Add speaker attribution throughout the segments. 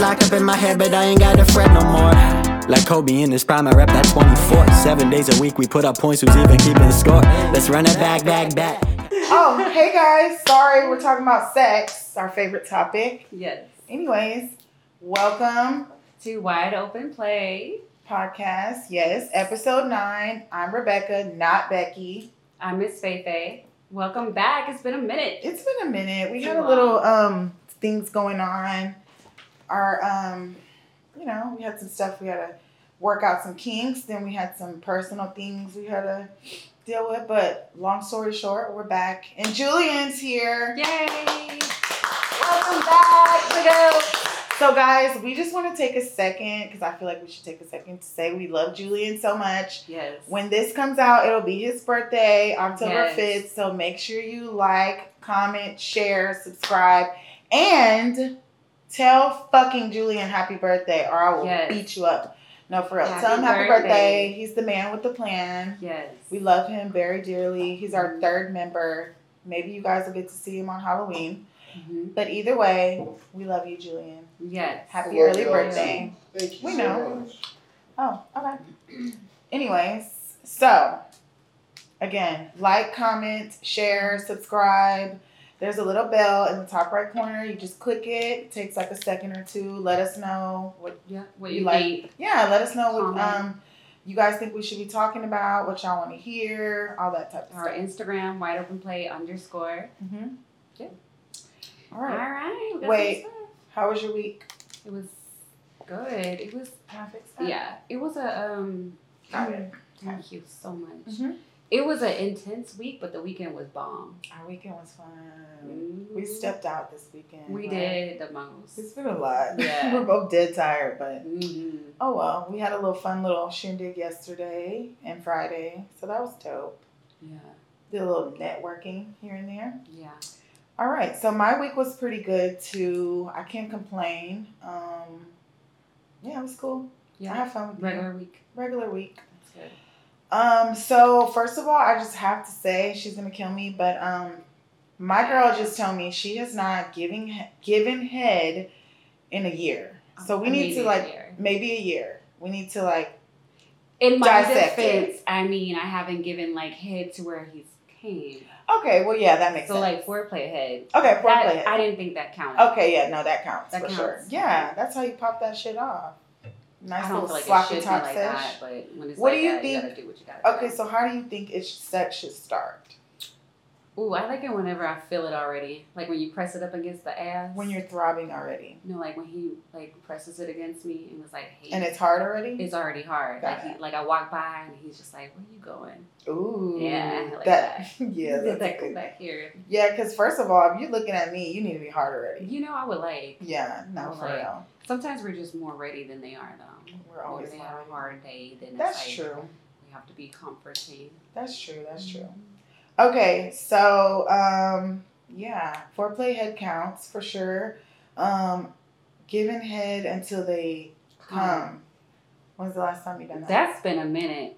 Speaker 1: locked up in my head, but I ain't got to fret no more. Like Kobe in his prime, I rep that 24. Seven days a week, we put up points. Who's even keeping the score? Let's run it back, back, back.
Speaker 2: Oh, hey guys. Sorry, we're talking about sex, our favorite topic.
Speaker 3: Yes.
Speaker 2: Anyways, welcome
Speaker 3: To wide open play.
Speaker 2: podcast. Yes, episode nine. I'm Rebecca, not Becky.
Speaker 3: I'm Miss Feifei. Welcome back. It's been a minute.
Speaker 2: It's been a minute. We had
Speaker 3: Wow.
Speaker 2: a little um things going on. Our um, you know, we had some stuff we had to work out some kinks. Then we had some personal things we had to deal with. But long story short, we're back, and Julian's here.
Speaker 3: Yay!
Speaker 2: Welcome back, kiddo. So, guys, we just want to take a second because I feel like we should take a second to say we love Julian so much.
Speaker 3: Yes.
Speaker 2: When this comes out, it'll be his birthday, October
Speaker 3: Yes.
Speaker 2: 5th. So make sure you like, comment, share, subscribe, and tell fucking Julian happy birthday or I will
Speaker 3: Yes.
Speaker 2: beat you up. No, for real. tell
Speaker 3: Happy
Speaker 2: him happy
Speaker 3: birthday.
Speaker 2: birthday. He's the man with the plan.
Speaker 3: yes.
Speaker 2: We love him very dearly. He's
Speaker 3: Mm-hmm.
Speaker 2: our third member. Maybe you guys will get to see him on Halloween.
Speaker 3: Mhm.
Speaker 2: But either way, we love you, Julian.
Speaker 3: Yes.
Speaker 2: Happy
Speaker 4: Love
Speaker 2: early
Speaker 4: y'all,
Speaker 2: birthday.
Speaker 4: Thank you
Speaker 2: We
Speaker 4: so
Speaker 2: know.
Speaker 4: much.
Speaker 2: Oh, okay. Anyways, so again, like, comment, share, subscribe. There's a little bell in the top right corner. You just click it. It takes like a second or two. Let us know what
Speaker 3: Yeah. What
Speaker 2: We
Speaker 3: you
Speaker 2: like-
Speaker 3: think?
Speaker 2: yeah, let us know what
Speaker 3: Comment.
Speaker 2: um you guys think we should be talking about, what y'all want to hear, all that type of
Speaker 3: Our
Speaker 2: stuff.
Speaker 3: Instagram, wide open play underscore.
Speaker 2: Mhm.
Speaker 3: Yeah.
Speaker 2: All
Speaker 3: All
Speaker 2: right.
Speaker 3: right. we got some
Speaker 2: Wait.
Speaker 3: stuff.
Speaker 2: How was your week?
Speaker 3: It was good. It was,
Speaker 2: Can I fix that?
Speaker 3: yeah. It was a, um,
Speaker 2: Got it.
Speaker 3: thank you so much.
Speaker 2: Mhm.
Speaker 3: It was an intense week, but the weekend was bomb.
Speaker 2: Our weekend was fun. We stepped out this weekend.
Speaker 3: We
Speaker 2: like,
Speaker 3: did the most.
Speaker 2: It's been a lot.
Speaker 3: Yeah.
Speaker 2: We're both dead tired, but
Speaker 3: Mhm.
Speaker 2: Oh well, we had a little fun little shindig yesterday and Friday, so that was dope.
Speaker 3: Yeah.
Speaker 2: Did a little networking here and there.
Speaker 3: Yeah.
Speaker 2: All right, so my week was pretty good too. I can't complain. Um, yeah, it was cool. I
Speaker 3: Yeah.
Speaker 2: had fun. With regular.
Speaker 3: Regular week.
Speaker 2: regular week.
Speaker 3: That's good.
Speaker 2: Um, so first of all, I just have to say she's gonna kill me, but um, my girl just told me she has not giving given head in a year. So we need to
Speaker 3: Amazing
Speaker 2: like
Speaker 3: year.
Speaker 2: maybe a year. We need to like
Speaker 3: In my
Speaker 2: dissect it.
Speaker 3: defense, I mean, I haven't given like head to where he's came.
Speaker 2: Okay, well, yeah, that makes
Speaker 3: so like
Speaker 2: sense.
Speaker 3: foreplay head.
Speaker 2: okay,
Speaker 3: That-
Speaker 2: foreplay.
Speaker 3: I didn't think that counted.
Speaker 2: okay, yeah, no, that counts
Speaker 3: That
Speaker 2: for
Speaker 3: counts.
Speaker 2: sure. Yeah, that's how you pop that shit off. Nice
Speaker 3: I don't
Speaker 2: little
Speaker 3: feel like it
Speaker 2: sloppy
Speaker 3: should be
Speaker 2: top
Speaker 3: like
Speaker 2: sesh.
Speaker 3: that, but when it's
Speaker 2: What
Speaker 3: like
Speaker 2: do you
Speaker 3: that,
Speaker 2: think-
Speaker 3: gotta do what you gotta
Speaker 2: Okay, so how do you think it sh- sex should start?
Speaker 3: do. Ooh, I like it whenever I feel it already. Like when you press it up against the ass.
Speaker 2: When you're throbbing already,
Speaker 3: No, like when he like presses it against me and was like, hey.
Speaker 2: and it's hard already.
Speaker 3: it's already hard.
Speaker 2: Got
Speaker 3: Like, he, like I walk by and he's just like, "Where you going?"
Speaker 2: Ooh,
Speaker 3: Yeah, I like
Speaker 2: yeah, that's a
Speaker 3: like
Speaker 2: good.
Speaker 3: back here.
Speaker 2: Yeah, because first of all, if you're looking at me, you need to be hard already.
Speaker 3: You know, I would like.
Speaker 2: Yeah, no, for
Speaker 3: Right.
Speaker 2: real.
Speaker 3: Sometimes we're just more ready than they are, though.
Speaker 2: We're
Speaker 3: Or
Speaker 2: always
Speaker 3: they have
Speaker 2: hard.
Speaker 3: a hard day, then
Speaker 2: That's
Speaker 3: it's like
Speaker 2: true.
Speaker 3: we have to be comforting. Mm-hmm.
Speaker 2: That's true. That's true. Okay, so um, yeah, foreplay head counts for sure. Um, giving head until they come. When's the last time you done that?
Speaker 3: That's been a minute.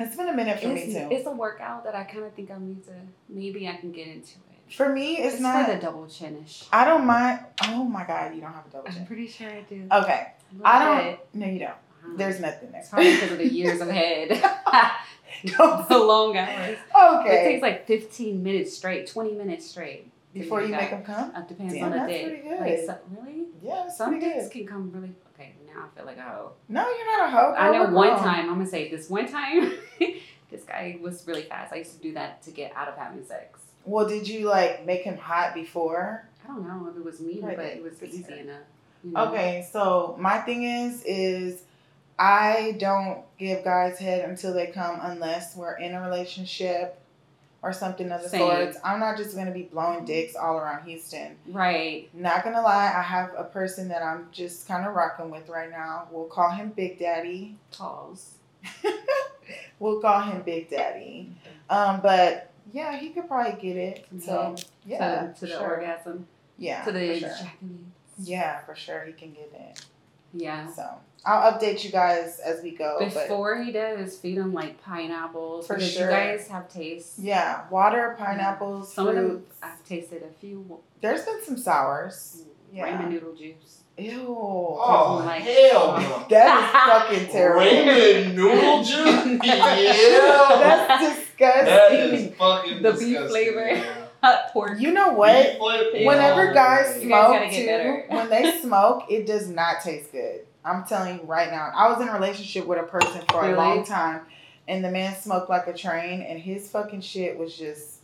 Speaker 2: it's been a minute for
Speaker 3: it's,
Speaker 2: me too.
Speaker 3: it's a workout that I kind of think I need to. Maybe I can get into it.
Speaker 2: for me, it's,
Speaker 3: It's
Speaker 2: not.
Speaker 3: for the double chinish.
Speaker 2: I don't mind. Oh my god, you don't have a double
Speaker 3: I'm
Speaker 2: chin.
Speaker 3: pretty sure I do.
Speaker 2: Okay, I don't. No, you don't.
Speaker 3: don't.
Speaker 2: There's nothing
Speaker 3: Mm-hmm. uh-huh. It's probably
Speaker 2: there.
Speaker 3: because of the years of head.
Speaker 2: Don't-
Speaker 3: the long hours. It
Speaker 2: okay.
Speaker 3: takes like 15 minutes straight, 20 minutes straight. to
Speaker 2: Before
Speaker 3: do
Speaker 2: you
Speaker 3: that.
Speaker 2: make them come.
Speaker 3: Uh, depends
Speaker 2: Damn,
Speaker 3: on the
Speaker 2: that's
Speaker 3: day.
Speaker 2: pretty good.
Speaker 3: Like, so, really?
Speaker 2: Yeah, that's
Speaker 3: Some
Speaker 2: pretty
Speaker 3: dicks
Speaker 2: good.
Speaker 3: can come really. Okay, now I feel like a hoe.
Speaker 2: No, you're not a hoe.
Speaker 3: I
Speaker 2: girl,
Speaker 3: know one
Speaker 2: we're grown.
Speaker 3: time, I'm gonna say this one time, this guy was really fast. I used to do that to get out of having sex.
Speaker 2: Well, did you like make him hot before?
Speaker 3: I don't know if it was me,
Speaker 2: Right,
Speaker 3: but it was
Speaker 2: it's
Speaker 3: easy
Speaker 2: her.
Speaker 3: enough. you know?
Speaker 2: Okay, so my thing is is I don't give guys head until they come unless we're in a relationship or something of the
Speaker 3: Same.
Speaker 2: sorts. I'm not just gonna be blowing dicks all around Houston.
Speaker 3: Right.
Speaker 2: Not gonna lie, I have a person that I'm just kind of rocking with right now. We'll call him Big Daddy.
Speaker 3: Calls.
Speaker 2: We'll call him Big Daddy. Um, but yeah, he could probably get it. So yeah,
Speaker 3: to, to the
Speaker 2: sure.
Speaker 3: orgasm.
Speaker 2: Yeah,
Speaker 3: to the
Speaker 2: for sure.
Speaker 3: ejaculates.
Speaker 2: yeah, for sure, he can get it.
Speaker 3: Yeah.
Speaker 2: So I'll update you guys as we go. Oh, but
Speaker 3: Before he does, feed him like pineapples.
Speaker 2: For
Speaker 3: because
Speaker 2: sure.
Speaker 3: You guys have tastes.
Speaker 2: Yeah, water, pineapples,
Speaker 3: Mm-hmm. Some of them
Speaker 2: fruits.
Speaker 3: I've tasted a few
Speaker 2: There's been some sours. Yeah.
Speaker 3: Mm, ramen noodle juice.
Speaker 2: Ew.
Speaker 4: Oh,
Speaker 3: Like-
Speaker 4: hell no.
Speaker 2: That is fucking terrible.
Speaker 4: Ramen noodle juice? Yeah.
Speaker 2: That's
Speaker 4: That
Speaker 2: disgusting.
Speaker 4: is fucking
Speaker 3: The beef
Speaker 4: disgusting.
Speaker 3: flavor.
Speaker 4: yeah.
Speaker 3: Hot pork.
Speaker 2: You know what?
Speaker 4: Beef flavor? Oh,
Speaker 3: Yeah.
Speaker 2: Whenever guys
Speaker 3: You guys gotta
Speaker 2: smoke,
Speaker 3: get
Speaker 2: too,
Speaker 3: better.
Speaker 2: when they smoke, it does not taste good. I'm telling you right now. I was in a relationship with a person for a
Speaker 3: Really?
Speaker 2: long time, and the man smoked like a train, and his fucking shit was just.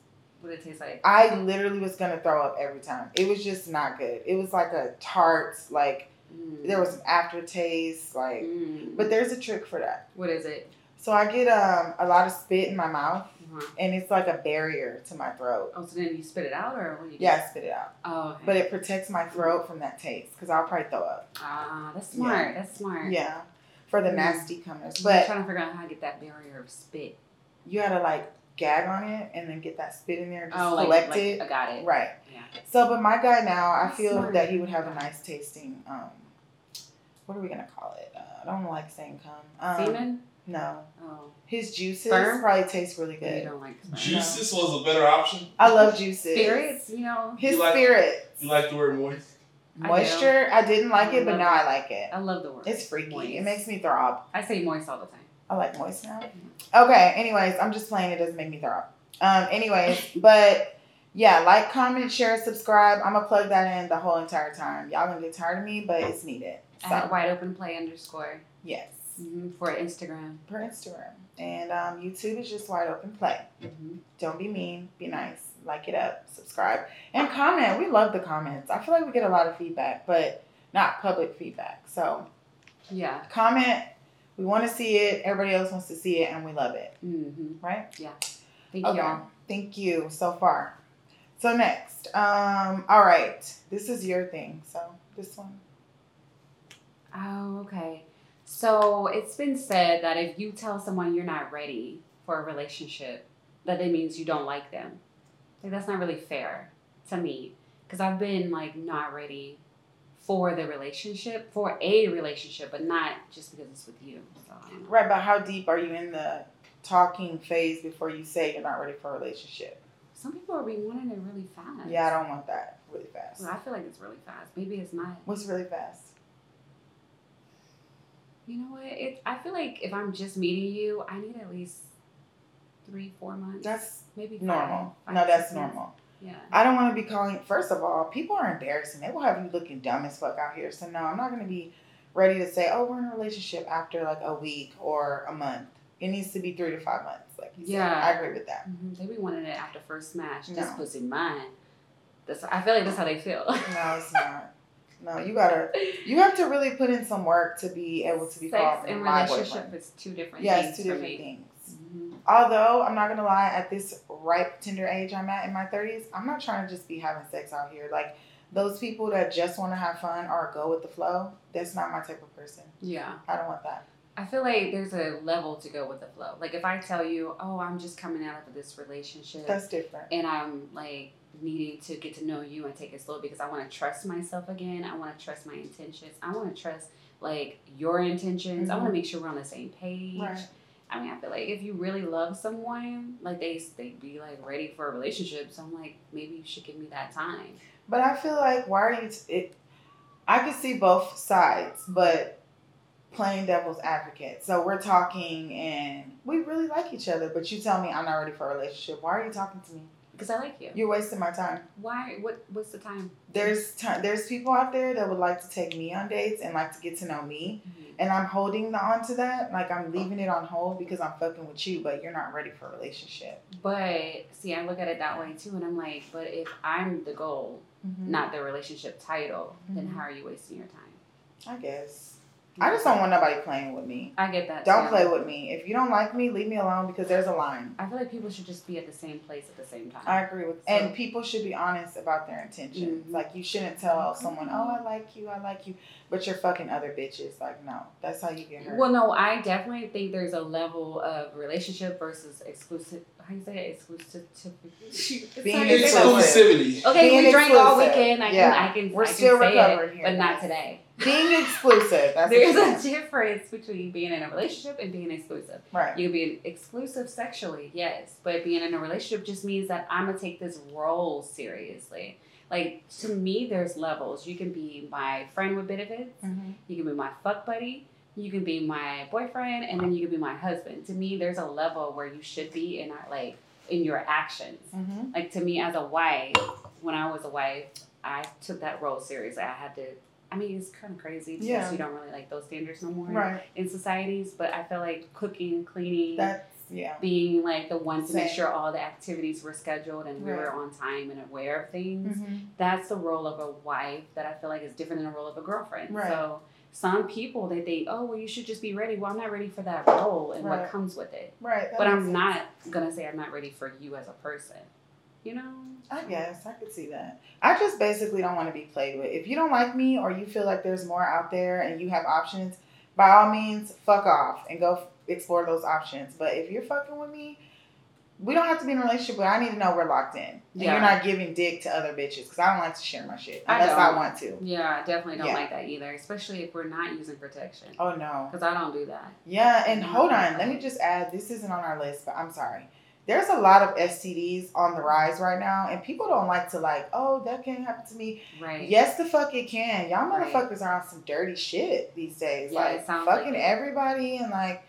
Speaker 3: What it tastes like?
Speaker 2: I literally was gonna throw up every time. It was just not good. It was like a tart, like
Speaker 3: Mm.
Speaker 2: there was some aftertaste, like.
Speaker 3: Mm.
Speaker 2: But there's a trick for that.
Speaker 3: what is it?
Speaker 2: So I get um a lot of spit in my mouth,
Speaker 3: Uh-huh.
Speaker 2: and it's like a barrier to my throat.
Speaker 3: Oh, so then you spit it out, or what do you? do?
Speaker 2: Yeah, I spit it out,
Speaker 3: Oh, okay.
Speaker 2: but it protects my throat from that taste because I'll probably throw up.
Speaker 3: ah, that's smart. That's smart.
Speaker 2: Yeah, for the
Speaker 3: Mm.
Speaker 2: nasty comers.
Speaker 3: I'm
Speaker 2: But
Speaker 3: trying to figure out how to get that barrier of spit.
Speaker 2: you gotta like gag on it and then get that spit in there, just
Speaker 3: Oh, like,
Speaker 2: collect
Speaker 3: like-
Speaker 2: it.
Speaker 3: I got it.
Speaker 2: Right.
Speaker 3: Yeah.
Speaker 2: So, but my guy now, I
Speaker 3: That's
Speaker 2: feel
Speaker 3: smart.
Speaker 2: that he would have a nice tasting. Um, what are we gonna call it? Uh, I don't like saying cum. Um,
Speaker 3: Semen?
Speaker 2: No,
Speaker 3: Oh,
Speaker 2: his juices
Speaker 3: Sperm?
Speaker 2: probably taste really good.
Speaker 3: you don't like sperm.
Speaker 4: Juices was a better option.
Speaker 2: I love juices.
Speaker 3: spirits. You know,
Speaker 2: His
Speaker 4: You like-
Speaker 2: spirit.
Speaker 4: You like the word moist?
Speaker 3: I do.
Speaker 2: Moisture. I, didn't like
Speaker 3: I
Speaker 2: it, but
Speaker 3: love
Speaker 2: now
Speaker 3: it.
Speaker 2: I like it.
Speaker 3: I love the word.
Speaker 2: It's freaky. It
Speaker 3: Moist.
Speaker 2: makes me throb.
Speaker 3: I say moist all the time.
Speaker 2: I like moist now. Okay. Anyways, I'm just playing. It doesn't make me throw up. Um. Anyways, but yeah, like, comment, share, subscribe. I'm gonna plug that in the whole entire time. Y'all gonna get tired of me, but it's needed.
Speaker 3: At
Speaker 2: So
Speaker 3: wide open play underscore
Speaker 2: yes,
Speaker 3: mhm, for Instagram.
Speaker 2: for Instagram and um, YouTube is just wide open play.
Speaker 3: Mhm.
Speaker 2: Don't be mean. Be nice. Like it up. Subscribe and comment. We love the comments. I feel like we get a lot of feedback, but not public feedback. So
Speaker 3: Yeah.
Speaker 2: comment. We want to see it. Everybody else wants to see it, and we love it.
Speaker 3: hmm
Speaker 2: Right.
Speaker 3: Thank
Speaker 2: Okay.
Speaker 3: y'all.
Speaker 2: Thank you so far. So next, um, all right, this is your thing. So this one,
Speaker 3: Oh, okay. So it's been said that if you tell someone you're not ready for a relationship, that it means you don't like them. Like that's not really fair to me because I've been like not ready for the relationship, for a relationship, but not just because it's with you. So I don't know.
Speaker 2: right? But how deep are you in the talking phase before you say you're not ready for a relationship?
Speaker 3: some people are be wanting it really fast.
Speaker 2: Yeah, I don't want that really fast.
Speaker 3: Well, I feel like it's really fast. Maybe it's not.
Speaker 2: What's really fast?
Speaker 3: You know what? It. I feel like if I'm just meeting you, I need at least three, four months.
Speaker 2: That's
Speaker 3: maybe five,
Speaker 2: normal.
Speaker 3: five,
Speaker 2: No, that's
Speaker 3: six months.
Speaker 2: normal.
Speaker 3: Yeah.
Speaker 2: I don't want to be calling. First of all, people are embarrassing. They will have you looking dumb as fuck out here. So no, I'm not gonna be ready to say, oh, we're in a relationship after like a week or a month. It needs to be three to five months. Like you said.
Speaker 3: Yeah.
Speaker 2: I agree with that.
Speaker 3: Mhm, They be wanting it after first smash.
Speaker 2: No.
Speaker 3: This pussy mine. That's. I feel like that's how they feel.
Speaker 2: No, it's not. No, you gotta. You have to really put in some work to be able to be
Speaker 3: Sex
Speaker 2: called
Speaker 3: and
Speaker 2: my
Speaker 3: relationship
Speaker 2: boyfriend.
Speaker 3: is two different
Speaker 2: Yeah,
Speaker 3: things
Speaker 2: it's two different
Speaker 3: for me.
Speaker 2: things.
Speaker 3: Mhm.
Speaker 2: Although I'm not gonna lie, at this ripe tender age I'm at in my 30s, I'm not trying to just be having sex out here. Like those people that just want to have fun or go with the flow, that's not my type of person.
Speaker 3: Yeah.
Speaker 2: I don't want that.
Speaker 3: I feel like there's a level to go with the flow. Like if I tell you, oh, I'm just coming out of this relationship.
Speaker 2: That's different.
Speaker 3: and I'm like needing to get to know you and take it slow because I want to trust myself again. I want to trust my intentions. I want to trust like your intentions. I want
Speaker 2: Mhm.
Speaker 3: to make sure we're on the same page.
Speaker 2: Right.
Speaker 3: I mean, I feel like if you really love someone, like they they be like ready for a relationship. So I'm like, maybe you should give me that time.
Speaker 2: But I feel like why are you? T- it, I could see both sides, but playing devil's advocate. So we're talking and we really like each other, but you tell me I'm not ready for a relationship. Why are you talking to me?
Speaker 3: Because I like you.
Speaker 2: You're wasting my time.
Speaker 3: Why? What? What's the time?
Speaker 2: There's ti- there's people out there that would like to take me on dates and like to get to know me, and I'm holding the on to that. Like I'm leaving it on hold because I'm fucking with you, but you're not ready for a relationship.
Speaker 3: But see, I look at it that way too, and I'm like, but if I'm the goal,
Speaker 2: Mhm.
Speaker 3: not the relationship title, then
Speaker 2: Mhm.
Speaker 3: how are you wasting your time?
Speaker 2: I guess. I just don't want nobody playing with me.
Speaker 3: I get that.
Speaker 2: Don't
Speaker 3: too.
Speaker 2: play with me. If you don't like me, leave me alone because there's a line.
Speaker 3: I feel like people should just be at the same place at the same time.
Speaker 2: I agree with
Speaker 3: So-
Speaker 2: and people should be honest about their intentions.
Speaker 3: Mhm.
Speaker 2: Like you shouldn't tell someone, "Oh, I like you, I like you," but you're fucking other bitches. Like no, that's how you get hurt.
Speaker 3: well, no, I definitely think there's a level of relationship versus exclusive. How you say it? Exclusive. to-
Speaker 2: Being
Speaker 3: Sorry,
Speaker 2: exclusive.
Speaker 3: it's like-
Speaker 4: Exclusivity.
Speaker 3: Okay,
Speaker 2: Being
Speaker 3: we drank all
Speaker 2: exclusive.
Speaker 3: weekend. I
Speaker 2: Yeah.
Speaker 3: can, I can,
Speaker 2: We're
Speaker 3: I can
Speaker 2: still
Speaker 3: say
Speaker 2: recovering
Speaker 3: it,
Speaker 2: here,
Speaker 3: but not
Speaker 2: guys.
Speaker 3: today.
Speaker 2: being exclusive. That's
Speaker 3: There's
Speaker 2: what
Speaker 3: a difference between being in a relationship and being exclusive.
Speaker 2: a right.
Speaker 3: You can be exclusive sexually, yes, but being in a relationship just means that I'm gonna take this role seriously. Like to me, there's levels. You can be my friend with benefits.
Speaker 2: Mhm.
Speaker 3: You can be my fuck buddy. You can be my boyfriend, and then you can be my husband. To me, there's a level where you should be in our like in your actions.
Speaker 2: Mhm.
Speaker 3: Like to me, as a wife, when I was a wife, I took that role seriously. I had to. I mean, it's kind of crazy because
Speaker 2: Yeah.
Speaker 3: you don't really like those standards no more
Speaker 2: Right.
Speaker 3: in societies. But I feel like cooking, cleaning,
Speaker 2: That's yeah.
Speaker 3: being like the one to make
Speaker 2: Same.
Speaker 3: sure all the activities were scheduled and we
Speaker 2: Right.
Speaker 3: were on time and aware of things.
Speaker 2: Mhm.
Speaker 3: That's the role of a wife that I feel like is different than the role of a girlfriend.
Speaker 2: Right.
Speaker 3: So some people they think, oh well, you should just be ready. Well, I'm not ready for that role and
Speaker 2: Right.
Speaker 3: what comes with it.
Speaker 2: Right. that
Speaker 3: but I'm
Speaker 2: makes
Speaker 3: not
Speaker 2: sense.
Speaker 3: gonna say I'm not ready for you as a person. You know.
Speaker 2: I guess I could see that. I just basically don't want to be played with. If you don't like me or you feel like there's more out there and you have options, by all means, fuck off and go f- explore those options. But if you're fucking with me, we don't have to be in a relationship, but I need to know we're locked in. And
Speaker 3: Yeah.
Speaker 2: you're not giving dick to other bitches because I don't like to share my shit
Speaker 3: I
Speaker 2: unless I,
Speaker 3: don't.
Speaker 2: want to.
Speaker 3: Yeah, I definitely don't
Speaker 2: Yeah.
Speaker 3: like that either, especially if we're not using protection.
Speaker 2: Oh no.
Speaker 3: Because I don't do that.
Speaker 2: Yeah, and hold on. Let me just add this isn't on our list, but I'm sorry. There's a lot of STDs on the rise right now, and people don't like to, like, oh, that can't happen to me.
Speaker 3: Right.
Speaker 2: Yes, the fuck it can. Y'all
Speaker 3: Right.
Speaker 2: motherfuckers are on some dirty shit these days.
Speaker 3: Yeah, it
Speaker 2: like
Speaker 3: sounds
Speaker 2: fucking
Speaker 3: like it.
Speaker 2: everybody and like,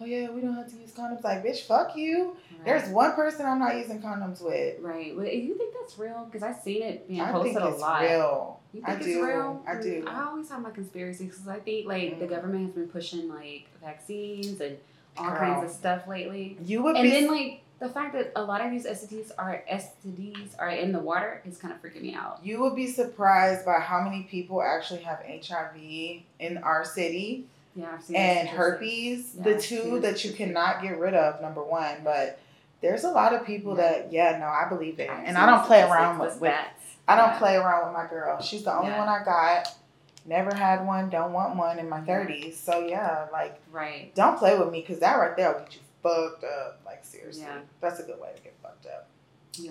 Speaker 2: oh yeah, we don't have to use condoms. Like, bitch, fuck you. There's one person I'm not using condoms with.
Speaker 3: Right. Well, you think that's real? Because I've seen it being
Speaker 2: I
Speaker 3: posted
Speaker 2: think
Speaker 3: a
Speaker 2: it's
Speaker 3: lot.
Speaker 2: real.
Speaker 3: You think
Speaker 2: I
Speaker 3: it's
Speaker 2: do.
Speaker 3: real?
Speaker 2: I do.
Speaker 3: I always talk about conspiracies because I think like the
Speaker 2: Mm.
Speaker 3: government has been pushing like vaccines and all
Speaker 2: Girl.
Speaker 3: kinds of stuff lately.
Speaker 2: You would
Speaker 3: And
Speaker 2: be
Speaker 3: then like the fact that a lot of these STDs are STDs are in the water is kind of freaking me out.
Speaker 2: you would be surprised by how many people actually have HIV in our city.
Speaker 3: Yeah, I've seen those
Speaker 2: and
Speaker 3: statistics.
Speaker 2: herpes,
Speaker 3: Yeah,
Speaker 2: the
Speaker 3: I've seen
Speaker 2: two
Speaker 3: those
Speaker 2: that you
Speaker 3: statistics.
Speaker 2: cannot get rid of, number one. But there's a lot of people
Speaker 3: Yeah.
Speaker 2: that, yeah, no, I believe it,
Speaker 3: I've seen
Speaker 2: and I don't
Speaker 3: those
Speaker 2: play
Speaker 3: statistics
Speaker 2: around with. with
Speaker 3: bats.
Speaker 2: I don't
Speaker 3: Yeah.
Speaker 2: play around with my girl. She's the only
Speaker 3: Yeah.
Speaker 2: one I got. Never had one. Don't want one in my thirties. So yeah, like
Speaker 3: Right.
Speaker 2: don't play with me because that right there will get you fucked up. Like seriously,
Speaker 3: Yeah.
Speaker 2: that's a good way to get fucked up.
Speaker 3: Yeah.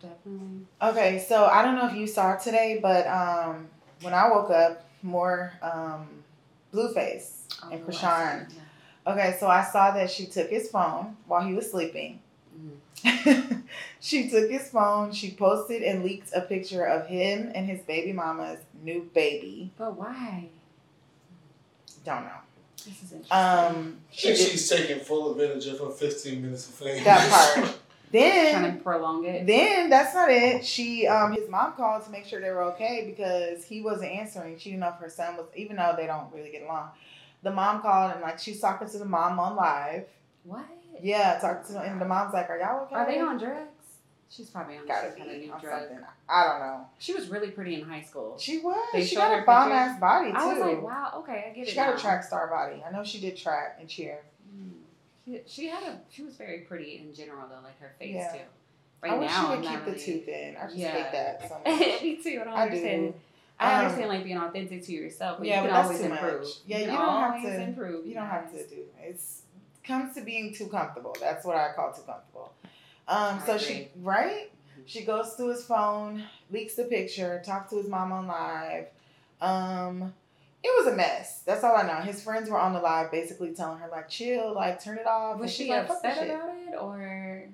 Speaker 3: Definitely.
Speaker 2: Okay, so I don't know if you saw today, but um, when I woke up, more um, Blueface
Speaker 3: Oh,
Speaker 2: and
Speaker 3: I see.
Speaker 2: Krishan.
Speaker 3: Yeah.
Speaker 2: Okay, so I saw that she took his phone while he was sleeping.
Speaker 3: Mm.
Speaker 2: she took his phone, she posted and leaked a picture of him and his baby mama's new baby.
Speaker 3: But why?
Speaker 2: Don't know.
Speaker 3: This is interesting.
Speaker 2: Um
Speaker 4: She,
Speaker 2: she did
Speaker 4: she's taking full advantage of her 15 minutes of fame.
Speaker 2: that part.
Speaker 3: trying
Speaker 2: Then
Speaker 3: to prolong it.
Speaker 2: then that's not it. She um his mom called to make sure they were okay because he wasn't answering. She didn't know if her son was even though they don't really get along. The mom called and like she's talking to the mom on live.
Speaker 3: What?
Speaker 2: Yeah, talking to them and the mom's like, Are y'all okay?
Speaker 3: Are they on drugs? She's probably on
Speaker 2: gotta
Speaker 3: some kind of
Speaker 2: be
Speaker 3: new
Speaker 2: on
Speaker 3: drug.
Speaker 2: something. I don't know.
Speaker 3: She was really pretty in high school.
Speaker 2: She was.
Speaker 3: They
Speaker 2: she
Speaker 3: showed
Speaker 2: got
Speaker 3: her
Speaker 2: a bomb
Speaker 3: pictures?
Speaker 2: ass body too.
Speaker 3: I was like, wow, okay, I get it.
Speaker 2: she got
Speaker 3: now.
Speaker 2: a track star body. I know she did track and cheer.
Speaker 3: Mm. She- She had a. She was very pretty in general though, like her face
Speaker 2: Yeah.
Speaker 3: too. Right
Speaker 2: I wish
Speaker 3: now,
Speaker 2: she would
Speaker 3: I'm
Speaker 2: keep
Speaker 3: not
Speaker 2: the
Speaker 3: really.
Speaker 2: tooth in. I just
Speaker 3: Yeah.
Speaker 2: hate that so much.
Speaker 3: Me too. I don't
Speaker 2: I
Speaker 3: understand.
Speaker 2: do.
Speaker 3: I
Speaker 2: Um,
Speaker 3: understand like being authentic to yourself, but
Speaker 2: yeah,
Speaker 3: you can
Speaker 2: but that's
Speaker 3: always
Speaker 2: too
Speaker 3: improve.
Speaker 2: much. Yeah,
Speaker 3: you,
Speaker 2: you
Speaker 3: can
Speaker 2: don't have
Speaker 3: always
Speaker 2: to-
Speaker 3: improve.
Speaker 2: You don't have to
Speaker 3: guys.
Speaker 2: do it's comes to being too comfortable. That's what I call too comfortable. Um
Speaker 3: I
Speaker 2: so she right?
Speaker 3: Mm-hmm.
Speaker 2: She goes to his phone, leaks the picture, talks to his mom on live. Um it was a mess. That's all I know. His friends were on the live basically telling her like chill, like turn it off.
Speaker 3: Was
Speaker 2: And she's
Speaker 3: she
Speaker 2: like, "Fuck this
Speaker 3: upset
Speaker 2: shit."
Speaker 3: about it or?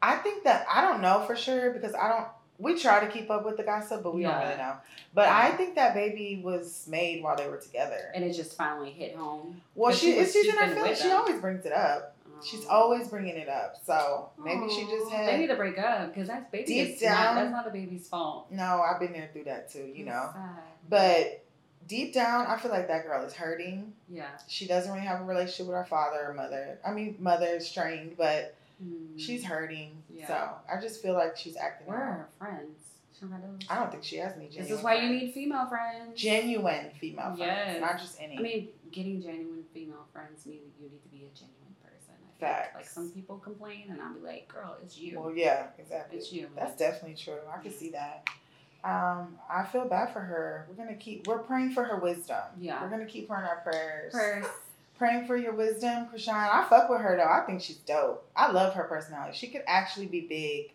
Speaker 2: I think that I don't know for sure because I don't. We try to keep up with the gossip, but we
Speaker 3: Yeah.
Speaker 2: don't really know. But I think that baby was made while they were together.
Speaker 3: And it just finally hit home.
Speaker 2: Well,
Speaker 3: But she
Speaker 2: she it's
Speaker 3: was-
Speaker 2: she's in
Speaker 3: she's
Speaker 2: her
Speaker 3: been
Speaker 2: feelings.
Speaker 3: with
Speaker 2: She
Speaker 3: them.
Speaker 2: always brings it up.
Speaker 3: Um,
Speaker 2: She's always bringing it up. So maybe she just
Speaker 3: Aw, They need
Speaker 2: had.
Speaker 3: Oh, to break up because that's baby.
Speaker 2: Deep
Speaker 3: it's not-
Speaker 2: down-
Speaker 3: that's not the baby's fault.
Speaker 2: No, I've been there through that too. You
Speaker 3: It's
Speaker 2: know,
Speaker 3: sad.
Speaker 2: but deep down, I feel like that girl is hurting.
Speaker 3: yeah,
Speaker 2: She doesn't really have a relationship with her father or mother. I mean, mother is strained, but
Speaker 3: Mm.
Speaker 2: she's hurting.
Speaker 3: Yeah.
Speaker 2: So I just feel like she's acting.
Speaker 3: Where
Speaker 2: out.
Speaker 3: are her friends? She don't got those.
Speaker 2: I don't think she has any.
Speaker 3: This is
Speaker 2: genuine
Speaker 3: why you
Speaker 2: friends.
Speaker 3: need female friends.
Speaker 2: genuine female friends,
Speaker 3: Yes.
Speaker 2: not just any.
Speaker 3: I mean, getting genuine female friends means that you need to be a genuine person. I think.
Speaker 2: Facts.
Speaker 3: Like some people complain, and I'll be like, "Girl, it's you.
Speaker 2: well, yeah, exactly.
Speaker 3: it's you."
Speaker 2: That's definitely true. I can see that. Um, I feel bad for her. We're gonna keep. We're praying for her wisdom.
Speaker 3: Yeah.
Speaker 2: we're gonna keep her in our prayers.
Speaker 3: Purse.
Speaker 2: Praying for your wisdom, Krishan. I fuck with her though. I think she's dope. I love her personality. She could actually be big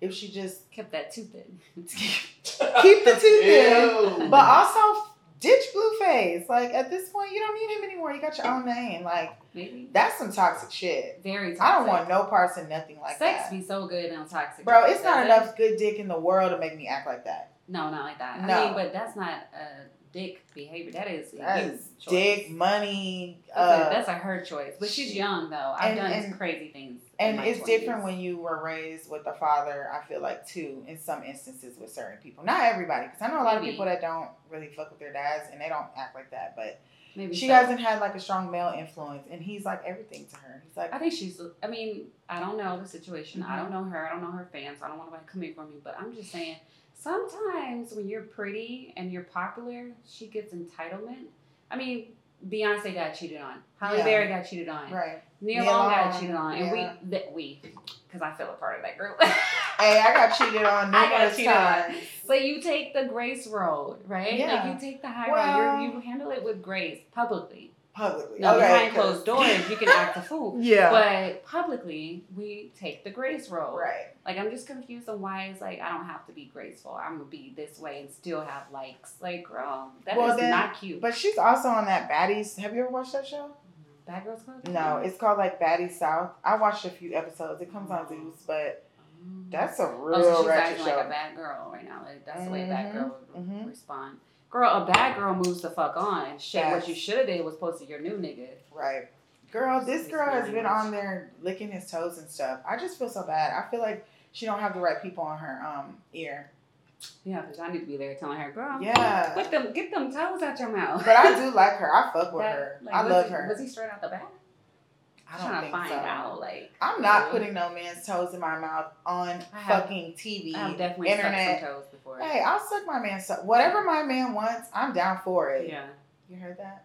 Speaker 2: if she just
Speaker 3: kept that tooth in.
Speaker 2: keep the tooth in.
Speaker 4: Ew.
Speaker 2: But also, ditch Blueface. Like at this point, you don't need him anymore. You got your own name. Like
Speaker 3: Maybe
Speaker 2: that's some toxic shit.
Speaker 3: very. Toxic.
Speaker 2: I don't want no parts and nothing like
Speaker 3: sex
Speaker 2: that.
Speaker 3: be so good and toxic.
Speaker 2: Bro, it's not
Speaker 3: Does it?
Speaker 2: enough good dick in the world to make me act like that.
Speaker 3: No, not like that.
Speaker 2: No.
Speaker 3: I mean, but that's not a dick behavior. That is a
Speaker 2: That
Speaker 3: you
Speaker 2: is
Speaker 3: choice.
Speaker 2: dick, money,
Speaker 3: That's,
Speaker 2: uh,
Speaker 3: a, that's a her choice. But she's young though. I've
Speaker 2: And-
Speaker 3: done
Speaker 2: and-
Speaker 3: crazy things. in
Speaker 2: and
Speaker 3: my
Speaker 2: it's
Speaker 3: 20s.
Speaker 2: different when you were raised with a father. I feel like too, in some instances with certain people, not everybody, because I know a lot of
Speaker 3: Maybe.
Speaker 2: people that don't really fuck with their dads and they don't act like that. But
Speaker 3: Maybe
Speaker 2: she
Speaker 3: so.
Speaker 2: hasn't had like a strong male influence, and he's like everything to her. He's like,
Speaker 3: I think she's. I mean, I don't know the situation.
Speaker 2: Mhm.
Speaker 3: I don't know her. I don't know her fans. I don't want nobody coming for me. But I'm just saying, sometimes when you're pretty and you're popular, she gets entitlement. I mean, Beyonce got cheated on. Holly
Speaker 2: Yeah.
Speaker 3: Berry got cheated on.
Speaker 2: right?
Speaker 3: Neil
Speaker 2: Neil
Speaker 3: Long got
Speaker 2: Long,
Speaker 3: cheated on, and
Speaker 2: yeah.
Speaker 3: we that we, because I feel a part of that group.
Speaker 2: Hey, I got cheated on
Speaker 3: I got
Speaker 2: numerous
Speaker 3: cheated on.
Speaker 2: times.
Speaker 3: but you take the grace road, right?
Speaker 2: Yeah.
Speaker 3: Like you take the high
Speaker 2: Well-
Speaker 3: road. You're, you handle it with grace publicly.
Speaker 2: publicly.
Speaker 3: Now
Speaker 2: okay,
Speaker 3: behind
Speaker 2: 'cause-
Speaker 3: closed doors, you can act a fool.
Speaker 2: Yeah.
Speaker 3: But publicly, we take the grace road.
Speaker 2: right.
Speaker 3: Like I'm just confused on why it's like I don't have to be graceful. I'm gonna be this way and still have likes. Like, girl, that is
Speaker 2: Well, then-
Speaker 3: not cute.
Speaker 2: But she's also on that Baddies. Have you ever watched that show?
Speaker 3: Bad Girls Club.
Speaker 2: No, it's called like Baddie South. I watched a few episodes. It comes on Zeus, but
Speaker 3: Mm.
Speaker 2: that's a
Speaker 3: Oh,
Speaker 2: real
Speaker 3: so she's
Speaker 2: ratchet
Speaker 3: acting
Speaker 2: show.
Speaker 3: like a bad girl right now. Like that's the way a bad girl would
Speaker 2: mhm.
Speaker 3: respond. Girl, a bad girl moves the fuck on. Shit,
Speaker 2: Facts.
Speaker 3: what you should have did was post to your new nigga.
Speaker 2: right. Girl, this
Speaker 3: Excuse
Speaker 2: girl
Speaker 3: my
Speaker 2: has been
Speaker 3: language.
Speaker 2: on there licking his toes and stuff. I just feel so bad. I feel like she don't have the right people on her um ear.
Speaker 3: Yeah, because I need to be there telling her, girl.
Speaker 2: Yeah.
Speaker 3: Put them, get them toes out your mouth.
Speaker 2: But I do like her. I fuck with
Speaker 3: That-
Speaker 2: her.
Speaker 3: like,
Speaker 2: I
Speaker 3: was
Speaker 2: love
Speaker 3: he-
Speaker 2: her.
Speaker 3: Was he straight out the back?
Speaker 2: I
Speaker 3: am trying
Speaker 2: don't think
Speaker 3: to find
Speaker 2: so.
Speaker 3: out. Like,
Speaker 2: I'm not
Speaker 3: Really?
Speaker 2: putting no man's toes in my mouth on
Speaker 3: I have-
Speaker 2: fucking TV,
Speaker 3: I've definitely
Speaker 2: internet,
Speaker 3: sucked some toes before.
Speaker 2: Hey, I'll suck my man's so whatever my man wants, I'm down for it.
Speaker 3: Yeah.
Speaker 2: You heard that?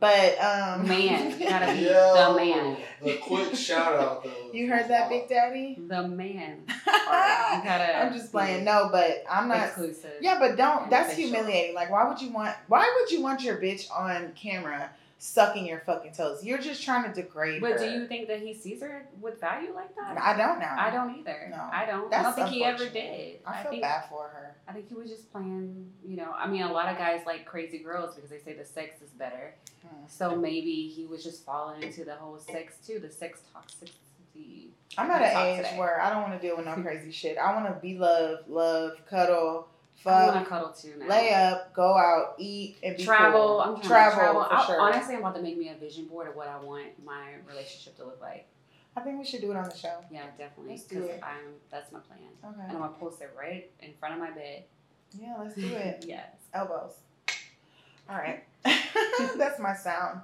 Speaker 2: But um
Speaker 3: Man, gotta be
Speaker 4: Yo,
Speaker 3: the man.
Speaker 4: The quick shout out though.
Speaker 2: You heard that, Big Daddy?
Speaker 3: The man. Alright, you
Speaker 2: I'm
Speaker 3: gotta
Speaker 2: just
Speaker 3: be
Speaker 2: playing. No, but I'm not
Speaker 3: exclusive.
Speaker 2: Yeah, but don't
Speaker 3: I'm
Speaker 2: that's
Speaker 3: official.
Speaker 2: humiliating. Like why would you want why would you want your bitch on camera sucking your fucking toes? You're just trying to degrade her.
Speaker 3: But do you think that he sees her with value like that?
Speaker 2: I don't know.
Speaker 3: I don't either.
Speaker 2: No.
Speaker 3: I don't. I
Speaker 2: That's
Speaker 3: don't think he ever did.
Speaker 2: unfortunate. I feel
Speaker 3: think,
Speaker 2: bad for her.
Speaker 3: I think he was just playing. You know, I mean, a lot of guys like crazy girls because they say the sex is better.
Speaker 2: Hmm.
Speaker 3: So maybe he was just falling into the whole sex too, the sex toxicity.
Speaker 2: I'm
Speaker 3: We
Speaker 2: at an
Speaker 3: talked
Speaker 2: age
Speaker 3: today.
Speaker 2: where I don't want to deal with no crazy shit. I want to be loved, love, cuddle,
Speaker 3: I
Speaker 2: fuck,
Speaker 3: want to cuddle too now.
Speaker 2: lay up, go out, eat, and be
Speaker 3: travel.
Speaker 2: cool.
Speaker 3: I'm trying
Speaker 2: travel,
Speaker 3: to travel.
Speaker 2: for
Speaker 3: I,
Speaker 2: sure.
Speaker 3: Honestly, I'm about to make me a vision board of what I want my relationship to look like.
Speaker 2: I think we should do it on the show.
Speaker 3: Yeah, definitely.
Speaker 2: Let's do
Speaker 3: Because
Speaker 2: it.
Speaker 3: I'm that's my plan, and
Speaker 2: Okay.
Speaker 3: I'm gonna post it right in front of my bed.
Speaker 2: Yeah, let's do it.
Speaker 3: yes.
Speaker 2: Elbows. All right. That's my sound.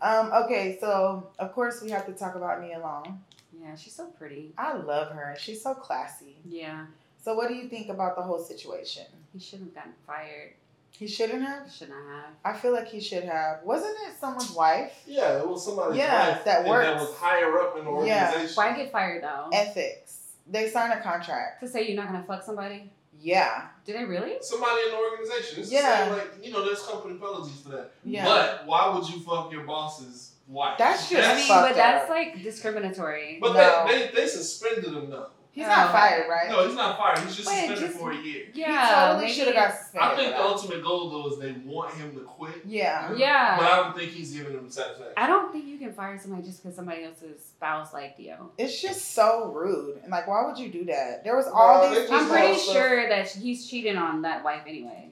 Speaker 2: Um, okay, so of course we have to talk about Nia Long.
Speaker 3: Yeah, she's so pretty.
Speaker 2: I love her. She's so classy.
Speaker 3: Yeah,
Speaker 2: So what do you think about the whole situation?
Speaker 3: he shouldn't have gotten fired.
Speaker 2: He shouldn't
Speaker 3: He
Speaker 2: have?
Speaker 3: shouldn't have.
Speaker 2: I feel like he should have. Wasn't it someone's wife?
Speaker 4: Yeah, it was somebody.
Speaker 2: Yeah, that
Speaker 4: That
Speaker 2: works.
Speaker 4: was higher up in the
Speaker 2: Yeah.
Speaker 4: organization.
Speaker 3: Why get fired though?
Speaker 2: Ethics. They signed a contract.
Speaker 3: to say you're not gonna fuck somebody?
Speaker 2: Yeah.
Speaker 3: Did they really?
Speaker 4: Somebody in the organization. It's
Speaker 2: Yeah.
Speaker 4: yeah. Like you know, there's company penalties for that.
Speaker 2: Yeah.
Speaker 4: But why would you fuck your boss's wife?
Speaker 2: That's just-
Speaker 3: I
Speaker 2: That's
Speaker 3: mean,
Speaker 2: fucked
Speaker 3: but that's
Speaker 2: up.
Speaker 3: like discriminatory.
Speaker 4: But
Speaker 2: No.
Speaker 4: they, they they suspended him though.
Speaker 2: He's not
Speaker 3: Oh.
Speaker 2: fired, right?
Speaker 4: No, he's not fired. He's just
Speaker 3: Wait,
Speaker 4: suspended
Speaker 3: just-
Speaker 4: for a year.
Speaker 3: yeah,
Speaker 2: he totally
Speaker 3: maybe-
Speaker 2: should have got suspended.
Speaker 4: I think
Speaker 2: for
Speaker 4: the ultimate goal though is they want him to quit.
Speaker 2: that. Yeah.
Speaker 3: Yeah.
Speaker 4: But I don't think he's giving them satisfaction.
Speaker 3: I don't think you can fire somebody just because somebody else's spouse liked you.
Speaker 2: It's just so rude. And like, why would you do that? There was all
Speaker 4: Well,
Speaker 2: these
Speaker 4: they
Speaker 2: people.
Speaker 4: just
Speaker 3: I'm pretty
Speaker 4: also-
Speaker 3: sure that he's cheating on that wife anyway.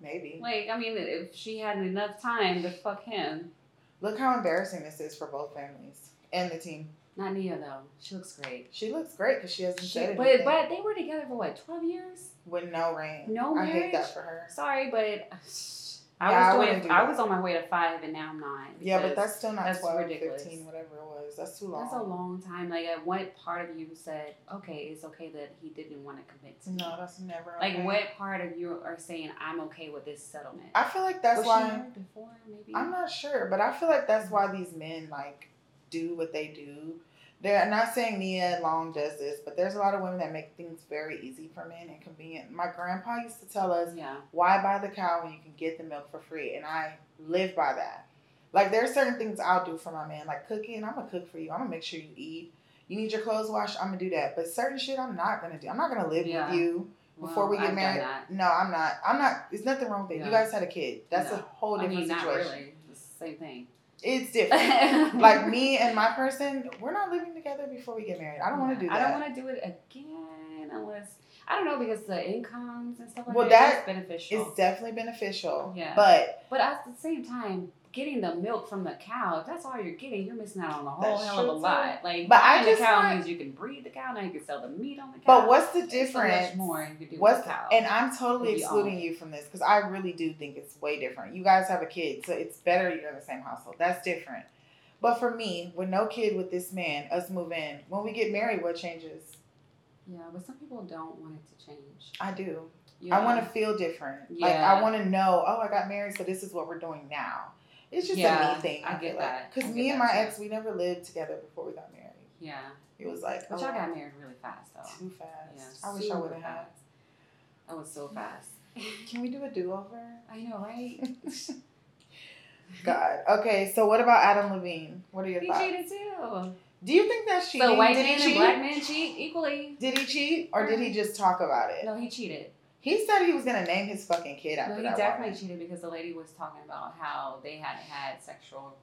Speaker 2: Maybe.
Speaker 3: Like, I mean, if she had enough time to fuck him,
Speaker 2: Look how embarrassing this is for both families and the team.
Speaker 3: not Nia though. She looks great.
Speaker 2: She looks great because she hasn't
Speaker 3: She,
Speaker 2: said
Speaker 3: but
Speaker 2: anything
Speaker 3: but they were together for what, twelve years?
Speaker 2: with no ring.
Speaker 3: No
Speaker 2: I hate that
Speaker 3: marriage?
Speaker 2: for her.
Speaker 3: Sorry, but I
Speaker 2: Yeah, I
Speaker 3: was
Speaker 2: wouldn't
Speaker 3: doing.
Speaker 2: do
Speaker 3: I
Speaker 2: that.
Speaker 3: was on my way to five, and now I'm not.
Speaker 2: Yeah, but
Speaker 3: because
Speaker 2: that's still not
Speaker 3: that's
Speaker 2: 12,
Speaker 3: ridiculous.
Speaker 2: 15, whatever it was. That's too long.
Speaker 3: that's a long time. Like, at what part of you said, okay, it's okay that he didn't want to commit to me?
Speaker 2: No, that's never.
Speaker 3: Like,
Speaker 2: okay.
Speaker 3: what part of you are saying I'm okay with this settlement?
Speaker 2: I feel like that's
Speaker 3: Was she
Speaker 2: why.
Speaker 3: married before, maybe?
Speaker 2: I'm not sure, but I feel like that's why these men like do what they do. They're I'm not saying Nia Long does this, but there's a lot of women that make things very easy for men and convenient. My grandpa used to tell us,
Speaker 3: Yeah.
Speaker 2: "Why buy the cow when you can get the milk for free?" And I live by that. Like there's certain things I'll do for my man, like cooking. I'm gonna cook for you. I'm gonna make sure you eat. You need your clothes washed. I'm gonna do that. But certain shit, I'm not gonna do. I'm not gonna live
Speaker 3: Yeah.
Speaker 2: with you. before we
Speaker 3: Well,
Speaker 2: get
Speaker 3: I've done
Speaker 2: married.
Speaker 3: that.
Speaker 2: No, I'm not. I'm not. There's nothing wrong with it.
Speaker 3: Yeah.
Speaker 2: You guys had a kid. That's a
Speaker 3: No.
Speaker 2: whole
Speaker 3: I
Speaker 2: different
Speaker 3: mean, not
Speaker 2: situation.
Speaker 3: really. It's the same thing.
Speaker 2: It's different. like me and my person, we're not living together before we get married. I don't want to do that.
Speaker 3: I don't want to do it again unless I don't know because the incomes and stuff like
Speaker 2: Well,
Speaker 3: that, is
Speaker 2: It's
Speaker 3: beneficial.
Speaker 2: definitely beneficial.
Speaker 3: Oh. Yeah.
Speaker 2: But
Speaker 3: But at the same time, getting the milk from the cow, if that's all you're getting, you're missing out on a whole
Speaker 2: That's
Speaker 3: hell of a
Speaker 2: true, too.
Speaker 3: lot. Like
Speaker 2: But I
Speaker 3: buying
Speaker 2: just
Speaker 3: the cow
Speaker 2: want-
Speaker 3: means you can breed the cow, now you can sell the meat on the cow.
Speaker 2: but what's the
Speaker 3: There's so much
Speaker 2: difference?
Speaker 3: more you could do
Speaker 2: What's
Speaker 3: with the cow.
Speaker 2: and I'm totally
Speaker 3: Could be
Speaker 2: excluding
Speaker 3: all.
Speaker 2: you from this because I really do think it's way different. You guys have a kid, so it's better you're in the same household. That's different. But for me, with no kid with this man, us move in. When we get married, what changes?
Speaker 3: yeah, but some people don't want it to change.
Speaker 2: I do.
Speaker 3: Yeah.
Speaker 2: I want to feel different. Like I
Speaker 3: Yeah.
Speaker 2: want to know. Oh, I got married, so this is what we're doing now. It's just a
Speaker 3: Yeah,
Speaker 2: me thing.
Speaker 3: I get that. I
Speaker 2: Because
Speaker 3: get
Speaker 2: me and my
Speaker 3: that, too.
Speaker 2: ex, we never lived together before we got married.
Speaker 3: Yeah.
Speaker 2: It was like,
Speaker 3: But
Speaker 2: oh,
Speaker 3: y'all got married really fast though.
Speaker 2: too fast.
Speaker 3: Yeah.
Speaker 2: I wish I
Speaker 3: super
Speaker 2: would have had.
Speaker 3: fast. That was so fast.
Speaker 2: Can we do a do over?
Speaker 3: I know, right?
Speaker 2: God. Okay. So what about Adam Levine? What are your
Speaker 3: He
Speaker 2: thoughts?
Speaker 3: cheated too.
Speaker 2: Do you think that's cheating?
Speaker 3: So white
Speaker 2: did he
Speaker 3: men and
Speaker 2: cheat?
Speaker 3: black men cheat equally.
Speaker 2: Did he cheat or did he just talk about it?
Speaker 3: No, he cheated.
Speaker 2: He said he was gonna name his fucking kid after
Speaker 3: No, he
Speaker 2: that.
Speaker 3: definitely
Speaker 2: woman.
Speaker 3: cheated because the lady was talking about how they had had sexual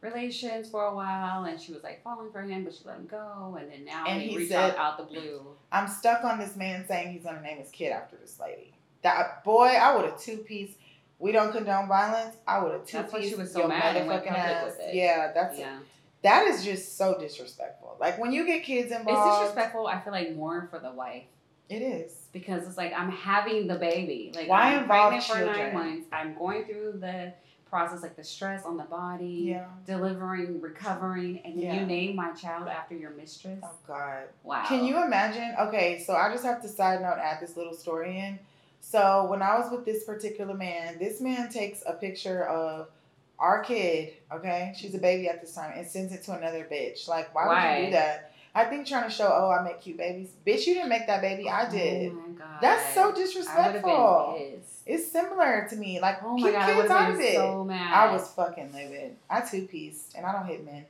Speaker 3: relations for a while and she was like falling for him, but she let him go. And then now
Speaker 2: And
Speaker 3: he,
Speaker 2: he
Speaker 3: reached
Speaker 2: said-
Speaker 3: out, out the blue.
Speaker 2: I'm stuck on this man saying he's gonna name his kid after this lady. That boy, I would have two piece. We don't condone violence. I would have two
Speaker 3: That's why she
Speaker 2: piece.
Speaker 3: was so
Speaker 2: your
Speaker 3: mad and went
Speaker 2: motherfucking
Speaker 3: public
Speaker 2: ass.
Speaker 3: with it.
Speaker 2: Yeah, that's
Speaker 3: Yeah.
Speaker 2: that is just so disrespectful. Like when you get kids involved,
Speaker 3: It's disrespectful, I feel like, more for the wife
Speaker 2: It is.
Speaker 3: because it's like I'm having the baby. Like,
Speaker 2: Why
Speaker 3: I'm
Speaker 2: involve
Speaker 3: pregnant for nine
Speaker 2: children?
Speaker 3: months. I'm going through the process, like the stress on the body,
Speaker 2: Yeah.
Speaker 3: delivering, recovering, and then
Speaker 2: Yeah.
Speaker 3: you name my child after your mistress.
Speaker 2: Oh God.
Speaker 3: Wow.
Speaker 2: Can you imagine? Okay, so I just have to side note add this little story in. So when I was with this particular man, this man takes a picture of our kid, okay? She's a baby at this time, and sends it to another bitch. Like, why, would you
Speaker 3: Why?
Speaker 2: do that? I think trying to show, oh, I make cute babies. Bitch, you didn't make that baby. I did.
Speaker 3: Oh my God.
Speaker 2: That's so
Speaker 3: I would have
Speaker 2: disrespectful.
Speaker 3: been pissed.
Speaker 2: It's similar to me. Like,
Speaker 3: Oh my
Speaker 2: keep
Speaker 3: god, I
Speaker 2: kids
Speaker 3: would
Speaker 2: out
Speaker 3: have
Speaker 2: of
Speaker 3: been
Speaker 2: it.
Speaker 3: so mad.
Speaker 2: I was fucking livid. I two pieced, and I don't hit men.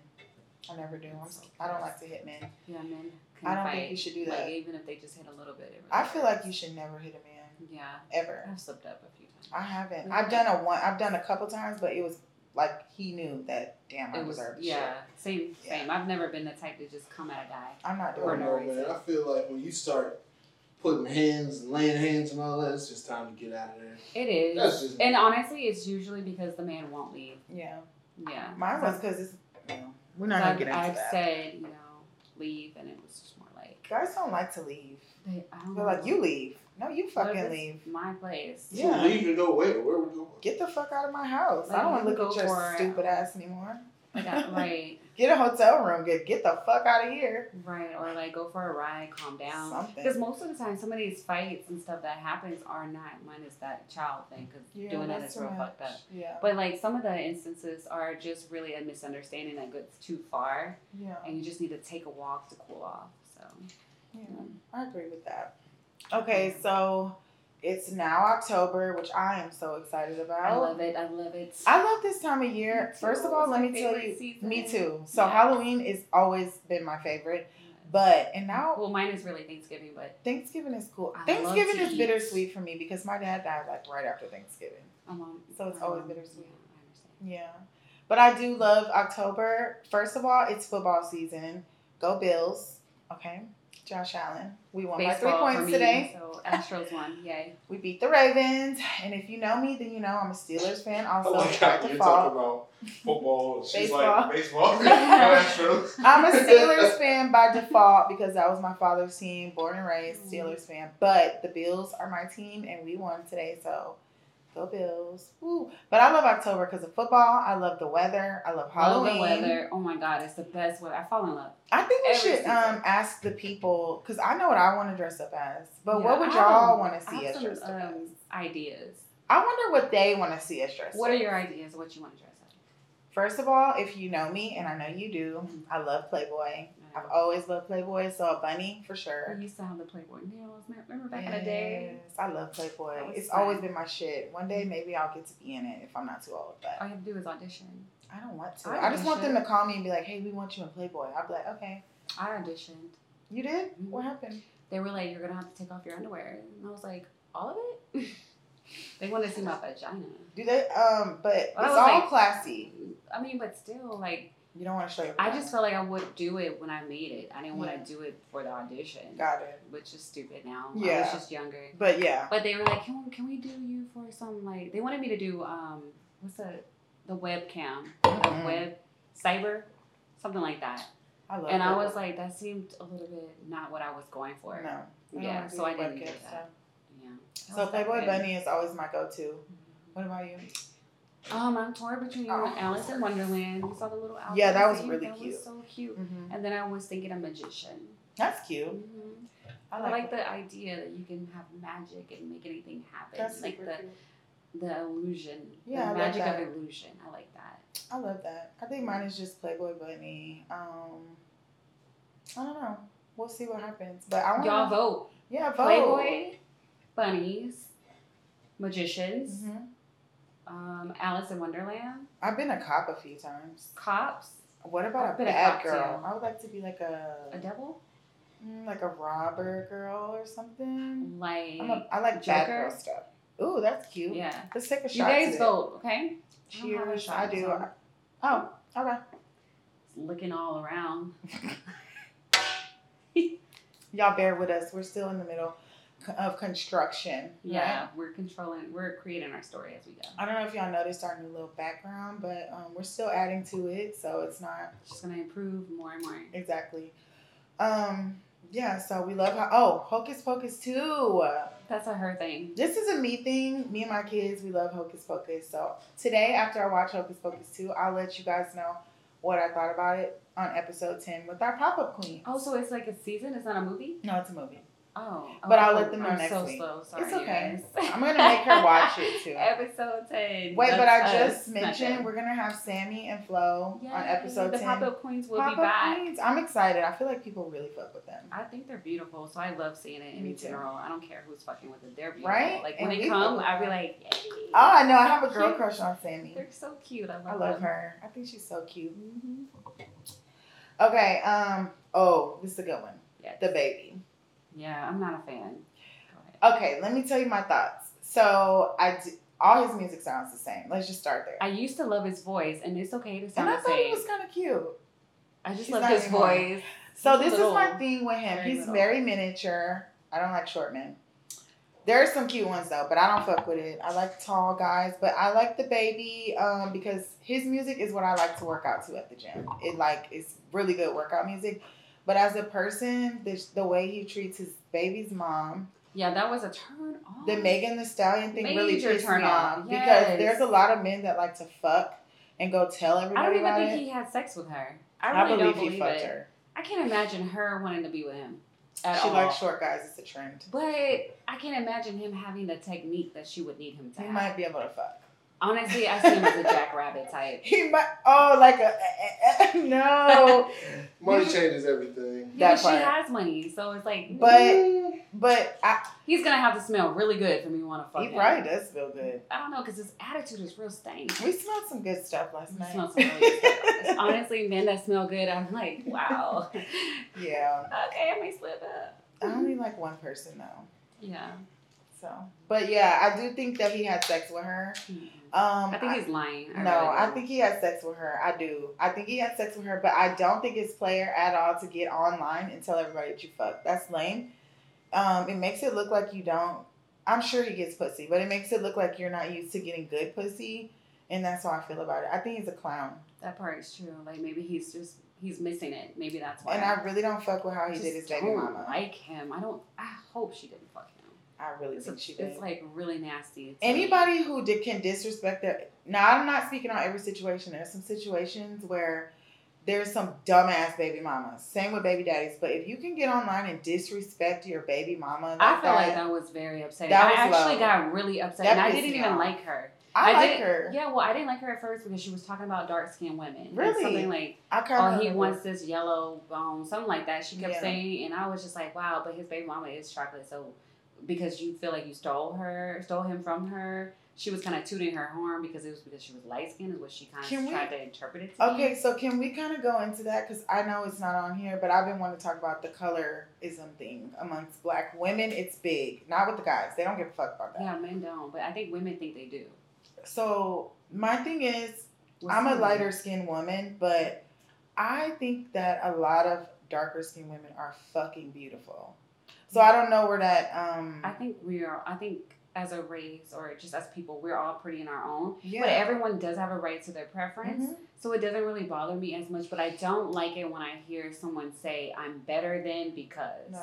Speaker 2: I never do. I'm, I don't like to hit men.
Speaker 3: Yeah, men. Can
Speaker 2: I don't
Speaker 3: fight.
Speaker 2: think you should do
Speaker 3: Like,
Speaker 2: that.
Speaker 3: even if they just hit a little bit. It really
Speaker 2: I feel
Speaker 3: hurts.
Speaker 2: like you should never hit a man
Speaker 3: Yeah,
Speaker 2: ever.
Speaker 3: I've slipped up a few times.
Speaker 2: I haven't.
Speaker 3: Mm-hmm.
Speaker 2: I've done a one. I've done a couple times, but it was like he knew that. Damn, I
Speaker 3: It was
Speaker 2: deserve this shit.
Speaker 3: yeah, same
Speaker 2: Yeah.
Speaker 3: same. I've never been the type to just come at a guy.
Speaker 2: I'm not
Speaker 4: I don't
Speaker 2: doing it.
Speaker 4: know, man. I feel like when you start putting hands and laying hands and all that, it's just time to get out of there.
Speaker 3: It is,
Speaker 4: That's just-
Speaker 3: and honestly, it's usually because the man won't leave.
Speaker 2: Yeah,
Speaker 3: Yeah,
Speaker 2: mine was because it's. You know, we're not
Speaker 3: I've,
Speaker 2: gonna get into
Speaker 3: I've
Speaker 2: that.
Speaker 3: said you know leave, and it was just more like
Speaker 2: Guys don't like to leave.
Speaker 3: they, I don't
Speaker 2: They're
Speaker 3: know.
Speaker 2: like, you leave. No, you
Speaker 3: What if
Speaker 2: fucking
Speaker 3: it's
Speaker 2: leave.
Speaker 3: my place.
Speaker 4: So
Speaker 2: Yeah.
Speaker 4: leave and go away. Where we going?
Speaker 2: Get the fuck out of my house. I
Speaker 3: Like,
Speaker 2: don't want to
Speaker 3: you
Speaker 2: look
Speaker 3: go
Speaker 2: at your
Speaker 3: for it.
Speaker 2: stupid ass anymore.
Speaker 3: Yeah, right,
Speaker 2: Get a hotel room. Get get the fuck out of here.
Speaker 3: right, or like go for a ride, calm down. Because
Speaker 2: Something.
Speaker 3: most of the time, some of these fights and stuff that happens are not minus that child thing. Because
Speaker 2: Yeah,
Speaker 3: doing that
Speaker 2: that's
Speaker 3: is real
Speaker 2: too
Speaker 3: fucked
Speaker 2: much.
Speaker 3: up.
Speaker 2: Yeah.
Speaker 3: But like some of the instances are just really a misunderstanding that goes too far,
Speaker 2: Yeah.
Speaker 3: and you just need to take a walk to cool off. So
Speaker 2: Yeah, I agree with that. Okay, so it's now October, which I am so excited about.
Speaker 3: I love it. I love it.
Speaker 2: I love this time of year.
Speaker 3: Me
Speaker 2: First
Speaker 3: too.
Speaker 2: of all,
Speaker 3: It's
Speaker 2: let
Speaker 3: my
Speaker 2: me tell
Speaker 3: favorite
Speaker 2: you,
Speaker 3: season.
Speaker 2: me too. So
Speaker 3: Yeah.
Speaker 2: Halloween is always been my favorite, but and now
Speaker 3: well, mine is really Thanksgiving, but
Speaker 2: Thanksgiving is cool.
Speaker 3: I love
Speaker 2: Thanksgiving
Speaker 3: to
Speaker 2: is
Speaker 3: eat.
Speaker 2: bittersweet for me because my dad died like right after Thanksgiving.
Speaker 3: I'm on.
Speaker 2: So it's
Speaker 3: I'm
Speaker 2: always
Speaker 3: on-
Speaker 2: bittersweet.
Speaker 3: um, Yeah, I understand.
Speaker 2: Yeah, but I do love October. First of all, it's football season. Go Bills! Okay, Josh Allen, we won
Speaker 3: Baseball
Speaker 2: by three
Speaker 3: for
Speaker 2: points
Speaker 3: me,
Speaker 2: today.
Speaker 3: So Astros won. Yay!
Speaker 2: We beat the Ravens, and if you know me, then you know I'm a Steelers fan.
Speaker 4: I
Speaker 2: Also,
Speaker 4: like
Speaker 2: tried
Speaker 4: how
Speaker 2: to
Speaker 4: Oh you're
Speaker 2: fall.
Speaker 4: talking about football. and She's
Speaker 2: Baseball.
Speaker 4: like baseball. That's true.
Speaker 2: I'm a Steelers fan by default because that was my father's team, born and
Speaker 3: Mm.
Speaker 2: raised Steelers fan. But the Bills are my team, and we won today, so go Bills! Woo. But I love October because of football. I love the weather. I love
Speaker 3: Love
Speaker 2: Halloween.
Speaker 3: the weather. Oh my God, it's the best weather. I fall in love.
Speaker 2: I think we
Speaker 3: Every
Speaker 2: should
Speaker 3: season.
Speaker 2: um ask the people because I know what I want to dress up as, but
Speaker 3: Yeah,
Speaker 2: what would
Speaker 3: I
Speaker 2: y'all
Speaker 3: have-
Speaker 2: want to
Speaker 3: I
Speaker 2: see
Speaker 3: have
Speaker 2: us dressed
Speaker 3: some,
Speaker 2: up as?
Speaker 3: um, ideas.
Speaker 2: I wonder what they want to see us dressed.
Speaker 3: What are
Speaker 2: up
Speaker 3: your
Speaker 2: as.
Speaker 3: ideas of what you want to dress up?
Speaker 2: First of all, if you know me, and I know you do,
Speaker 3: Mm-hmm.
Speaker 2: I love Playboy. I've always loved Playboy, so a bunny for sure.
Speaker 3: We used to have the Playboy nails. Remember back in the day?
Speaker 2: Yes, I love Playboy.
Speaker 3: That was
Speaker 2: It's
Speaker 3: fun. Mm-hmm.
Speaker 2: always been my shit. One day maybe I'll get to be in it if I'm not too old, but
Speaker 3: All you have to do is audition.
Speaker 2: I don't want to.
Speaker 3: I
Speaker 2: I just want them
Speaker 3: auditioned.
Speaker 2: to call me and be like, "Hey, we want you in Playboy." I'll be like, "Okay,
Speaker 3: I auditioned.
Speaker 2: you did?
Speaker 3: Mhm.
Speaker 2: What happened?"
Speaker 3: they were like, "You're gonna have to take off your underwear," and I was like, "All of it." they wanted to see my vagina.
Speaker 2: Do they? Um, but
Speaker 3: Well, I
Speaker 2: it's
Speaker 3: was
Speaker 2: all
Speaker 3: like-
Speaker 2: classy.
Speaker 3: I mean, but still, like,
Speaker 2: You don't want to show your.
Speaker 3: I just felt like I would do it when I made it. I didn't
Speaker 2: Yeah.
Speaker 3: want to do it for the audition,
Speaker 2: got it.
Speaker 3: which is stupid now. I
Speaker 2: Yeah.
Speaker 3: was just younger.
Speaker 2: But yeah,
Speaker 3: But they were like, can, can we do you for some like they wanted me to do um what's the the webcam
Speaker 2: Mhm.
Speaker 3: the web cyber something like that
Speaker 2: Mm-hmm. I love.
Speaker 3: and I
Speaker 2: that.
Speaker 3: was like that seemed a little bit not what I was going for
Speaker 2: no. I don't
Speaker 3: Yeah,
Speaker 2: wanna do
Speaker 3: so I didn't
Speaker 2: webcam
Speaker 3: do that.
Speaker 2: stuff.
Speaker 3: yeah That
Speaker 2: So
Speaker 3: was that
Speaker 2: Playboy
Speaker 3: good. Mm-hmm.
Speaker 2: Bunny is always my go-to. What about you?
Speaker 3: um I'm torn between
Speaker 2: Oh.
Speaker 3: Alice in Wonderland you saw the little outfit
Speaker 2: Yeah, that was
Speaker 3: thing?
Speaker 2: really
Speaker 3: That was
Speaker 2: cute.
Speaker 3: so cute
Speaker 2: Mm-hmm.
Speaker 3: and then I was thinking a magician
Speaker 2: That's cute.
Speaker 3: Mhm.
Speaker 2: I
Speaker 3: I
Speaker 2: like,
Speaker 3: like,
Speaker 2: that.
Speaker 3: the idea that you can have magic and make anything happen
Speaker 2: That's
Speaker 3: like
Speaker 2: super
Speaker 3: the
Speaker 2: cute.
Speaker 3: the illusion
Speaker 2: Yeah, I
Speaker 3: the
Speaker 2: like
Speaker 3: magic
Speaker 2: that.
Speaker 3: of illusion I like that.
Speaker 2: I love that. I think mine is just Playboy Bunny. Um, I don't know. We'll see what happens. But I want
Speaker 3: Y'all vote.
Speaker 2: Yeah, vote.
Speaker 3: Playboy, bunnies, magicians,
Speaker 2: Mhm.
Speaker 3: um, Alice in Wonderland,
Speaker 2: I've been a cop a few times.
Speaker 3: cops,
Speaker 2: What about
Speaker 3: I've
Speaker 2: a
Speaker 3: been a
Speaker 2: bad
Speaker 3: cop,
Speaker 2: girl?
Speaker 3: too.
Speaker 2: I would like to be like a,
Speaker 3: a devil,
Speaker 2: mm, like a robber girl or something.
Speaker 3: like
Speaker 2: I'm a, I like bad girl
Speaker 3: Joker?
Speaker 2: stuff. Ooh, that's cute.
Speaker 3: yeah.
Speaker 2: Let's take a
Speaker 3: You
Speaker 2: shot.
Speaker 3: guys
Speaker 2: to
Speaker 3: vote, okay?
Speaker 2: that.
Speaker 3: I don't have a
Speaker 2: Cheers.
Speaker 3: shot,
Speaker 2: I do.
Speaker 3: so-
Speaker 2: Oh, okay.
Speaker 3: Just looking all around.
Speaker 2: Y'all bear with us. We're still in the middle c- of construction.
Speaker 3: Yeah,
Speaker 2: right?
Speaker 3: we're controlling. We're creating our story as we go.
Speaker 2: I don't know if y'all noticed our new little background, but um, we're still adding to it, so it's not
Speaker 3: It's just gonna improve more and more.
Speaker 2: exactly. Um, yeah. So we love how. Oh, Hocus Pocus two.
Speaker 3: That's a her thing.
Speaker 2: This is a me thing. Me and my kids, we love Hocus Pocus. So today, after I watch Hocus Pocus 2, I'll let you guys know what I thought about it on episode 10 with our pop up queen.
Speaker 3: Oh, so it's like a season. It's not a movie.
Speaker 2: No, it's a movie.
Speaker 3: Oh,
Speaker 2: But I'll
Speaker 3: okay.
Speaker 2: let them know
Speaker 3: I'm
Speaker 2: next
Speaker 3: so
Speaker 2: week.
Speaker 3: slow. Sorry,
Speaker 2: It's
Speaker 3: you
Speaker 2: okay.
Speaker 3: guys.
Speaker 2: I'm going to make her watch it too.
Speaker 3: Episode ten.
Speaker 2: Wait, but I
Speaker 3: That's us.
Speaker 2: just mentioned
Speaker 3: Not
Speaker 2: we're going to have Sammy and Flo
Speaker 3: them.
Speaker 2: on
Speaker 3: Yay,
Speaker 2: episode
Speaker 3: the
Speaker 2: 10.
Speaker 3: pop up queens will
Speaker 2: Pop-up
Speaker 3: be back.
Speaker 2: queens. I'm excited. I feel like people really fuck with them.
Speaker 3: I think they're beautiful, so I love seeing it in
Speaker 2: Me too.
Speaker 3: general. I don't care who's fucking with it. They're beautiful.
Speaker 2: Right?
Speaker 3: Like
Speaker 2: And
Speaker 3: when
Speaker 2: we
Speaker 3: they come,
Speaker 2: fuck
Speaker 3: I'll be
Speaker 2: with
Speaker 3: like, yay.
Speaker 2: Oh, I know. I have a
Speaker 3: so
Speaker 2: girl
Speaker 3: cute.
Speaker 2: crush on Sammy.
Speaker 3: They're so cute. I love,
Speaker 2: I love
Speaker 3: them.
Speaker 2: her. I think she's so cute.
Speaker 3: Mhm.
Speaker 2: Okay. Um. Oh, this is a good one.
Speaker 3: Yes.
Speaker 2: The baby.
Speaker 3: Yeah, I'm not a fan. Go ahead.
Speaker 2: Okay, let me tell you my thoughts. So I d- all his music sounds the same. Let's just start there.
Speaker 3: I used to love his voice, and it's okay to
Speaker 2: and
Speaker 3: sound
Speaker 2: I
Speaker 3: the
Speaker 2: thought he
Speaker 3: same.
Speaker 2: was kind of cute.
Speaker 3: I just
Speaker 2: he's
Speaker 3: love
Speaker 2: not
Speaker 3: his
Speaker 2: anymore.
Speaker 3: voice.
Speaker 2: So
Speaker 3: He's
Speaker 2: this is
Speaker 3: little.
Speaker 2: my thing with him.
Speaker 3: Very
Speaker 2: He's
Speaker 3: little.
Speaker 2: very miniature. I don't like short men. There are some cute ones though, but I don't fuck with it. I like tall guys, but I like the baby um, because his music is what I like to work out to at the gym. It like it's really good workout music. But as a person, the, the way he treats his baby's mom,
Speaker 3: Yeah, that was a turn on.
Speaker 2: the Megan the Stallion thing really
Speaker 3: Oh. Major
Speaker 2: pissed
Speaker 3: turn
Speaker 2: me
Speaker 3: off,
Speaker 2: off because
Speaker 3: yes.
Speaker 2: there's a lot of men that like to fuck and go tell
Speaker 3: I don't
Speaker 2: everybody
Speaker 3: even
Speaker 2: about
Speaker 3: think
Speaker 2: it.
Speaker 3: he had sex with her. I
Speaker 2: I,
Speaker 3: really
Speaker 2: believe
Speaker 3: don't believe
Speaker 2: he fucked
Speaker 3: it.
Speaker 2: her.
Speaker 3: I can't imagine her wanting to be with him at
Speaker 2: she
Speaker 3: all.
Speaker 2: likes short guys. It's a trend.
Speaker 3: But I can't imagine him having the technique that she would need him to
Speaker 2: He
Speaker 3: have.
Speaker 2: might be able to fuck.
Speaker 3: Honestly, I see him as a jackrabbit type.
Speaker 2: He might. Oh, like a eh, eh, eh, no.
Speaker 4: Money changes everything.
Speaker 3: Yeah, but
Speaker 2: That part.
Speaker 3: she has money, so it's like, mm,
Speaker 2: But- But I,
Speaker 3: he's gonna have to smell really good for me to want to fuck
Speaker 2: he
Speaker 3: him.
Speaker 2: probably does feel good.
Speaker 3: I don't know, cause his attitude is real stank.
Speaker 2: We smelled some good stuff last
Speaker 3: He
Speaker 2: night.
Speaker 3: smells some really good stuff. Honestly, men that smell good, I'm like, wow. okay,
Speaker 2: yeah,
Speaker 3: I may slip up.
Speaker 2: I only like one person though.
Speaker 3: Yeah.
Speaker 2: So, but yeah, I do think that he had sex with her. Um,
Speaker 3: I think he's lying. I
Speaker 2: No,
Speaker 3: really
Speaker 2: I
Speaker 3: do.
Speaker 2: think he had sex with her. I do. I think he had sex with her, but I don't think it's player at all to get online and tell everybody that you fucked. That's lame. Um, it makes it look like you don't. I'm sure he gets pussy, but it makes it look like you're not used to getting good pussy, and that's how I feel about it. I think he's a clown,
Speaker 3: that part is true. Like maybe he's just he's missing it. Maybe that's why.
Speaker 2: and I really don't fuck with how he
Speaker 3: just
Speaker 2: did his baby
Speaker 3: don't
Speaker 2: mama.
Speaker 3: like him. I don't. I hope she didn't fuck him.
Speaker 2: I really
Speaker 3: It's, a-
Speaker 2: think she did.
Speaker 3: it's like really nasty. to
Speaker 2: Anybody who di- can disrespect their now, I'm not speaking on every situation. There's some situations where there's some dumbass baby mamas. Same with baby daddies. But if you can get online and disrespect your baby mama, like
Speaker 3: I feel
Speaker 2: that,
Speaker 3: like that was very upsetting.
Speaker 2: That was
Speaker 3: I actually
Speaker 2: low.
Speaker 3: got really upset,
Speaker 2: That
Speaker 3: and I
Speaker 2: pissed
Speaker 3: didn't
Speaker 2: me
Speaker 3: even
Speaker 2: off.
Speaker 3: like her.
Speaker 2: I,
Speaker 3: I
Speaker 2: like
Speaker 3: did-
Speaker 2: her.
Speaker 3: Yeah, well, I didn't like her at first because she was talking about dark skinned women. And
Speaker 2: Really?
Speaker 3: something like,
Speaker 2: I kind
Speaker 3: oh,
Speaker 2: of
Speaker 3: he wants this yellow bone, something like that. She kept
Speaker 2: Yeah.
Speaker 3: saying, and I was just like, wow, but his baby mama is chocolate, so because you feel like you stole her, stole him from her, she was kind of tooting her horn because it was because she was light skinned, is what she kind
Speaker 2: Can
Speaker 3: of
Speaker 2: we-
Speaker 3: tried to interpret it to be.
Speaker 2: Okay, so can we kind of go into that? Because I know it's not on here, but I've been wanting to talk about the colorism thing amongst black women. It's big, not with the guys. They don't give a fuck about that.
Speaker 3: Yeah, men don't, but I think women think they do.
Speaker 2: So my thing is,
Speaker 3: Well,
Speaker 2: I'm a
Speaker 3: some-
Speaker 2: lighter skinned woman, but I think that a lot of darker skinned women are fucking beautiful. So I don't know where that. Um,
Speaker 3: I think we are. I think as a race or just as people, we're all pretty in our own.
Speaker 2: yeah.
Speaker 3: But everyone does have a right to their preference,
Speaker 2: Mhm.
Speaker 3: so it doesn't really bother me as much. But I don't like it when I hear someone say I'm better than because.
Speaker 2: No.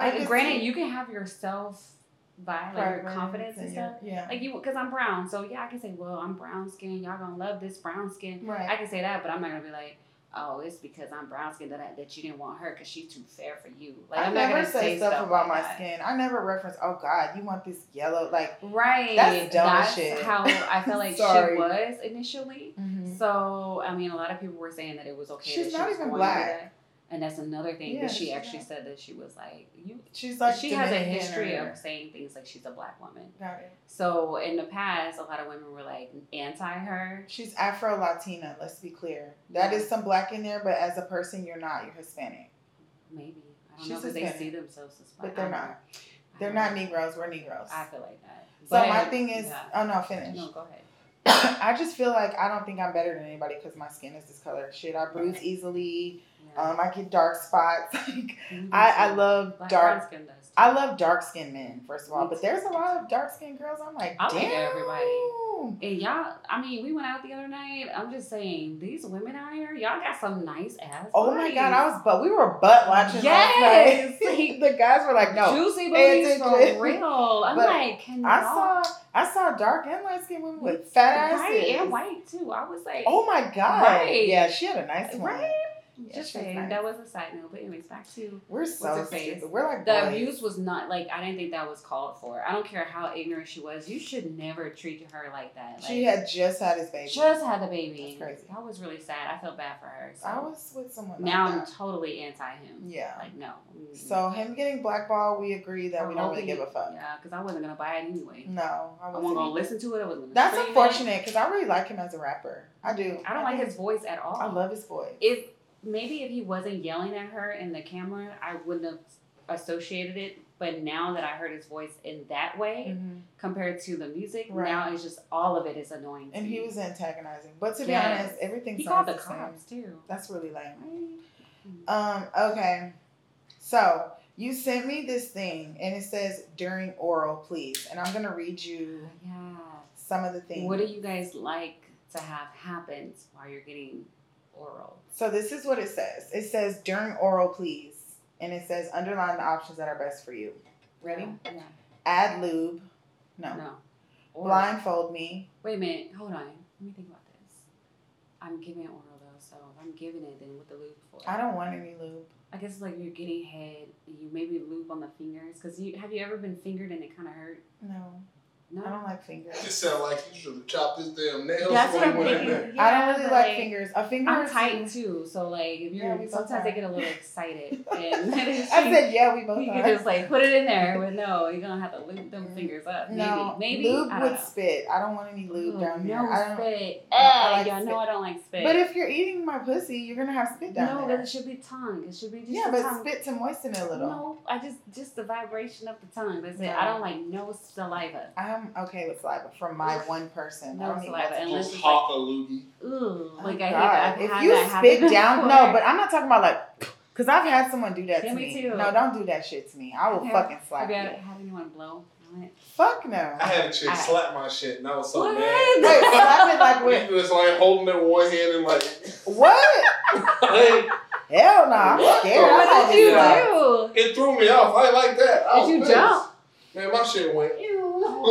Speaker 2: I
Speaker 3: Like,
Speaker 2: can
Speaker 3: granted,
Speaker 2: see
Speaker 3: you can have your self vibe, like your
Speaker 2: preference
Speaker 3: confidence and
Speaker 2: your-
Speaker 3: stuff.
Speaker 2: Yeah.
Speaker 3: Like you, because I'm brown, so yeah, I can say, well, I'm brown skin. Y'all gonna love this brown skin.
Speaker 2: right.
Speaker 3: I can say that, but I'm not gonna be like, oh, it's because I'm brown skin that I, that you didn't want her because she's too fair for you. Like
Speaker 2: I
Speaker 3: am not
Speaker 2: never
Speaker 3: gonna
Speaker 2: say, stuff, about my skin. I never reference, oh God, you want this yellow. Like,
Speaker 3: skin. Right.
Speaker 2: That's dumb as
Speaker 3: That's
Speaker 2: shit.
Speaker 3: how I felt like she
Speaker 2: Sorry. Mm-hmm.
Speaker 3: was initially. So I mean, a lot of people were saying that it was okay.
Speaker 2: She's
Speaker 3: that she
Speaker 2: not
Speaker 3: was
Speaker 2: even
Speaker 3: going
Speaker 2: black.
Speaker 3: through that. And that's another thing
Speaker 2: Yeah,
Speaker 3: that she
Speaker 2: she's
Speaker 3: actually
Speaker 2: not.
Speaker 3: said that she was like, you.
Speaker 2: she's like,
Speaker 3: she has a
Speaker 2: Dominican
Speaker 3: history
Speaker 2: or-
Speaker 3: of saying things like she's a black woman.
Speaker 2: Got it.
Speaker 3: So in the past, a lot of women were like anti her.
Speaker 2: She's Afro Latina, let's be clear. That is some black in there, but as a person, you're not. You're Hispanic.
Speaker 3: Maybe I don't
Speaker 2: She's
Speaker 3: know because they
Speaker 2: Hispanic.
Speaker 3: see themselves as black.
Speaker 2: But they're
Speaker 3: I don't
Speaker 2: not.
Speaker 3: know. I
Speaker 2: They're
Speaker 3: don't
Speaker 2: not
Speaker 3: know.
Speaker 2: Negroes, we're Negroes.
Speaker 3: I feel like that.
Speaker 2: So my
Speaker 3: But-
Speaker 2: thing is,
Speaker 3: yeah.
Speaker 2: oh no, finish.
Speaker 3: no, go ahead.
Speaker 2: I just feel like I don't think I'm better than anybody because my skin is this color. Shit, I bruise easily.
Speaker 3: Yeah.
Speaker 2: Um, I get dark spots. Like
Speaker 3: You
Speaker 2: I,
Speaker 3: can
Speaker 2: I
Speaker 3: see
Speaker 2: love
Speaker 3: black
Speaker 2: dark.
Speaker 3: brown skin does too.
Speaker 2: I love dark skinned men, first of all.
Speaker 3: Me
Speaker 2: But
Speaker 3: too.
Speaker 2: there's a lot of dark skinned girls. I'm like,
Speaker 3: I like
Speaker 2: damn.
Speaker 3: everybody. And y'all, I mean, we went out the other night. I'm just saying, these women out here, y'all got some nice ass.
Speaker 2: Oh my god, I was but we were butt watching.
Speaker 3: Yes.
Speaker 2: Yes. the guys were like, no.
Speaker 3: juicy
Speaker 2: pay
Speaker 3: booties
Speaker 2: attention.
Speaker 3: for real. I'm
Speaker 2: But
Speaker 3: like, can
Speaker 2: I
Speaker 3: y'all-
Speaker 2: saw I saw dark and light skinned women with fat asses.
Speaker 3: right and white too. I was like,
Speaker 2: Oh my god.
Speaker 3: Right.
Speaker 2: Yeah, she had a nice one.
Speaker 3: Right?
Speaker 2: Yeah,
Speaker 3: just
Speaker 2: she was
Speaker 3: saying
Speaker 2: nice.
Speaker 3: that was a side note. But anyways, back to
Speaker 2: We're so
Speaker 3: her face?
Speaker 2: stupid. We're like
Speaker 3: the
Speaker 2: boys.
Speaker 3: abuse was not like I didn't think that was called for. I don't care how ignorant she was. You should never treat her like that. Like,
Speaker 2: She had just had his baby.
Speaker 3: just had the baby.
Speaker 2: That's crazy.
Speaker 3: That was really sad. I felt bad for her. So
Speaker 2: I was with someone.
Speaker 3: now
Speaker 2: like
Speaker 3: I'm
Speaker 2: that.
Speaker 3: totally anti him.
Speaker 2: yeah.
Speaker 3: Like no. Mm-mm.
Speaker 2: So him getting blackballed, we agree that
Speaker 3: I'm
Speaker 2: we don't really
Speaker 3: hoping-
Speaker 2: give a fuck.
Speaker 3: Yeah, because I wasn't gonna buy it anyway.
Speaker 2: No,
Speaker 3: I
Speaker 2: I
Speaker 3: wasn't gonna
Speaker 2: wasn't.
Speaker 3: listen to it. I wasn't. Gonna
Speaker 2: Mm. That's
Speaker 3: stream it.
Speaker 2: unfortunate because I really like him as a rapper. I do.
Speaker 3: I don't like
Speaker 2: think-
Speaker 3: his voice at all.
Speaker 2: I love his voice.
Speaker 3: if maybe if he wasn't yelling at her in the camera, I wouldn't have associated it. But now that I heard his voice in that way
Speaker 2: Mhm.
Speaker 3: compared to the music,
Speaker 2: Right.
Speaker 3: now it's just all of it is annoying. to
Speaker 2: And he
Speaker 3: me.
Speaker 2: was antagonizing, but to be
Speaker 3: Yes.
Speaker 2: honest, everything
Speaker 3: he
Speaker 2: sounds
Speaker 3: called the
Speaker 2: same.
Speaker 3: cops too.
Speaker 2: That's really lame.
Speaker 3: Right?
Speaker 2: Um. Okay. So you sent me this thing, and it says during oral, please, and I'm gonna read you
Speaker 3: Yeah.
Speaker 2: some of the things.
Speaker 3: What do you guys like to have happen while you're getting oral?
Speaker 2: So this is what it says. It says during oral, please, and it says underline the options that are best for you. Ready?
Speaker 3: Yeah.
Speaker 2: Add lube. No.
Speaker 3: No. Oral.
Speaker 2: Blindfold me.
Speaker 3: Wait a minute. Hold on. Let me think about this. I'm giving oral though, so if I'm giving it, then what the lube for?
Speaker 2: I don't want any lube.
Speaker 3: I guess like you're getting head, you maybe lube on the fingers because you have you ever been fingered and it kind of hurt?
Speaker 2: No,
Speaker 3: No,
Speaker 2: I don't like fingers.
Speaker 4: This sound like you should have chopped his damn nails
Speaker 3: that's what
Speaker 4: before
Speaker 3: I'm
Speaker 4: you went in
Speaker 3: thinking.
Speaker 4: there.
Speaker 3: Yeah,
Speaker 2: I don't really
Speaker 3: but,
Speaker 2: like fingers. A finger.
Speaker 3: I'm
Speaker 2: is-
Speaker 3: tight too, so like if
Speaker 2: Yeah,
Speaker 3: you're
Speaker 2: we both
Speaker 3: sometimes I
Speaker 2: are.
Speaker 3: get a little excited and
Speaker 2: I said yeah. We both
Speaker 3: you
Speaker 2: are.
Speaker 3: can just like put it in there, but no, you're gonna have to lube them fingers up.
Speaker 2: no,
Speaker 3: maybe maybe
Speaker 2: lube
Speaker 3: I don't
Speaker 2: would
Speaker 3: know.
Speaker 2: spit. I don't want any lube
Speaker 3: Ooh,
Speaker 2: down there.
Speaker 3: no
Speaker 2: I don't.
Speaker 3: spit.
Speaker 2: I
Speaker 3: Ugh,
Speaker 2: like
Speaker 3: y'all know
Speaker 2: spit.
Speaker 3: I don't like spit.
Speaker 2: But if you're eating my pussy, you're gonna have spit down
Speaker 3: no,
Speaker 2: there.
Speaker 3: but it should be tongue. It should be just
Speaker 2: yeah,
Speaker 3: the
Speaker 2: but
Speaker 3: tongue.
Speaker 2: spit to moisten it a little.
Speaker 3: No, I just just the vibration of the tongue. That's it.
Speaker 2: No.
Speaker 3: I don't like no saliva.
Speaker 2: I'm okay with saliva from my one person. I
Speaker 3: No
Speaker 2: don't need
Speaker 3: saliva,
Speaker 2: multiple.
Speaker 3: unless
Speaker 4: Just
Speaker 3: it's
Speaker 4: hawk a loogie.
Speaker 3: Ooh,
Speaker 2: Oh,
Speaker 3: like I hate
Speaker 2: God.
Speaker 3: that. I've
Speaker 2: If
Speaker 3: had
Speaker 2: you
Speaker 3: that happen
Speaker 2: spit down, no,
Speaker 3: before.
Speaker 2: but I'm not talking about like, cause I've had someone do that
Speaker 3: Yeah,
Speaker 2: to
Speaker 3: me
Speaker 2: me.
Speaker 3: too.
Speaker 2: No, don't do that shit to me. I will
Speaker 3: Okay.
Speaker 2: fucking slap
Speaker 3: have you
Speaker 2: you.
Speaker 3: had, had anyone blow on it?
Speaker 2: Fuck no.
Speaker 4: I had a chick
Speaker 3: I-
Speaker 4: slap my shit and I was so
Speaker 3: What?
Speaker 4: mad.
Speaker 2: Wait, slap it like
Speaker 4: It
Speaker 2: with
Speaker 4: was like holding it with one hand and like,
Speaker 2: what? Hell no, I'm
Speaker 4: What the
Speaker 2: scared.
Speaker 4: fuck
Speaker 2: I'm
Speaker 3: What
Speaker 2: like,
Speaker 3: did you
Speaker 4: Yeah.
Speaker 3: do?
Speaker 4: it threw me off. I ain't like that. I
Speaker 3: Did
Speaker 4: was
Speaker 3: you
Speaker 4: pissed.
Speaker 3: jump?
Speaker 4: Man, my shit went.
Speaker 3: You.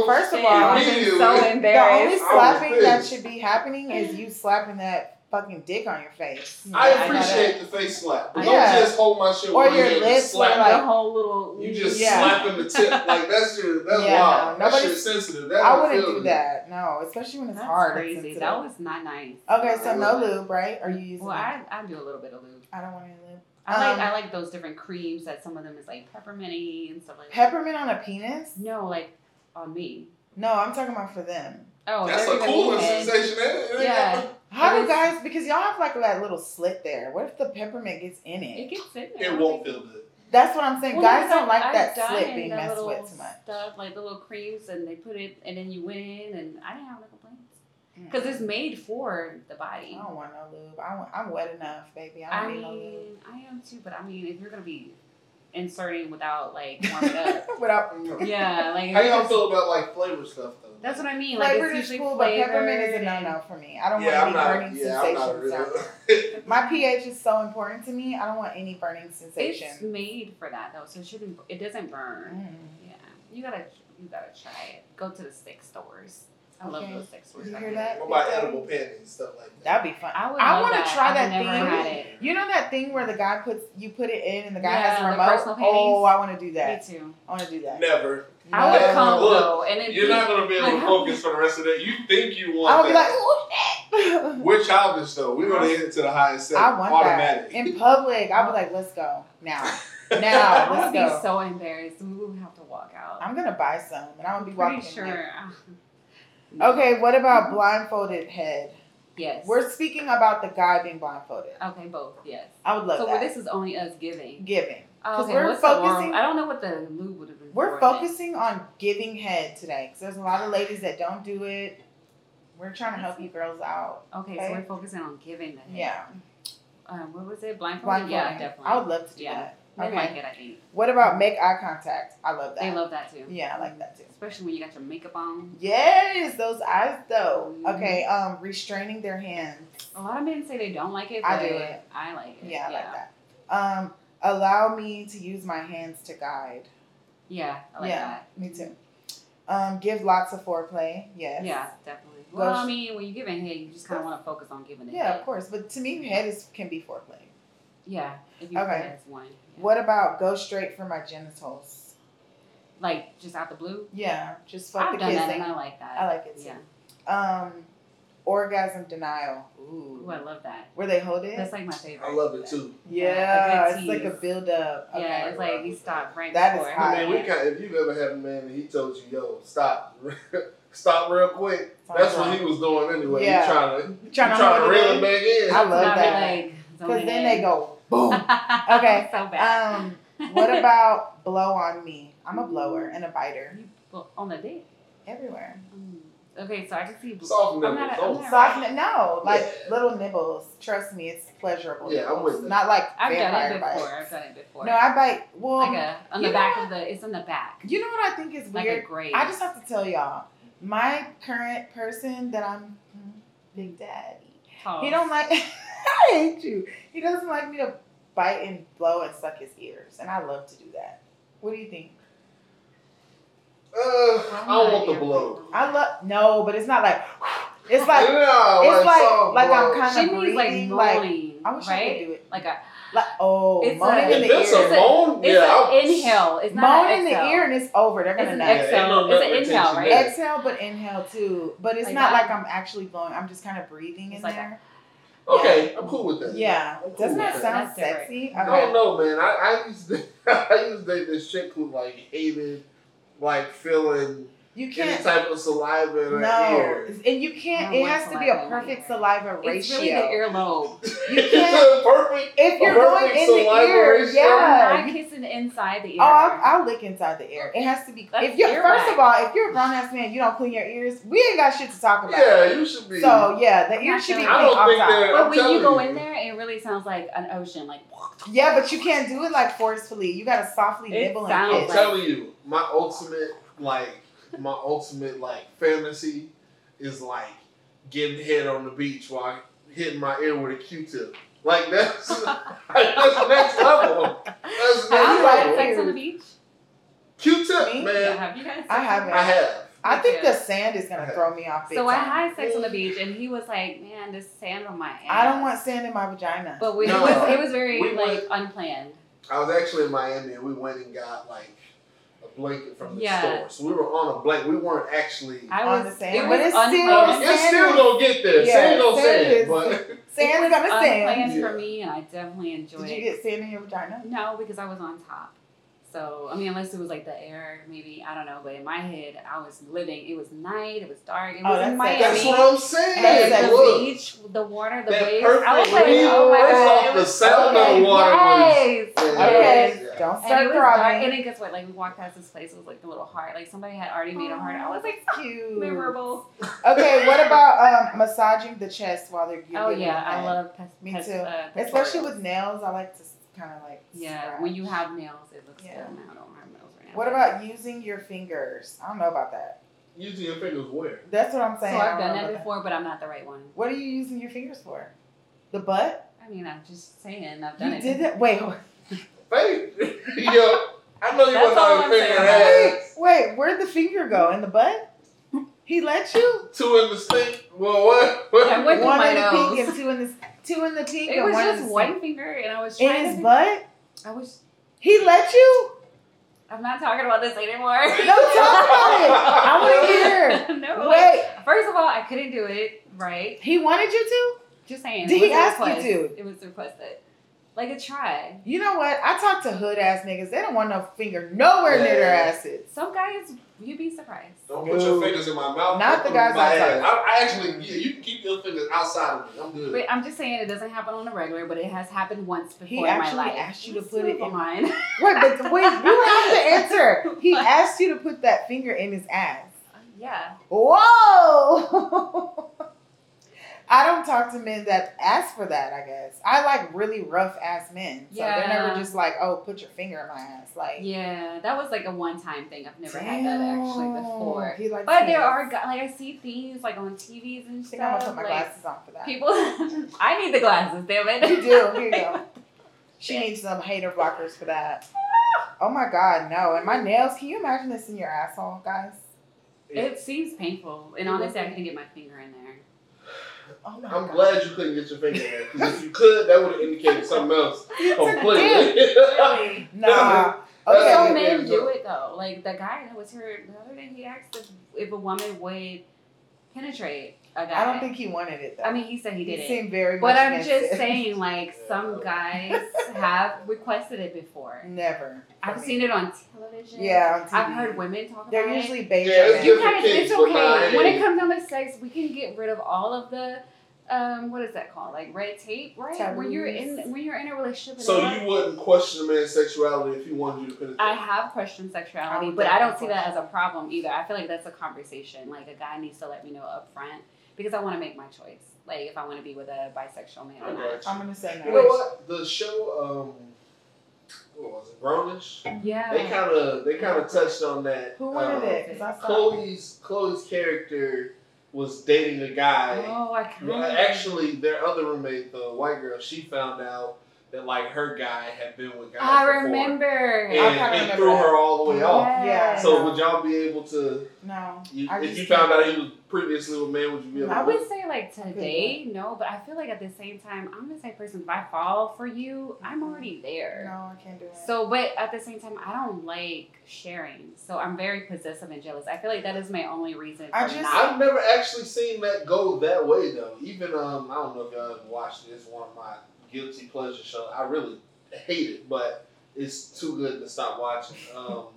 Speaker 2: First of
Speaker 3: Damn,
Speaker 2: all,
Speaker 3: I'm just so
Speaker 4: Immediately.
Speaker 2: the only
Speaker 3: embarrassed.
Speaker 4: I was
Speaker 2: slapping that
Speaker 4: pissed.
Speaker 2: should be happening is you slapping that fucking dick on your face.
Speaker 4: I
Speaker 3: Yeah, I know
Speaker 4: appreciate the face slap, but
Speaker 3: I
Speaker 4: don't
Speaker 2: know.
Speaker 4: just hold my shit
Speaker 2: Or
Speaker 4: with one
Speaker 2: your
Speaker 4: hand and
Speaker 2: lips,
Speaker 4: slap
Speaker 2: like-
Speaker 4: it.
Speaker 3: the whole little.
Speaker 4: You just
Speaker 2: Yeah.
Speaker 4: slapping the tip like that's shit. That's
Speaker 2: Yeah,
Speaker 4: wild.
Speaker 2: no,
Speaker 4: that
Speaker 2: nobody-
Speaker 4: shit's sensitive. That
Speaker 2: I
Speaker 4: don't
Speaker 2: wouldn't
Speaker 4: feel
Speaker 2: do
Speaker 4: good.
Speaker 2: that. No, especially when it's
Speaker 3: That's
Speaker 2: hard. and
Speaker 3: crazy.
Speaker 2: sensitive.
Speaker 3: That was not nice.
Speaker 2: okay, so no
Speaker 3: lube.
Speaker 2: lube, right? Are you using?
Speaker 3: Well, I, I do a little bit of lube.
Speaker 2: I don't want any lube.
Speaker 3: I like
Speaker 2: Um,
Speaker 3: I like those different creams that some of them is like pepperminty and stuff like that.
Speaker 2: Peppermint on a penis?
Speaker 3: No, like on me.
Speaker 2: No, I'm talking about for them.
Speaker 3: Oh,
Speaker 5: That's
Speaker 3: they're
Speaker 5: a
Speaker 3: giving
Speaker 5: cooler
Speaker 3: me head.
Speaker 5: sensation. That- that-
Speaker 3: Yeah.
Speaker 2: How do
Speaker 3: Yes.
Speaker 2: guys? Because y'all have like that little slit there. What if the peppermint gets in
Speaker 3: It
Speaker 2: it?
Speaker 3: gets in there.
Speaker 5: It won't feel good.
Speaker 2: That's what I'm saying.
Speaker 3: Well,
Speaker 2: guys
Speaker 3: because
Speaker 2: don't like
Speaker 3: I've
Speaker 2: that
Speaker 3: done
Speaker 2: slit being
Speaker 3: the
Speaker 2: messed
Speaker 3: little
Speaker 2: with too much.
Speaker 3: Stuff like the little creams, and they put it, and then you went in, and I didn't have no complaints because it's made for the
Speaker 2: Mm. I
Speaker 3: body.
Speaker 2: don't want no lube. I want, I'm wet enough, baby. Oh, I
Speaker 3: I
Speaker 2: don't need
Speaker 3: mean,
Speaker 2: no lube.
Speaker 3: I am too, but I mean, if you're gonna be inserting without like warming up,
Speaker 2: Without
Speaker 3: yeah, like
Speaker 4: How y'all feel about like flavor stuff though?
Speaker 3: that's what I mean. Like
Speaker 2: flavor
Speaker 3: it's
Speaker 2: is
Speaker 3: usually
Speaker 2: cool, but peppermint is a
Speaker 3: flavored
Speaker 2: no
Speaker 3: and-
Speaker 2: no for me. I don't
Speaker 5: yeah, I'm
Speaker 2: want any
Speaker 5: not.
Speaker 2: burning
Speaker 5: Yeah, I'm
Speaker 2: sensations.
Speaker 5: not a real.
Speaker 2: out there. My pH is so important to me. I don't want any burning sensation.
Speaker 3: It's made for that though, so it shouldn't. It doesn't burn.
Speaker 2: Mm.
Speaker 3: Yeah, you gotta you gotta try it. Go to the stick stores. I love
Speaker 2: Okay.
Speaker 3: those stick stores.
Speaker 2: You
Speaker 3: back
Speaker 2: hear
Speaker 3: in the
Speaker 2: that?
Speaker 5: What about edible panties and stuff like that?
Speaker 2: That'd be fun.
Speaker 3: I would.
Speaker 2: I
Speaker 3: love
Speaker 2: wanna
Speaker 3: that.
Speaker 2: try
Speaker 3: I've
Speaker 2: that
Speaker 3: never
Speaker 2: thing.
Speaker 3: Had it.
Speaker 2: You know that thing where the guy puts you put it in and the guy
Speaker 3: Yeah,
Speaker 2: has a
Speaker 3: the
Speaker 2: remote?
Speaker 3: personal
Speaker 2: Oh,
Speaker 3: panties.
Speaker 2: I want to do that.
Speaker 3: Me too.
Speaker 2: I want to do that.
Speaker 5: Never.
Speaker 3: I would
Speaker 5: Yeah,
Speaker 3: come
Speaker 5: look,
Speaker 3: though, and it
Speaker 5: You're not gonna be able
Speaker 3: Like,
Speaker 5: to focus for the rest of the day. You think you want
Speaker 2: I would be like,
Speaker 5: that.
Speaker 2: oh shit.
Speaker 5: We're childish though. We're gonna hit it to the highest set.
Speaker 2: I want that
Speaker 5: Automatic.
Speaker 2: in public. I'd be like, let's go now. Now,
Speaker 3: I would
Speaker 2: let's
Speaker 3: be
Speaker 2: go.
Speaker 3: so embarrassed. We would have to walk out.
Speaker 2: I'm gonna buy some, and I'm gonna be
Speaker 3: pretty
Speaker 2: walking. in there.
Speaker 3: sure.
Speaker 2: Okay, what about blindfolded head?
Speaker 3: Yes.
Speaker 2: We're speaking about the guy being blindfolded.
Speaker 3: okay. Both. Yes.
Speaker 2: I would love
Speaker 3: So well,
Speaker 2: that.
Speaker 3: this is only us giving.
Speaker 2: giving.
Speaker 3: Oh,
Speaker 2: 'Cause
Speaker 3: okay.
Speaker 2: Uh, we're
Speaker 3: what's the oral-
Speaker 2: focusing-
Speaker 3: I don't know what the lube would have been.
Speaker 2: We're
Speaker 3: for
Speaker 2: focusing on giving head today because there's a lot of ladies that don't do it. We're trying to help you girls out.
Speaker 3: then. Okay,
Speaker 2: okay.
Speaker 3: so we're focusing on giving the head.
Speaker 2: Yeah,
Speaker 3: Um, what was it? Blindfolded.
Speaker 2: blindfolded.
Speaker 3: Yeah, Oh, definitely.
Speaker 2: I would love to do
Speaker 3: Yeah.
Speaker 2: that.
Speaker 3: They
Speaker 2: Okay.
Speaker 3: like it. I think
Speaker 2: What about make eye contact? I love that.
Speaker 3: they love that too.
Speaker 2: Yeah, I like that too.
Speaker 3: Especially when you got your makeup on.
Speaker 2: Yes, those eyes though.
Speaker 3: Mhm.
Speaker 2: Okay, um, restraining their hands.
Speaker 3: A lot of men say they don't like it.
Speaker 2: I
Speaker 3: but
Speaker 2: do it.
Speaker 3: I like it.
Speaker 2: Yeah, I like that. Um, allow me to use my hands to guide.
Speaker 3: Yeah, I like
Speaker 2: yeah,
Speaker 3: that.
Speaker 2: me too. Um, give lots of foreplay. Yes.
Speaker 3: Yeah, definitely.
Speaker 2: Go
Speaker 3: Well,
Speaker 2: sh-
Speaker 3: I mean, when you give a head, you just kind of want to focus on giving it.
Speaker 2: Yeah, of
Speaker 3: head.
Speaker 2: course. But to me, head is can be foreplay.
Speaker 3: Yeah. If you
Speaker 2: Okay.
Speaker 3: okay. As one. Yeah.
Speaker 2: What about go straight for my genitals?
Speaker 3: Like just out the blue.
Speaker 2: Yeah, just fuck
Speaker 3: I've
Speaker 2: the
Speaker 3: done that, and
Speaker 2: kissing.
Speaker 3: I like that.
Speaker 2: I like it too.
Speaker 3: Yeah.
Speaker 2: Um, orgasm denial. Ooh.
Speaker 3: Ooh, I love that.
Speaker 2: Where they hold it?
Speaker 3: That's like my favorite.
Speaker 5: I love it too.
Speaker 2: yeah,
Speaker 3: a good
Speaker 2: it's like a
Speaker 3: tease.
Speaker 2: build up.
Speaker 3: Yeah,
Speaker 2: Okay.
Speaker 3: it's like you stop right
Speaker 2: That is
Speaker 3: before.
Speaker 2: hot.
Speaker 5: I mean, we kind if you've ever had a man and he told you, "Yo, stop, stop real quick," that's what he was doing anyway.
Speaker 2: Yeah.
Speaker 5: He trying to,
Speaker 2: trying
Speaker 5: he
Speaker 2: to,
Speaker 5: trying to
Speaker 2: hold
Speaker 5: reel it
Speaker 2: it
Speaker 5: back in.
Speaker 2: I love
Speaker 3: Not be
Speaker 2: that.
Speaker 3: like,
Speaker 2: because then they go boom. Okay,
Speaker 3: okay. so bad.
Speaker 2: Um, what about blow on me? I'm a blower and a biter
Speaker 3: You- well, on the dick?
Speaker 2: everywhere.
Speaker 3: Mm. Okay, so I can see.
Speaker 5: Soften
Speaker 3: I'm
Speaker 5: them
Speaker 3: not a-
Speaker 5: results.
Speaker 3: I'm not-
Speaker 2: Soft, no, like little nibbles. Trust me, it's pleasurable.
Speaker 5: Yeah, I'm
Speaker 2: nibbles.
Speaker 5: with it.
Speaker 2: Not like
Speaker 3: I've done
Speaker 2: vampire
Speaker 3: it before.
Speaker 2: bites.
Speaker 3: I've done it before.
Speaker 2: No, I bite. Well,
Speaker 3: like a, on the
Speaker 2: you
Speaker 3: back
Speaker 2: know
Speaker 3: of the. It's on the back.
Speaker 2: you know what I think is
Speaker 3: Like a
Speaker 2: weird.
Speaker 3: grade.
Speaker 2: I just have to tell y'all, my current person that I'm, hmm, Big Daddy.
Speaker 3: Toss.
Speaker 2: He don't like. I hate you. He doesn't like me to bite and blow and suck his ears, and I love to do that. What do you think?
Speaker 5: Uh, I
Speaker 3: I'm
Speaker 5: don't
Speaker 3: not
Speaker 5: want the
Speaker 3: here
Speaker 5: blow.
Speaker 3: for that.
Speaker 2: I love no, but it's not like. It's like
Speaker 5: no,
Speaker 2: it's like
Speaker 5: soft
Speaker 2: like
Speaker 5: blow.
Speaker 2: I'm kind
Speaker 3: She
Speaker 2: of
Speaker 3: means like
Speaker 2: breathing like.
Speaker 3: moaning,
Speaker 2: I wish I could
Speaker 3: right?
Speaker 2: do it.
Speaker 3: Like a
Speaker 2: Like oh,
Speaker 3: It's
Speaker 2: moaning
Speaker 3: like-
Speaker 2: in the
Speaker 5: If it's
Speaker 2: ear,
Speaker 5: a moan,
Speaker 3: it's
Speaker 5: yeah,
Speaker 3: an
Speaker 5: I'll-
Speaker 3: inhale. It's not
Speaker 2: moan
Speaker 3: an
Speaker 2: in the
Speaker 3: exhale.
Speaker 2: ear, and it's over. They're
Speaker 3: It's
Speaker 2: gonna
Speaker 3: an
Speaker 2: know.
Speaker 5: Yeah, ain't no
Speaker 3: exhale. it's an
Speaker 5: retention
Speaker 3: inhale,
Speaker 5: there.
Speaker 3: right?
Speaker 5: Yeah.
Speaker 2: Exhale, but inhale too. But it's
Speaker 3: Like
Speaker 2: not
Speaker 3: that?
Speaker 2: like I'm actually blowing. I'm just kind of breathing in
Speaker 3: It's like
Speaker 2: there.
Speaker 5: Okay, I'm cool with that.
Speaker 2: Yeah,
Speaker 5: I'm cool
Speaker 2: doesn't
Speaker 5: with
Speaker 2: that sound
Speaker 3: That's different.
Speaker 2: sexy? Okay.
Speaker 5: I don't know, man. I, I used to, I used to date this chick who like hated like feeling
Speaker 2: You
Speaker 5: any
Speaker 2: can't.
Speaker 5: type of saliva in her
Speaker 2: No,
Speaker 5: ear.
Speaker 2: and you can't.
Speaker 3: I don't
Speaker 2: It
Speaker 3: want
Speaker 2: has to be a
Speaker 3: saliva in my
Speaker 2: perfect
Speaker 3: ear.
Speaker 2: saliva ratio.
Speaker 3: It's really the earlobe.
Speaker 2: You
Speaker 5: it's
Speaker 2: can't-
Speaker 5: a perfect.
Speaker 2: if
Speaker 5: a
Speaker 2: you're going
Speaker 5: perfect
Speaker 2: in the
Speaker 5: saliva
Speaker 2: ear,
Speaker 5: ratio.
Speaker 2: yeah.
Speaker 3: I'm not kissing inside the ear.
Speaker 2: Oh, I'll, I'll lick inside the ear. It has to be.
Speaker 3: That's
Speaker 2: if you're
Speaker 3: ear
Speaker 2: first
Speaker 3: wax.
Speaker 2: of all, if you're a grown ass man, you don't clean your ears. We ain't got shit to talk about.
Speaker 5: Yeah, you should be.
Speaker 2: So yeah, the ear should be
Speaker 3: I
Speaker 2: clean
Speaker 3: don't
Speaker 2: off
Speaker 5: think
Speaker 2: top.
Speaker 5: that-
Speaker 3: but
Speaker 5: I'm
Speaker 3: when you
Speaker 5: telling
Speaker 3: go
Speaker 5: you.
Speaker 3: in there, it really sounds like an ocean. Like
Speaker 2: Yeah, but you can't do it like forcefully. You gotta softly
Speaker 3: It
Speaker 2: nibble
Speaker 3: sounds
Speaker 2: and
Speaker 5: I'm
Speaker 2: kiss.
Speaker 3: like-
Speaker 5: telling you, my ultimate like my ultimate like fantasy is like getting head on the beach while I hitting my ear with a Q-tip. Like that's that's next level. That's next
Speaker 3: Have you
Speaker 2: like
Speaker 3: had
Speaker 5: level.
Speaker 3: sex on the beach?
Speaker 5: Q-tip,
Speaker 2: Me?
Speaker 5: man.
Speaker 3: Yeah, have you guys?
Speaker 2: I haven't.
Speaker 5: I have.
Speaker 2: I think
Speaker 3: Yeah.
Speaker 2: the sand is gonna throw me off. big
Speaker 3: So I
Speaker 2: time.
Speaker 3: had sex on the beach, and he was like, "Man, this sand on my ass."
Speaker 2: I don't want sand in my vagina.
Speaker 3: But we,
Speaker 5: No.
Speaker 3: it was it was very
Speaker 5: We
Speaker 3: like unplanned.
Speaker 5: I was actually in Miami and we went and got like a blanket from the
Speaker 3: Yeah.
Speaker 5: store. So we were on a blanket. We weren't actually.
Speaker 3: I
Speaker 2: On
Speaker 3: was.
Speaker 2: the sand,
Speaker 3: It
Speaker 2: but
Speaker 3: was
Speaker 2: it's still-
Speaker 3: unplanned.
Speaker 5: it's still
Speaker 2: Sanders-
Speaker 5: gonna get there.
Speaker 2: Yeah,
Speaker 5: sand don't
Speaker 2: Sanders.
Speaker 5: sand, but
Speaker 2: sand's
Speaker 3: it was
Speaker 2: gonna sand.
Speaker 3: unplanned
Speaker 5: sand.
Speaker 3: for me, and I definitely enjoyed
Speaker 2: Did you
Speaker 3: it.
Speaker 2: get sand in your vagina?
Speaker 3: No, because I was on top. So I mean, unless it was like the air, maybe I don't know. But in my head, I was living. It was night. It was dark. It
Speaker 2: Oh,
Speaker 3: was
Speaker 2: that's
Speaker 3: in
Speaker 2: it.
Speaker 3: Miami.
Speaker 5: That's what I'm saying.
Speaker 2: That's
Speaker 3: and
Speaker 2: it.
Speaker 3: the
Speaker 5: Look,
Speaker 3: beach, the water, the
Speaker 5: that
Speaker 3: waves.
Speaker 5: perfect
Speaker 3: I was like,
Speaker 5: breeze
Speaker 3: oh my
Speaker 5: first
Speaker 3: god.
Speaker 5: off the sound of
Speaker 3: Okay,
Speaker 5: the water was.
Speaker 3: yes.
Speaker 5: Yeah,
Speaker 3: yes.
Speaker 2: Okay,
Speaker 5: Yeah.
Speaker 2: don't
Speaker 3: And it
Speaker 2: start
Speaker 3: was dark.
Speaker 2: crying.
Speaker 3: And then guess what? Like we walked past this place, it was like a little heart. Like somebody had already made a heart. I was like,
Speaker 2: cute.
Speaker 3: memorable.
Speaker 2: Okay, what about um, massaging the chest while they're giving
Speaker 3: Oh
Speaker 2: you
Speaker 3: yeah, I
Speaker 2: head?
Speaker 3: love pes-
Speaker 2: Me
Speaker 3: pes-
Speaker 2: too.
Speaker 3: Uh,
Speaker 2: Especially
Speaker 3: pes-
Speaker 2: with nails, I like to kind of like.
Speaker 3: yeah.
Speaker 2: scratch.
Speaker 3: When you have nails, it looks
Speaker 2: Yeah.
Speaker 3: good. Now I don't have nails right now.
Speaker 2: What about using your fingers? I don't know about that.
Speaker 5: Using your fingers where?
Speaker 2: That's what I'm
Speaker 3: So
Speaker 2: saying. I
Speaker 3: I've
Speaker 2: don't
Speaker 3: done
Speaker 2: know
Speaker 3: that
Speaker 2: about
Speaker 3: before, but I'm not the right one.
Speaker 2: What are you using your fingers for? The butt?
Speaker 3: I mean, I'm just saying I've done
Speaker 2: You
Speaker 3: it.
Speaker 2: did that? Wait, wait,
Speaker 5: Faith. Yo, I know you
Speaker 3: That's
Speaker 5: want
Speaker 3: all
Speaker 5: to
Speaker 3: I'm
Speaker 5: finger
Speaker 3: saying.
Speaker 5: ass.
Speaker 2: wait. Where'd the finger go? In the butt? He let you?
Speaker 5: Two in the stink. Well, what?
Speaker 3: I went through
Speaker 2: one
Speaker 3: my
Speaker 2: in the
Speaker 3: nose.
Speaker 2: pink and two in the two in the pink.
Speaker 3: It
Speaker 2: and
Speaker 3: was
Speaker 2: one in
Speaker 3: just
Speaker 2: the-
Speaker 3: one finger, and I was trying
Speaker 2: in his
Speaker 3: to.
Speaker 2: butt.
Speaker 3: I was.
Speaker 2: He let you?
Speaker 3: I'm not talking about this anymore.
Speaker 2: No, talk about it. I want to hear.
Speaker 3: no.
Speaker 2: Wait,
Speaker 3: First of all, I couldn't do it right.
Speaker 2: he wanted you to?
Speaker 3: Just saying.
Speaker 2: Did
Speaker 3: it was
Speaker 2: he
Speaker 3: a
Speaker 2: ask you
Speaker 3: request.
Speaker 2: to?
Speaker 3: It was requested. Like a try.
Speaker 2: You know what? I talk to hood ass niggas. They don't want no finger nowhere near their
Speaker 5: Yeah.
Speaker 2: asses.
Speaker 3: Some guys, you'd be surprised.
Speaker 5: Don't put your fingers in my mouth.
Speaker 2: Not the
Speaker 5: Put
Speaker 2: guys
Speaker 5: them in my
Speaker 2: I
Speaker 5: ass.
Speaker 2: talk
Speaker 5: I, I actually, yeah, you can keep your fingers outside of me. I'm good.
Speaker 3: But I'm just saying it doesn't happen on a regular, but it has happened once before
Speaker 2: He
Speaker 3: in my
Speaker 2: actually
Speaker 3: life.
Speaker 2: asked you to
Speaker 3: Let's
Speaker 2: put it
Speaker 3: move
Speaker 2: in-
Speaker 3: on.
Speaker 2: Wait, but wait, you have to answer. He asked you to put that finger in his ass.
Speaker 3: yeah.
Speaker 2: Whoa! I don't talk to men that ask for that, I guess. I like really rough ass men. So they're never
Speaker 3: Yeah.
Speaker 2: just like, oh, put your finger in my ass. Like,
Speaker 3: Yeah. That was like a one time thing. I've never had that actually
Speaker 2: damn,
Speaker 3: before.
Speaker 2: He likes
Speaker 3: But there
Speaker 2: hands.
Speaker 3: are, gu- like, I see things like on TVs and
Speaker 2: I think
Speaker 3: stuff.
Speaker 2: I'm gonna put my
Speaker 3: like,
Speaker 2: glasses on for that.
Speaker 3: people, I need the glasses, damn it.
Speaker 2: You do. Here you go. She needs some hater blockers for that. Oh my god, no. And my nails, can you imagine this in your asshole, guys?
Speaker 3: It seems painful. And
Speaker 2: It
Speaker 3: honestly, I
Speaker 2: was-
Speaker 3: couldn't get my finger in there.
Speaker 2: Oh my
Speaker 5: I'm
Speaker 2: god.
Speaker 5: glad you couldn't get your finger in because if you could, that would have indicated something else
Speaker 2: dick.
Speaker 5: completely.
Speaker 3: Really?
Speaker 2: Nah.
Speaker 5: Okay.
Speaker 3: Some
Speaker 2: Okay.
Speaker 3: men do it though. Like the guy that was here the other day, he asked if, if a woman would penetrate a guy.
Speaker 2: I don't think he wanted it though.
Speaker 3: I mean, he said he
Speaker 2: he
Speaker 3: did it.
Speaker 2: seemed very much
Speaker 3: But I'm
Speaker 2: against
Speaker 3: just
Speaker 2: it.
Speaker 3: saying, like some guys have requested it before.
Speaker 2: Never.
Speaker 3: I've seen it on television.
Speaker 2: Yeah, on TV.
Speaker 3: I've heard women talk about
Speaker 2: They're
Speaker 3: it.
Speaker 2: usually beige.
Speaker 5: Yeah, it's
Speaker 2: men.
Speaker 3: you
Speaker 5: different
Speaker 3: guys,
Speaker 5: kids,
Speaker 3: it's
Speaker 5: but not
Speaker 3: okay. When
Speaker 5: any.
Speaker 3: it comes down to sex, we can get rid of all of the, um, what is that called? Like red tape, right? When you're
Speaker 2: Taboos.
Speaker 3: in when you're in a relationship. and all
Speaker 5: So
Speaker 3: that.
Speaker 5: you wouldn't question a man's sexuality if he wanted you to penetrate.
Speaker 3: I have questioned
Speaker 2: I
Speaker 3: sexuality,
Speaker 2: would
Speaker 3: but I don't see
Speaker 2: definitely
Speaker 3: that as a problem either. I feel like that's a conversation. Like a guy needs to let me know up front because I want to make my choice. Like if I want to be with a bisexual man or
Speaker 5: Okay.
Speaker 3: not.
Speaker 2: I'm gonna say no.
Speaker 5: You know what? The show, um, what was it, Grownish? They
Speaker 3: Yeah.
Speaker 5: kind of they kind of touched on that.
Speaker 2: Who wanted
Speaker 5: um,
Speaker 2: it? 'Cause I saw-
Speaker 5: Chloe's Chloe's character was dating a guy.
Speaker 3: Oh, I kind
Speaker 5: Well,
Speaker 3: of
Speaker 5: actually, their other roommate, the white girl, she found out that like her guy had been with guys
Speaker 3: I
Speaker 5: before,
Speaker 3: remember.
Speaker 5: and
Speaker 2: I kinda
Speaker 5: it
Speaker 2: remember
Speaker 5: threw
Speaker 2: that.
Speaker 5: her all the way off.
Speaker 2: Yeah.
Speaker 5: So would y'all be able to?
Speaker 2: No.
Speaker 5: You,
Speaker 2: I
Speaker 5: if
Speaker 2: just
Speaker 5: you found out he was previously with man, would you be able?
Speaker 3: I
Speaker 5: to
Speaker 3: would say like today, no, but I feel like at the same time, I'm the same person. If I fall for you, I'm already there.
Speaker 2: Mm-hmm. No, I can't do it.
Speaker 3: So, but at the same time, I don't like sharing. So I'm very possessive and jealous. I feel like that is my only reason.
Speaker 2: I
Speaker 3: for
Speaker 2: just-
Speaker 3: not-
Speaker 5: I've never actually seen that go that way though. Even um, I don't know if y'all ever watched it. It's one of my guilty pleasure shows. I really hate it, but it's too good to stop watching. Um,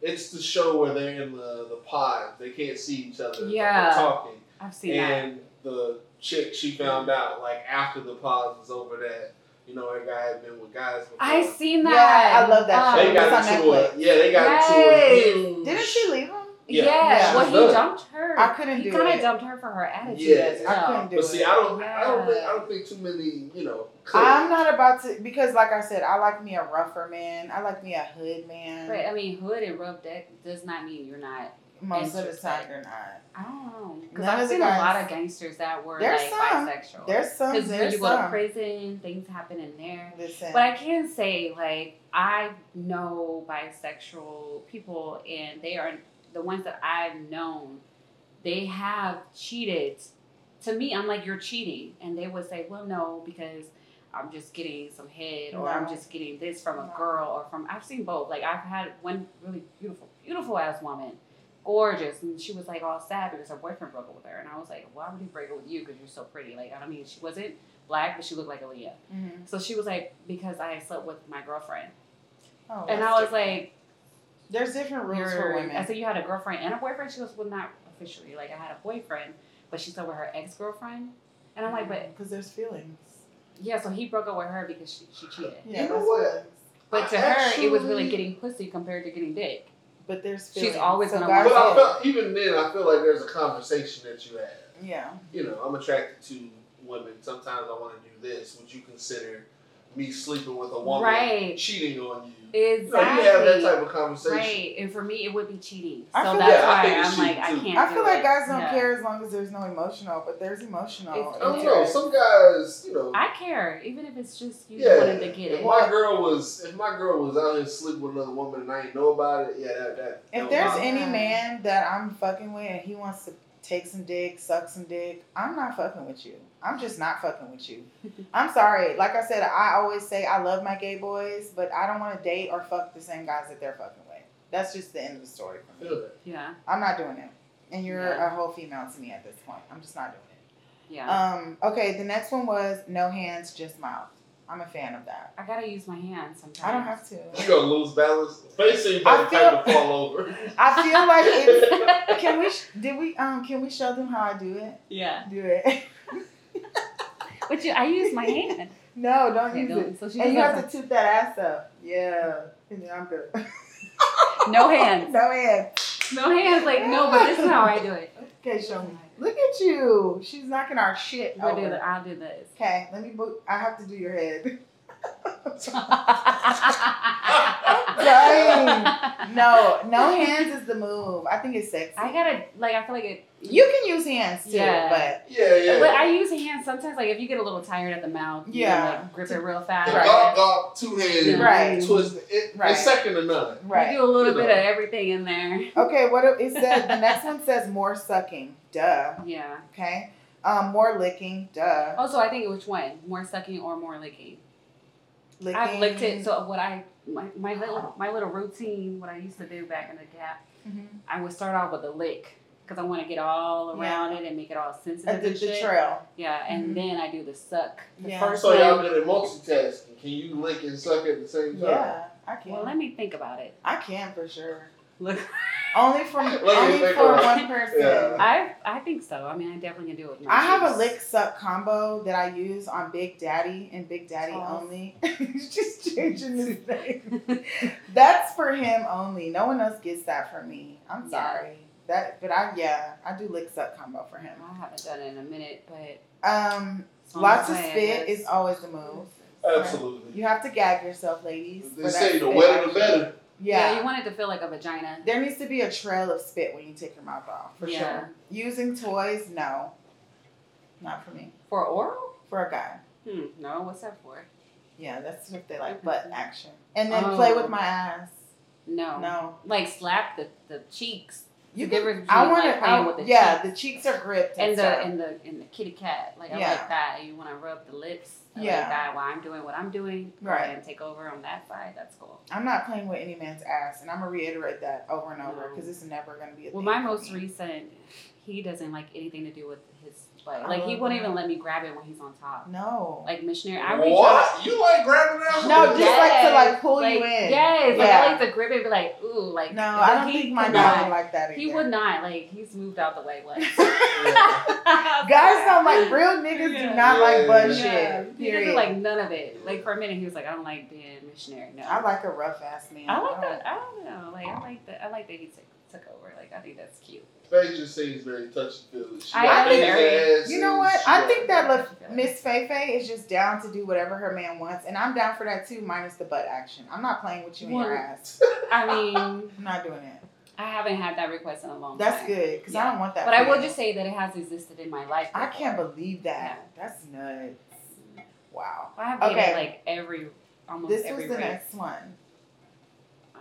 Speaker 5: it's the show where they're in the the pod. They can't see each other. but they're
Speaker 3: Yeah.
Speaker 5: talking.
Speaker 3: I've seen that.
Speaker 5: and the chick she found out like after the pause was over that you know her guy had been with guys before.
Speaker 3: I seen
Speaker 2: Yeah,
Speaker 3: that.
Speaker 2: I love that
Speaker 3: Um,
Speaker 2: show.
Speaker 5: they got
Speaker 2: It's on
Speaker 5: into a
Speaker 2: Netflix.
Speaker 5: yeah they got
Speaker 3: Yes.
Speaker 5: into a huge
Speaker 2: Didn't she leave him?
Speaker 5: Yeah.
Speaker 3: Yeah,
Speaker 2: Yeah.
Speaker 3: well,
Speaker 5: She
Speaker 3: he
Speaker 5: was done.
Speaker 3: dumped her.
Speaker 2: I couldn't
Speaker 3: he
Speaker 2: do
Speaker 3: kind
Speaker 2: it.
Speaker 3: of dumped her for her attitude.
Speaker 5: Yeah.
Speaker 3: as
Speaker 2: I
Speaker 3: well.
Speaker 2: couldn't do
Speaker 5: But
Speaker 2: it.
Speaker 5: see, I don't, I don't, think,
Speaker 3: Yeah.
Speaker 5: I don't think too many, you know. could.
Speaker 2: I'm not about to because, like I said, I like me a rougher man. I like me a hood man.
Speaker 3: But I mean, hood and rough deck does not mean you're not.
Speaker 2: Most of the
Speaker 3: Interesting.
Speaker 2: time, you're not.
Speaker 3: I don't know because
Speaker 2: None of
Speaker 3: I've
Speaker 2: the
Speaker 3: seen a lot
Speaker 2: guys-
Speaker 3: of gangsters that were
Speaker 2: There's
Speaker 3: like
Speaker 2: some.
Speaker 3: bisexual.
Speaker 2: There's some.
Speaker 3: because when
Speaker 2: There's
Speaker 3: you
Speaker 2: some.
Speaker 3: go to prison, things happen in there.
Speaker 2: Listen,
Speaker 3: But I can say like I know bisexual people, and they are the ones that I've known. They have cheated. To me, I'm like you're cheating, and they would say, "Well, no, because I'm just getting some head, or I'm
Speaker 2: No.
Speaker 3: just getting this from a
Speaker 2: No.
Speaker 3: girl, or from." I've seen both. Like I've had one really beautiful, beautiful ass woman, gorgeous, and she was like all sad because her boyfreend broke up with her, and I was like, "Why would he break up with you? Because you're so pretty." Like I mean, she wasn't black, but she looked like Aaliyah.
Speaker 2: Mhm.
Speaker 3: So she was like, because I slept with my girlfriend.
Speaker 2: Oh,
Speaker 3: And
Speaker 2: that's
Speaker 3: I was
Speaker 2: different.
Speaker 3: like,
Speaker 2: there's different rules for
Speaker 3: you're,
Speaker 2: women.
Speaker 3: I said, you had a girlfriend and a boyfriend? She goes, well, not officially. Like, I had a boyfriend, but she's still with her ex girlfriend. And I'm like, but
Speaker 2: because there's feelings.
Speaker 3: yeah, so he broke up with her because she, she cheated.
Speaker 2: Yeah,
Speaker 5: know
Speaker 2: that's
Speaker 5: what?
Speaker 2: feelings.
Speaker 3: But to her, it was really
Speaker 5: Actually-
Speaker 3: getting pussy compared to getting dick.
Speaker 2: But there's
Speaker 3: She's
Speaker 2: feelings.
Speaker 3: always
Speaker 2: so
Speaker 3: gonna
Speaker 2: guys
Speaker 5: But I
Speaker 3: want
Speaker 2: don't-
Speaker 5: felt, even then, I feel like there's a conversation that you have.
Speaker 2: Yeah.
Speaker 5: You know, I'm attracted to women. Sometimes I want to do this. Would you consider me sleeping with a woman
Speaker 3: Right.
Speaker 5: cheating on you? You know,
Speaker 3: Exactly.
Speaker 5: you have that type of conversation.
Speaker 3: Right, and for me, it would be cheating.
Speaker 2: I
Speaker 3: so
Speaker 2: feel
Speaker 3: that's
Speaker 5: like-
Speaker 3: why
Speaker 5: Yeah, I
Speaker 3: I'm
Speaker 5: think
Speaker 3: like,
Speaker 5: it's
Speaker 3: I
Speaker 5: cheating, too.
Speaker 3: can't.
Speaker 2: I feel
Speaker 3: do
Speaker 2: like
Speaker 3: it.
Speaker 2: guys don't
Speaker 3: Yeah.
Speaker 2: care as long as there's no emotional, but there's emotional.
Speaker 3: It's-
Speaker 5: I don't know.
Speaker 2: interest.
Speaker 5: Some guys, you know,
Speaker 3: I care, even if it's just you
Speaker 5: Yeah,
Speaker 3: wanting to get
Speaker 5: if
Speaker 3: it.
Speaker 5: my girl was if my girl was out here sleeping with another woman and I ain't know about it, yeah, that that.
Speaker 2: If
Speaker 5: that
Speaker 2: there's
Speaker 5: would-
Speaker 2: any
Speaker 3: Okay.
Speaker 2: man that I'm fucking with and he wants to take some dick, suck some dick, I'm not fucking with you. I'm just not fucking with you. I'm sorry. Like I said, I always say I love my gay boys, but I don't want to date or fuck the same guys that they're fucking with. That's just the end of the story for me.
Speaker 5: feel that.
Speaker 3: Yeah,
Speaker 2: I'm not doing it. And you're
Speaker 3: Yeah.
Speaker 2: a whole female to me at this point. I'm just not doing it.
Speaker 3: yeah.
Speaker 2: Um, okay, the next one was no hands, just mouth. I'm a fan of that.
Speaker 3: I gotta use my hands sometimes.
Speaker 2: I don't have to.
Speaker 5: You gonna lose balance. Basically,
Speaker 2: I
Speaker 5: by the time to fall over.
Speaker 2: I feel like it's can we sh- did we um can we show them how I do it?
Speaker 3: yeah,
Speaker 2: Do it.
Speaker 3: but you, I use my hand.
Speaker 2: No, don't
Speaker 3: Okay,
Speaker 2: use
Speaker 3: don't-
Speaker 2: it.
Speaker 3: so she
Speaker 2: And you
Speaker 3: doesn't
Speaker 2: have to toot that ass up. Yeah. And then I'm good.
Speaker 3: no hands,
Speaker 2: no hands.
Speaker 3: no hands. Like no, but this is how I do it.
Speaker 2: Okay, show me. Look at you. She's knocking our shit
Speaker 3: We'll do
Speaker 2: over.
Speaker 3: the, I'll do this.
Speaker 2: Okay, let me book I have to do your head.
Speaker 3: I
Speaker 2: No, no hands is the move. I think it's sexy.
Speaker 3: gotta like. I feel like it.
Speaker 2: you can use hands too,
Speaker 3: Yeah.
Speaker 2: but
Speaker 5: Yeah, yeah.
Speaker 3: But I use hands sometimes. Like if you get a little tired at the mouth, you can,
Speaker 2: Yeah.
Speaker 3: like, grip it real fast.
Speaker 5: The
Speaker 2: Right.
Speaker 5: dog, dog, two hands,
Speaker 2: Right.
Speaker 5: twist. It,
Speaker 2: Right.
Speaker 5: It's second to none.
Speaker 2: Right.
Speaker 3: We do a little
Speaker 5: You
Speaker 3: bit
Speaker 5: know.
Speaker 3: of everything in there.
Speaker 2: Okay. What it it says? The next one says more sucking. Duh.
Speaker 3: Yeah.
Speaker 2: Okay. Um, more licking. Duh.
Speaker 3: Also, I think which one? More sucking or more licking?
Speaker 2: Licking.
Speaker 3: I've licked it. So what I my, my little my little routine, what I used to do back in the gap,
Speaker 2: Mhm.
Speaker 3: I would start off with a lick because I want to get all
Speaker 2: Yeah.
Speaker 3: around it and make it all sensitive.
Speaker 2: Uh, the,
Speaker 3: and
Speaker 2: the
Speaker 3: shit.
Speaker 2: trail.
Speaker 3: Yeah, and
Speaker 2: Mhm.
Speaker 3: then I do the suck. The
Speaker 2: Yeah.
Speaker 3: first
Speaker 5: So y'all
Speaker 3: one.
Speaker 5: good at multitasking. Can you lick and suck at the same time?
Speaker 2: Yeah, I can.
Speaker 3: Well, let me think about it.
Speaker 2: I can for sure.
Speaker 3: Look,
Speaker 2: Only from
Speaker 5: Let me
Speaker 2: only
Speaker 5: think
Speaker 2: for
Speaker 5: about it.
Speaker 2: one person.
Speaker 5: Yeah.
Speaker 3: I I think so. I mean, I definitely can do it. With my
Speaker 2: I have a
Speaker 3: cheeks.
Speaker 2: lick suck combo that I use on Big Daddy and Big Daddy
Speaker 3: Sauce.
Speaker 2: only. He's just changing his name. That's for him only. No one else gets that for me. I'm
Speaker 3: Yeah.
Speaker 2: sorry. That, but I yeah, I do lick suck combo for him.
Speaker 3: I haven't done it in a minute, but
Speaker 2: Um,
Speaker 3: it's on
Speaker 2: lots
Speaker 3: the
Speaker 2: of
Speaker 3: way, I
Speaker 2: spit
Speaker 3: guess.
Speaker 2: is always the move.
Speaker 5: Absolutely.
Speaker 2: You have to gag yourself, ladies. for
Speaker 5: They
Speaker 2: that
Speaker 5: say the
Speaker 2: spit
Speaker 5: wetter the
Speaker 2: action.
Speaker 5: better.
Speaker 2: Yeah.
Speaker 3: you want it to feel like a vagina.
Speaker 2: there needs to be a trail of spit when you take your mouth off, for
Speaker 3: Yeah.
Speaker 2: sure. Using toys, no. Not for me.
Speaker 3: For oral?
Speaker 2: For a guy.
Speaker 3: Hmm. No, what's that for?
Speaker 2: Yeah, that's what they like, butt action. And then
Speaker 3: Mm-hmm. Oh.
Speaker 2: play with my ass.
Speaker 3: No.
Speaker 2: No.
Speaker 3: Like slap the, the cheeks
Speaker 2: You
Speaker 3: The difference
Speaker 2: I
Speaker 3: between,
Speaker 2: want
Speaker 3: like,
Speaker 2: to.
Speaker 3: playing with the
Speaker 2: yeah, the cheeks are gripped. And,
Speaker 3: and the
Speaker 2: stuff.
Speaker 3: and the and the kitty cat. Like I
Speaker 2: uh, Yeah.
Speaker 3: like that. You want to rub the lips. I like
Speaker 2: Yeah.
Speaker 3: that while I'm doing what I'm doing. Go
Speaker 2: Right.
Speaker 3: ahead And take over on that side. That's cool.
Speaker 2: I'm not playing with any man's ass, and I'm gonna reiterate that over and over
Speaker 3: No.
Speaker 2: because it's never gonna be a
Speaker 3: Well,
Speaker 2: thing
Speaker 3: my
Speaker 2: for
Speaker 3: most
Speaker 2: me.
Speaker 3: recent, he doesn't like anything to do with his butt.
Speaker 2: I
Speaker 3: Like he
Speaker 2: love
Speaker 3: won't
Speaker 2: that.
Speaker 3: even let me grab it when he's on top.
Speaker 2: No.
Speaker 3: Like missionary, I reach out.
Speaker 5: What? You like grabbing that?
Speaker 2: No, just
Speaker 5: Yeah.
Speaker 2: like to like pull you
Speaker 3: Like,
Speaker 2: in.
Speaker 3: Yes. Like
Speaker 2: Yeah.
Speaker 3: I like to grip it and be like, ooh, like.
Speaker 2: No,
Speaker 3: like,
Speaker 2: I don't
Speaker 3: he
Speaker 2: think my
Speaker 3: could
Speaker 2: guy would
Speaker 3: not-
Speaker 2: like that. Either.
Speaker 3: He would not. Like he's moved out the way once.
Speaker 2: Guys don't like real niggas.
Speaker 3: Yeah.
Speaker 2: Do not like butt
Speaker 5: Yeah.
Speaker 2: shit.
Speaker 3: He doesn't
Speaker 2: Period.
Speaker 3: like none of it. Like for a minute, he was like, I don't like being missionary. No.
Speaker 2: I like a rough ass man.
Speaker 3: I like
Speaker 2: don't-
Speaker 3: that. I don't know. Like I like that. I like that he took took over. Like I think that's cute.
Speaker 5: Faye just seems very touchy feely. She
Speaker 3: I-
Speaker 5: like
Speaker 2: I think-
Speaker 5: Faye's ass
Speaker 2: You know
Speaker 5: and
Speaker 2: what?
Speaker 5: she
Speaker 2: I
Speaker 5: like-
Speaker 2: think that look,
Speaker 3: Yeah.
Speaker 2: Miss Feifei is just down to do whatever her man wants, and I'm down for that too, minus the butt action. I'm not playing with you in your
Speaker 3: Well-
Speaker 2: ass.
Speaker 3: I mean,
Speaker 2: I'm not doing it.
Speaker 3: I haven't had that request in a long
Speaker 2: That's
Speaker 3: time.
Speaker 2: good because I
Speaker 3: Yeah.
Speaker 2: don't want that.
Speaker 3: But I
Speaker 2: for
Speaker 3: will
Speaker 2: you.
Speaker 3: just say that it has existed in my life.
Speaker 2: I
Speaker 3: before.
Speaker 2: can't believe that. That's nuts. Wow.
Speaker 3: I have dated
Speaker 2: Okay.
Speaker 3: like every almost
Speaker 2: This
Speaker 3: every
Speaker 2: was the
Speaker 3: race.
Speaker 2: next one.
Speaker 3: Um,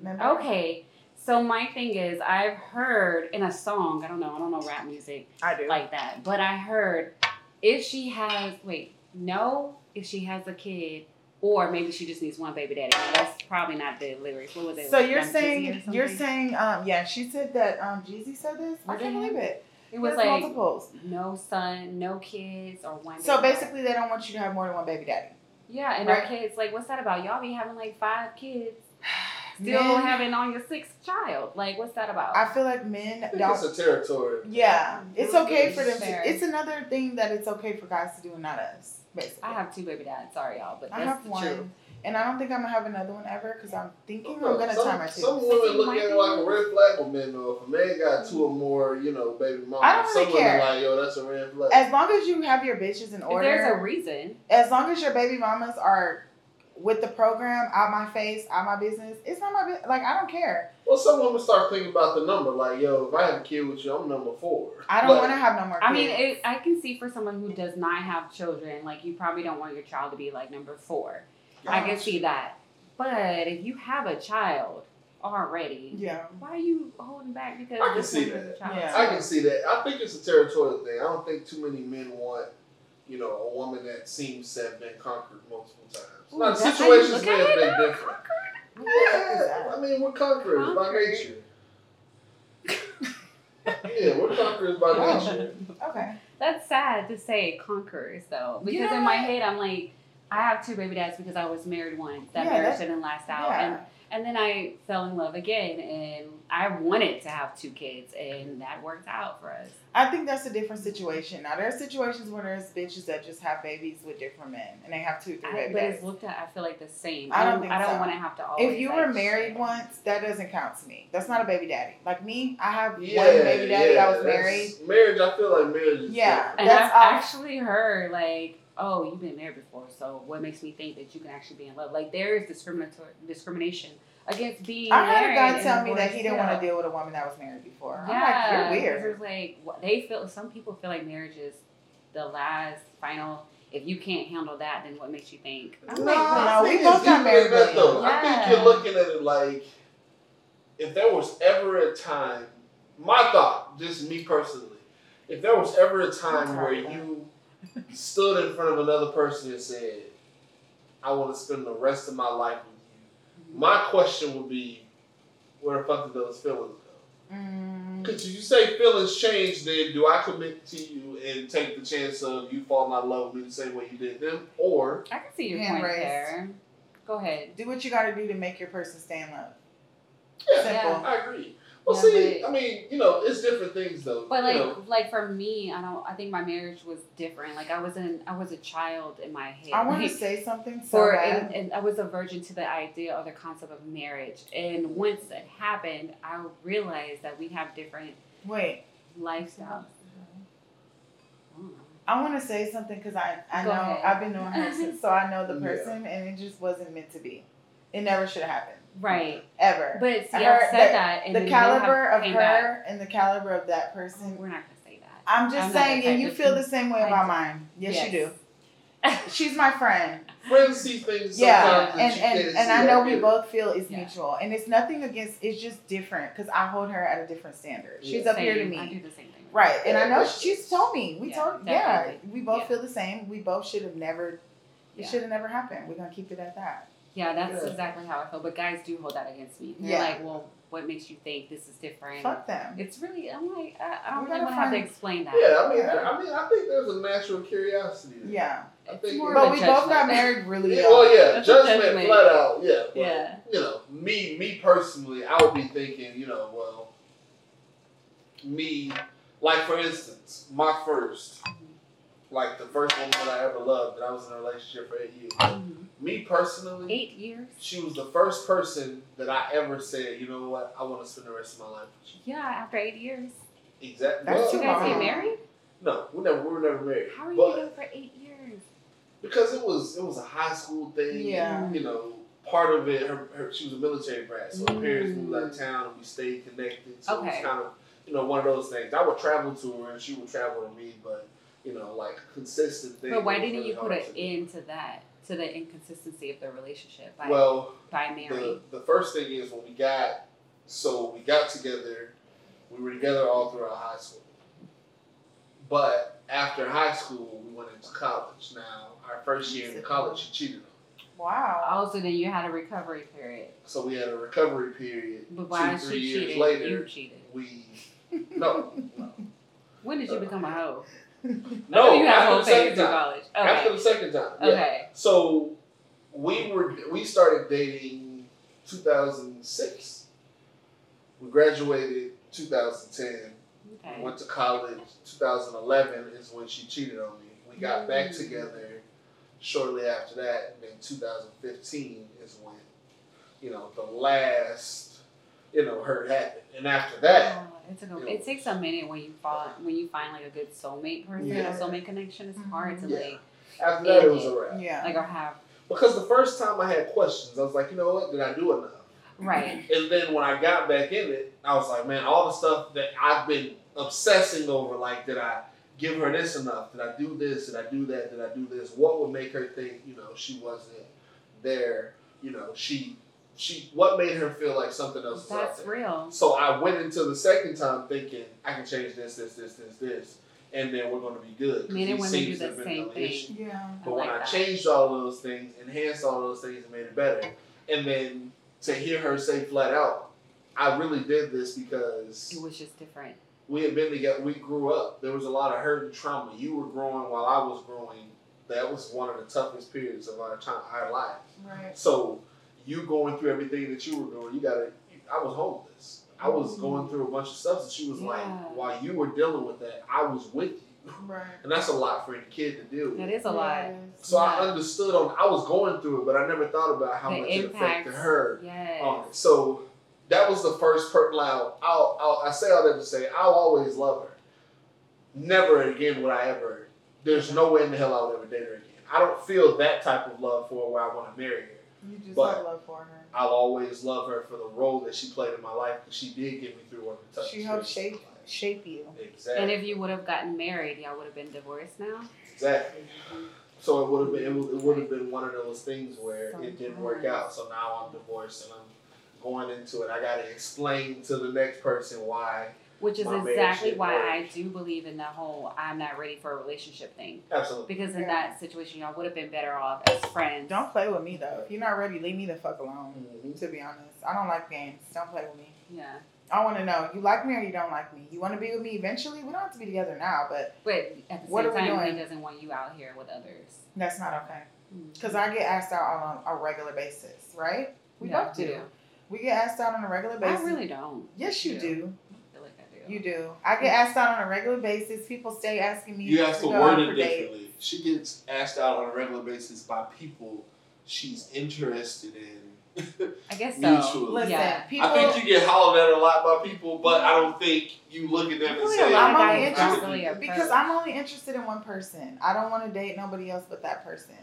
Speaker 2: Remember?
Speaker 3: Okay. So my thing is, I've heard in a song. I don't know. I don't know rap music
Speaker 2: I do.
Speaker 3: like that. But I heard if she has wait no if she has a kid. Or maybe she just needs one baby daddy. That's probably not the lyrics. What was it?
Speaker 2: so
Speaker 3: like,
Speaker 2: you're
Speaker 3: Young Jeezy or
Speaker 2: saying you're
Speaker 3: something?
Speaker 2: saying um yeah she said that um Jeezy said this I
Speaker 3: Or
Speaker 2: can't
Speaker 3: did he?
Speaker 2: believe it
Speaker 3: It was
Speaker 2: There's
Speaker 3: like
Speaker 2: multiples
Speaker 3: no son, no kids, or one.
Speaker 2: so
Speaker 3: baby.
Speaker 2: basically they don't want you to have more than one baby daddy
Speaker 3: yeah, and
Speaker 2: Right.
Speaker 3: our kids like, what's that about? Y'all be having like five kids. Still
Speaker 2: Men-
Speaker 3: having on your sixth child. Like, what's that about?
Speaker 2: I feel like men
Speaker 5: I think
Speaker 2: don't.
Speaker 5: it's a territory.
Speaker 2: Yeah, it's okay for them.
Speaker 3: Fair.
Speaker 2: to It's another thing that it's okay for guys to do and not us. Basically,
Speaker 3: I have two baby dads. Sorry, y'all, but
Speaker 2: I
Speaker 3: that's
Speaker 2: have
Speaker 3: the
Speaker 2: one,
Speaker 3: truth.
Speaker 2: and I don't think I'm gonna have another one ever because I'm thinking I'm gonna
Speaker 5: Oh, some,
Speaker 2: tie my
Speaker 5: some
Speaker 2: tubes.
Speaker 5: women look at it like a red flag with men though. If a man got two or more, you know, baby mama,
Speaker 2: I don't
Speaker 5: some
Speaker 2: really
Speaker 5: women
Speaker 2: care.
Speaker 5: like, yo, that's a red flag.
Speaker 2: As long as you have your bitches in
Speaker 3: If there's a
Speaker 2: order,
Speaker 3: reason.
Speaker 2: as long as your baby mamas are with the program, out my face, out my business, it's not my bu- like I don't care.
Speaker 5: well, some women start thinking about the number, like, yo, if I have a kid with you, I'm number four.
Speaker 2: I don't
Speaker 5: Like,
Speaker 2: want to have no more. Kids.
Speaker 3: I mean, it, I can see for someone who does not have children, like you probably don't want your child to be like number four. I can see that. But if you have a child already,
Speaker 2: yeah,
Speaker 3: why are you holding back? Because
Speaker 5: I can
Speaker 3: this
Speaker 5: see
Speaker 3: one has a
Speaker 5: that.
Speaker 3: child.
Speaker 2: Yeah.
Speaker 5: I can see that. I think it's a territorial thing. I don't think too many men want, you know, a woman that seems to have been conquered multiple times.
Speaker 3: Ooh,
Speaker 5: now, the
Speaker 3: that's how you
Speaker 5: situations
Speaker 3: look
Speaker 5: may
Speaker 3: at
Speaker 5: have
Speaker 3: it,
Speaker 5: been
Speaker 3: huh?
Speaker 5: different. Yeah, I mean, we're conquerors by
Speaker 3: Conquered.
Speaker 5: nature. yeah, we're conquerors by
Speaker 2: Wow.
Speaker 5: nature.
Speaker 2: okay.
Speaker 3: That's sad to say conquerors though, because
Speaker 2: Yeah.
Speaker 3: in my head I'm like, I have two baby dads because I was married once. That
Speaker 2: Yeah,
Speaker 3: marriage
Speaker 2: that's-
Speaker 3: didn't last out,
Speaker 2: yeah.
Speaker 3: and and then I fell in love again, and I wanted to have two kids, and that worked out for us.
Speaker 2: I think that's a different situation. Now there are situations where there's bitches that just have babies with different men, and they have two, three
Speaker 3: I,
Speaker 2: baby
Speaker 3: but it's
Speaker 2: daddies.
Speaker 3: looked at, I feel like the same.
Speaker 2: I don't think
Speaker 3: I don't
Speaker 2: so.
Speaker 3: want to have to always.
Speaker 2: If you
Speaker 3: like,
Speaker 2: were married
Speaker 3: share.
Speaker 2: once, that doesn't count to me. That's not a baby daddy. Like me, I have
Speaker 5: Yeah,
Speaker 2: one baby daddy.
Speaker 5: yeah,
Speaker 2: I was
Speaker 5: that's-
Speaker 2: married.
Speaker 5: Marriage, I feel like marriage is
Speaker 2: Yeah.
Speaker 5: different.
Speaker 3: and
Speaker 2: that's
Speaker 3: I've
Speaker 2: all-
Speaker 3: actually heard like, oh, you've been married before, so what makes me think that you can actually be in love? Like there is discriminatory discrimination against being.
Speaker 2: I had a
Speaker 3: married
Speaker 2: guy
Speaker 3: and
Speaker 2: tell me that
Speaker 3: divorced,
Speaker 2: he didn't
Speaker 3: yeah.
Speaker 2: want to deal with a woman that was married before. I'm like, you're
Speaker 3: because
Speaker 2: weird.
Speaker 3: It's like what- they feel. Some people feel like marriage is the last final. If you can't handle that, then what makes you think?
Speaker 2: I'm
Speaker 5: No,
Speaker 2: like,
Speaker 5: I
Speaker 2: no, we
Speaker 5: think
Speaker 2: both
Speaker 5: it's
Speaker 2: got
Speaker 5: deeper than
Speaker 2: married
Speaker 5: that, though.
Speaker 3: then.
Speaker 5: I think
Speaker 3: Yeah.
Speaker 5: you're looking at it like if there was ever a time, my thought, just me personally, if there was ever a time
Speaker 2: Don't
Speaker 5: where
Speaker 2: talk about
Speaker 5: you stood in front of another person and said, I want to spend the rest of my life with you, my question would be, where the fuck did those feelings go?
Speaker 2: Mm,
Speaker 5: Because you say feelings change, then do I commit to you and take the chance of you falling out of love with me the same way you did them? Or
Speaker 3: I can see your
Speaker 2: Hand
Speaker 3: point
Speaker 2: raised.
Speaker 3: there. Go ahead.
Speaker 2: do what you got to do to make your person stay in love.
Speaker 5: Yeah,
Speaker 2: Simple.
Speaker 5: I agree. Well,
Speaker 3: Yeah,
Speaker 5: see,
Speaker 3: but-
Speaker 5: I mean, you know, it's different things though.
Speaker 3: But
Speaker 5: you
Speaker 3: like,
Speaker 5: know.
Speaker 3: like for me, I don't. I think my marriage was different. Like I wasn't. I was a child in my head.
Speaker 2: I want to
Speaker 3: Like,
Speaker 2: say something so
Speaker 3: for
Speaker 2: bad.
Speaker 3: and, and I was a virgin to the idea of the concept of marriage. And once it happened, I realized that we have different
Speaker 2: Wait,
Speaker 3: lifestyles.
Speaker 2: Mm-hmm.
Speaker 3: Mm.
Speaker 2: I want to say something because I, I
Speaker 3: Go
Speaker 2: know
Speaker 3: ahead.
Speaker 2: I've been knowing her since, so I know the
Speaker 5: Yeah.
Speaker 2: person, and it just wasn't meant to be. It never should have happened,
Speaker 3: Right.
Speaker 2: ever.
Speaker 3: But see,
Speaker 2: I
Speaker 3: I've
Speaker 2: heard
Speaker 3: said
Speaker 2: the-
Speaker 3: that, and
Speaker 2: the
Speaker 3: then you have
Speaker 2: caliber of
Speaker 3: came
Speaker 2: her
Speaker 3: back.
Speaker 2: and the caliber of that person.
Speaker 3: We're not gonna say that.
Speaker 2: I'm just
Speaker 3: I'm not
Speaker 2: saying,
Speaker 3: that
Speaker 2: and
Speaker 3: type
Speaker 2: you
Speaker 3: of
Speaker 2: feel the same way
Speaker 3: I
Speaker 2: about
Speaker 3: do.
Speaker 2: mine. Yes, you
Speaker 3: Yes.
Speaker 2: do. She's my friend.
Speaker 5: friends see things
Speaker 2: Yeah,
Speaker 5: sometimes
Speaker 2: and
Speaker 5: that you
Speaker 2: and,
Speaker 5: can't
Speaker 2: and
Speaker 5: see
Speaker 2: I know
Speaker 5: out
Speaker 2: we
Speaker 5: here.
Speaker 2: both feel it's
Speaker 3: Yeah.
Speaker 2: mutual, and it's nothing against. It's just different because I hold her at a different standard. She's
Speaker 3: The
Speaker 2: up here to
Speaker 3: same.
Speaker 2: me,
Speaker 3: I do the same thing.
Speaker 2: right? And I know she's told me. We
Speaker 3: Yeah,
Speaker 2: told,
Speaker 3: definitely.
Speaker 2: yeah, we both
Speaker 3: Yeah.
Speaker 2: feel the same. We both should have never. It
Speaker 3: Yeah.
Speaker 2: should have never happened. We're gonna keep it at that.
Speaker 3: Yeah, that's
Speaker 5: Yeah.
Speaker 3: exactly how I feel. But guys do hold that against me. They're
Speaker 2: Yeah.
Speaker 3: like, well, what makes you think this is different?
Speaker 2: Fuck them.
Speaker 3: It's really. I'm like, I, I don't
Speaker 2: We
Speaker 3: really
Speaker 2: gotta
Speaker 3: want to have to
Speaker 2: find-
Speaker 3: explain that.
Speaker 5: Yeah, I mean, I mean, I think there's a natural curiosity. There.
Speaker 2: Yeah,
Speaker 5: I
Speaker 3: It's
Speaker 5: think
Speaker 3: more
Speaker 5: it-
Speaker 2: but
Speaker 3: a
Speaker 2: we both got
Speaker 3: judgment.
Speaker 2: married really
Speaker 5: Yeah,
Speaker 2: young.
Speaker 5: well, yeah,
Speaker 3: That's a
Speaker 5: judgment,
Speaker 3: judgment.
Speaker 5: flat out. Yeah, but,
Speaker 3: Yeah.
Speaker 5: You know, me, me personally, I would be thinking, you know, well, me, like for instance, my first, like the first woman that I ever loved, that I was in a relationship for eight years.
Speaker 3: Mhm.
Speaker 5: Me personally,
Speaker 3: Eight years.
Speaker 5: she was the first person that I ever said, you know what, I want to spend the rest of my life with
Speaker 3: Yeah, after eight years.
Speaker 5: you. Exactly.
Speaker 3: Did
Speaker 2: That's too
Speaker 3: you guys get
Speaker 2: long.
Speaker 3: married?
Speaker 5: No, we never we were never married.
Speaker 3: How are you
Speaker 5: but
Speaker 3: together for eight years?
Speaker 5: because it was it was a high school thing. and,
Speaker 2: Yeah.
Speaker 5: you know, part of it, her, her she was a military brat, so her parents
Speaker 3: Mm.
Speaker 5: moved out of town and we stayed connected. So it
Speaker 3: Okay.
Speaker 5: was kind of you know one of those things. I would travel to her and she would travel to me, but you know, like consistent thing.
Speaker 3: But why
Speaker 5: was
Speaker 3: didn't
Speaker 5: really
Speaker 3: you put
Speaker 5: hard
Speaker 3: an
Speaker 5: to do.
Speaker 3: end to that, to the inconsistency of the relationship by
Speaker 5: Well,
Speaker 3: by marrying?
Speaker 5: the, the first thing is when we got so we got together we were together all throughout high school but after high school we went into college now our first year in college she cheated on me
Speaker 2: Wow.
Speaker 3: Also, then you had a recovery period.
Speaker 5: so we had a recovery period
Speaker 3: But why
Speaker 5: two
Speaker 3: is
Speaker 5: three
Speaker 3: she
Speaker 5: years
Speaker 3: cheating?
Speaker 5: later
Speaker 3: you cheated.
Speaker 5: we no
Speaker 3: When did you become a hoe?
Speaker 5: Uh, no
Speaker 3: you had a
Speaker 5: after
Speaker 3: whole
Speaker 5: the
Speaker 3: phase
Speaker 5: second
Speaker 3: in
Speaker 5: time
Speaker 3: college.
Speaker 5: after
Speaker 3: Okay.
Speaker 5: the second time yeah.
Speaker 3: Okay.
Speaker 5: so we were we started dating 2006. We graduated 2010.
Speaker 3: Okay.
Speaker 5: Went to college 2011 is when she cheated on me. We got back
Speaker 3: Mm.
Speaker 5: together shortly after that. Then 2015 is when, you know, the last, you know, hurt happened. And after that,
Speaker 3: Oh, it's a good, it takes a minute when you fall when you find like a good soulmate person,
Speaker 5: Yeah. Mm-hmm.
Speaker 3: a soulmate connection. It's
Speaker 2: Mhm.
Speaker 3: hard to
Speaker 5: Yeah.
Speaker 3: like
Speaker 5: after that it was
Speaker 3: Yeah.
Speaker 5: a wrap.
Speaker 2: Yeah.
Speaker 3: like or have
Speaker 5: Because the first time I had questions, I was like, you know what, did I do enough?
Speaker 3: right.
Speaker 5: And then when I got back in it, I was like, man, all the stuff that I've been obsessing over, like, did I give her this enough? Did I do this? Did I do that? Did I do this? What would make her think, you know, she wasn't there? You know, she, she, what made her feel like something else was out
Speaker 3: That's
Speaker 5: there?
Speaker 3: real.
Speaker 5: So I went into the second time thinking I can change this, this, this, this, this, and then we're going to be good. 'Cause
Speaker 3: Men and
Speaker 5: these
Speaker 3: women do
Speaker 5: seems to have
Speaker 3: the
Speaker 5: been
Speaker 3: same
Speaker 5: no issue.
Speaker 3: thing.
Speaker 2: Yeah.
Speaker 3: I
Speaker 5: But
Speaker 3: like
Speaker 5: when I
Speaker 3: that.
Speaker 5: changed all those things, enhanced all those things, and made it better, and then to hear her say flat out, I really did this because
Speaker 3: It was just different.
Speaker 5: we had been together, we grew up. There was a lot of hurt and trauma. You were growing while I was growing. That was one of the toughest periods of our time, our life.
Speaker 2: Right.
Speaker 5: So you going through everything that you were doing, you gotta. I was homeless. I was going through a bunch of stuff, and she was
Speaker 3: Yeah.
Speaker 5: like, while you were dealing with that, I was with you,
Speaker 2: Right.
Speaker 5: and that's a lot for any kid to deal with.
Speaker 3: That is a lot.
Speaker 2: Yes.
Speaker 5: So I
Speaker 3: Yeah.
Speaker 5: understood on I was going through it, but I never thought about how
Speaker 3: The
Speaker 5: much it
Speaker 3: impact.
Speaker 5: affected her.
Speaker 3: Yes.
Speaker 5: Um, so that was the first per loud. I'll, I'll I say all that to say I'll always love her. Never again would I ever. There's no way in the hell I would ever date her again. I don't feel that type of love for her where I want to marry her.
Speaker 2: You just
Speaker 5: But-
Speaker 2: have love for her.
Speaker 5: I'll always love her for the role that she played in my life because she did get me through one of the toughest.
Speaker 2: She helped
Speaker 5: periods of
Speaker 2: shape shape you.
Speaker 5: my life. Exactly.
Speaker 3: And if you would have gotten married, y'all would have been divorced now.
Speaker 5: Exactly. So it would have been it would, it would have been one of those things where it didn't work out. So now I'm divorced and I'm going into it. I got to explain to the next person why.
Speaker 3: Which is
Speaker 5: My marriage
Speaker 3: exactly
Speaker 5: didn't
Speaker 3: why
Speaker 5: work.
Speaker 3: I do believe in the whole I'm not ready for a relationship thing.
Speaker 5: Absolutely.
Speaker 3: Because in
Speaker 2: Yeah.
Speaker 3: that situation, y'all would have been better off as friends.
Speaker 2: Don't play with me though. If you're not ready, leave me the fuck alone.
Speaker 4: Mm-hmm.
Speaker 5: Mhm.
Speaker 2: To be honest, I don't like games. Don't play with me.
Speaker 3: Yeah.
Speaker 2: I want to know you like me or you don't like me. You want to be with me eventually. We don't have to be together now, but
Speaker 3: But at the
Speaker 2: What
Speaker 3: same
Speaker 2: are we
Speaker 3: time, he
Speaker 2: doing?
Speaker 3: doesn't want you out here with others.
Speaker 2: that's not okay. Because I get asked out on a, a regular basis, right? We
Speaker 3: Yeah,
Speaker 2: both do.
Speaker 3: you do.
Speaker 2: We get asked out on a regular
Speaker 3: I
Speaker 2: basis.
Speaker 3: really don't.
Speaker 2: Yes, you
Speaker 3: Yeah.
Speaker 2: do.
Speaker 3: I feel like I do.
Speaker 2: You do. I get asked out on a regular basis. People stay asking me.
Speaker 4: You have to
Speaker 2: go out
Speaker 4: word
Speaker 2: for
Speaker 4: it
Speaker 2: dates.
Speaker 4: differently. She gets asked out on a regular basis by people she's interested in
Speaker 3: I guess so.
Speaker 4: mutually.
Speaker 2: Listen,
Speaker 3: Yeah.
Speaker 2: people.
Speaker 4: I think you get hollered at a lot by people, but I don't think you look at them and
Speaker 2: Really
Speaker 4: say,
Speaker 2: a lot
Speaker 3: Like,
Speaker 2: of
Speaker 3: I-
Speaker 2: my
Speaker 3: I'm
Speaker 2: interests-
Speaker 3: really a
Speaker 2: because
Speaker 3: pro-
Speaker 2: I'm only interested in one person. I don't want to date nobody else but that person.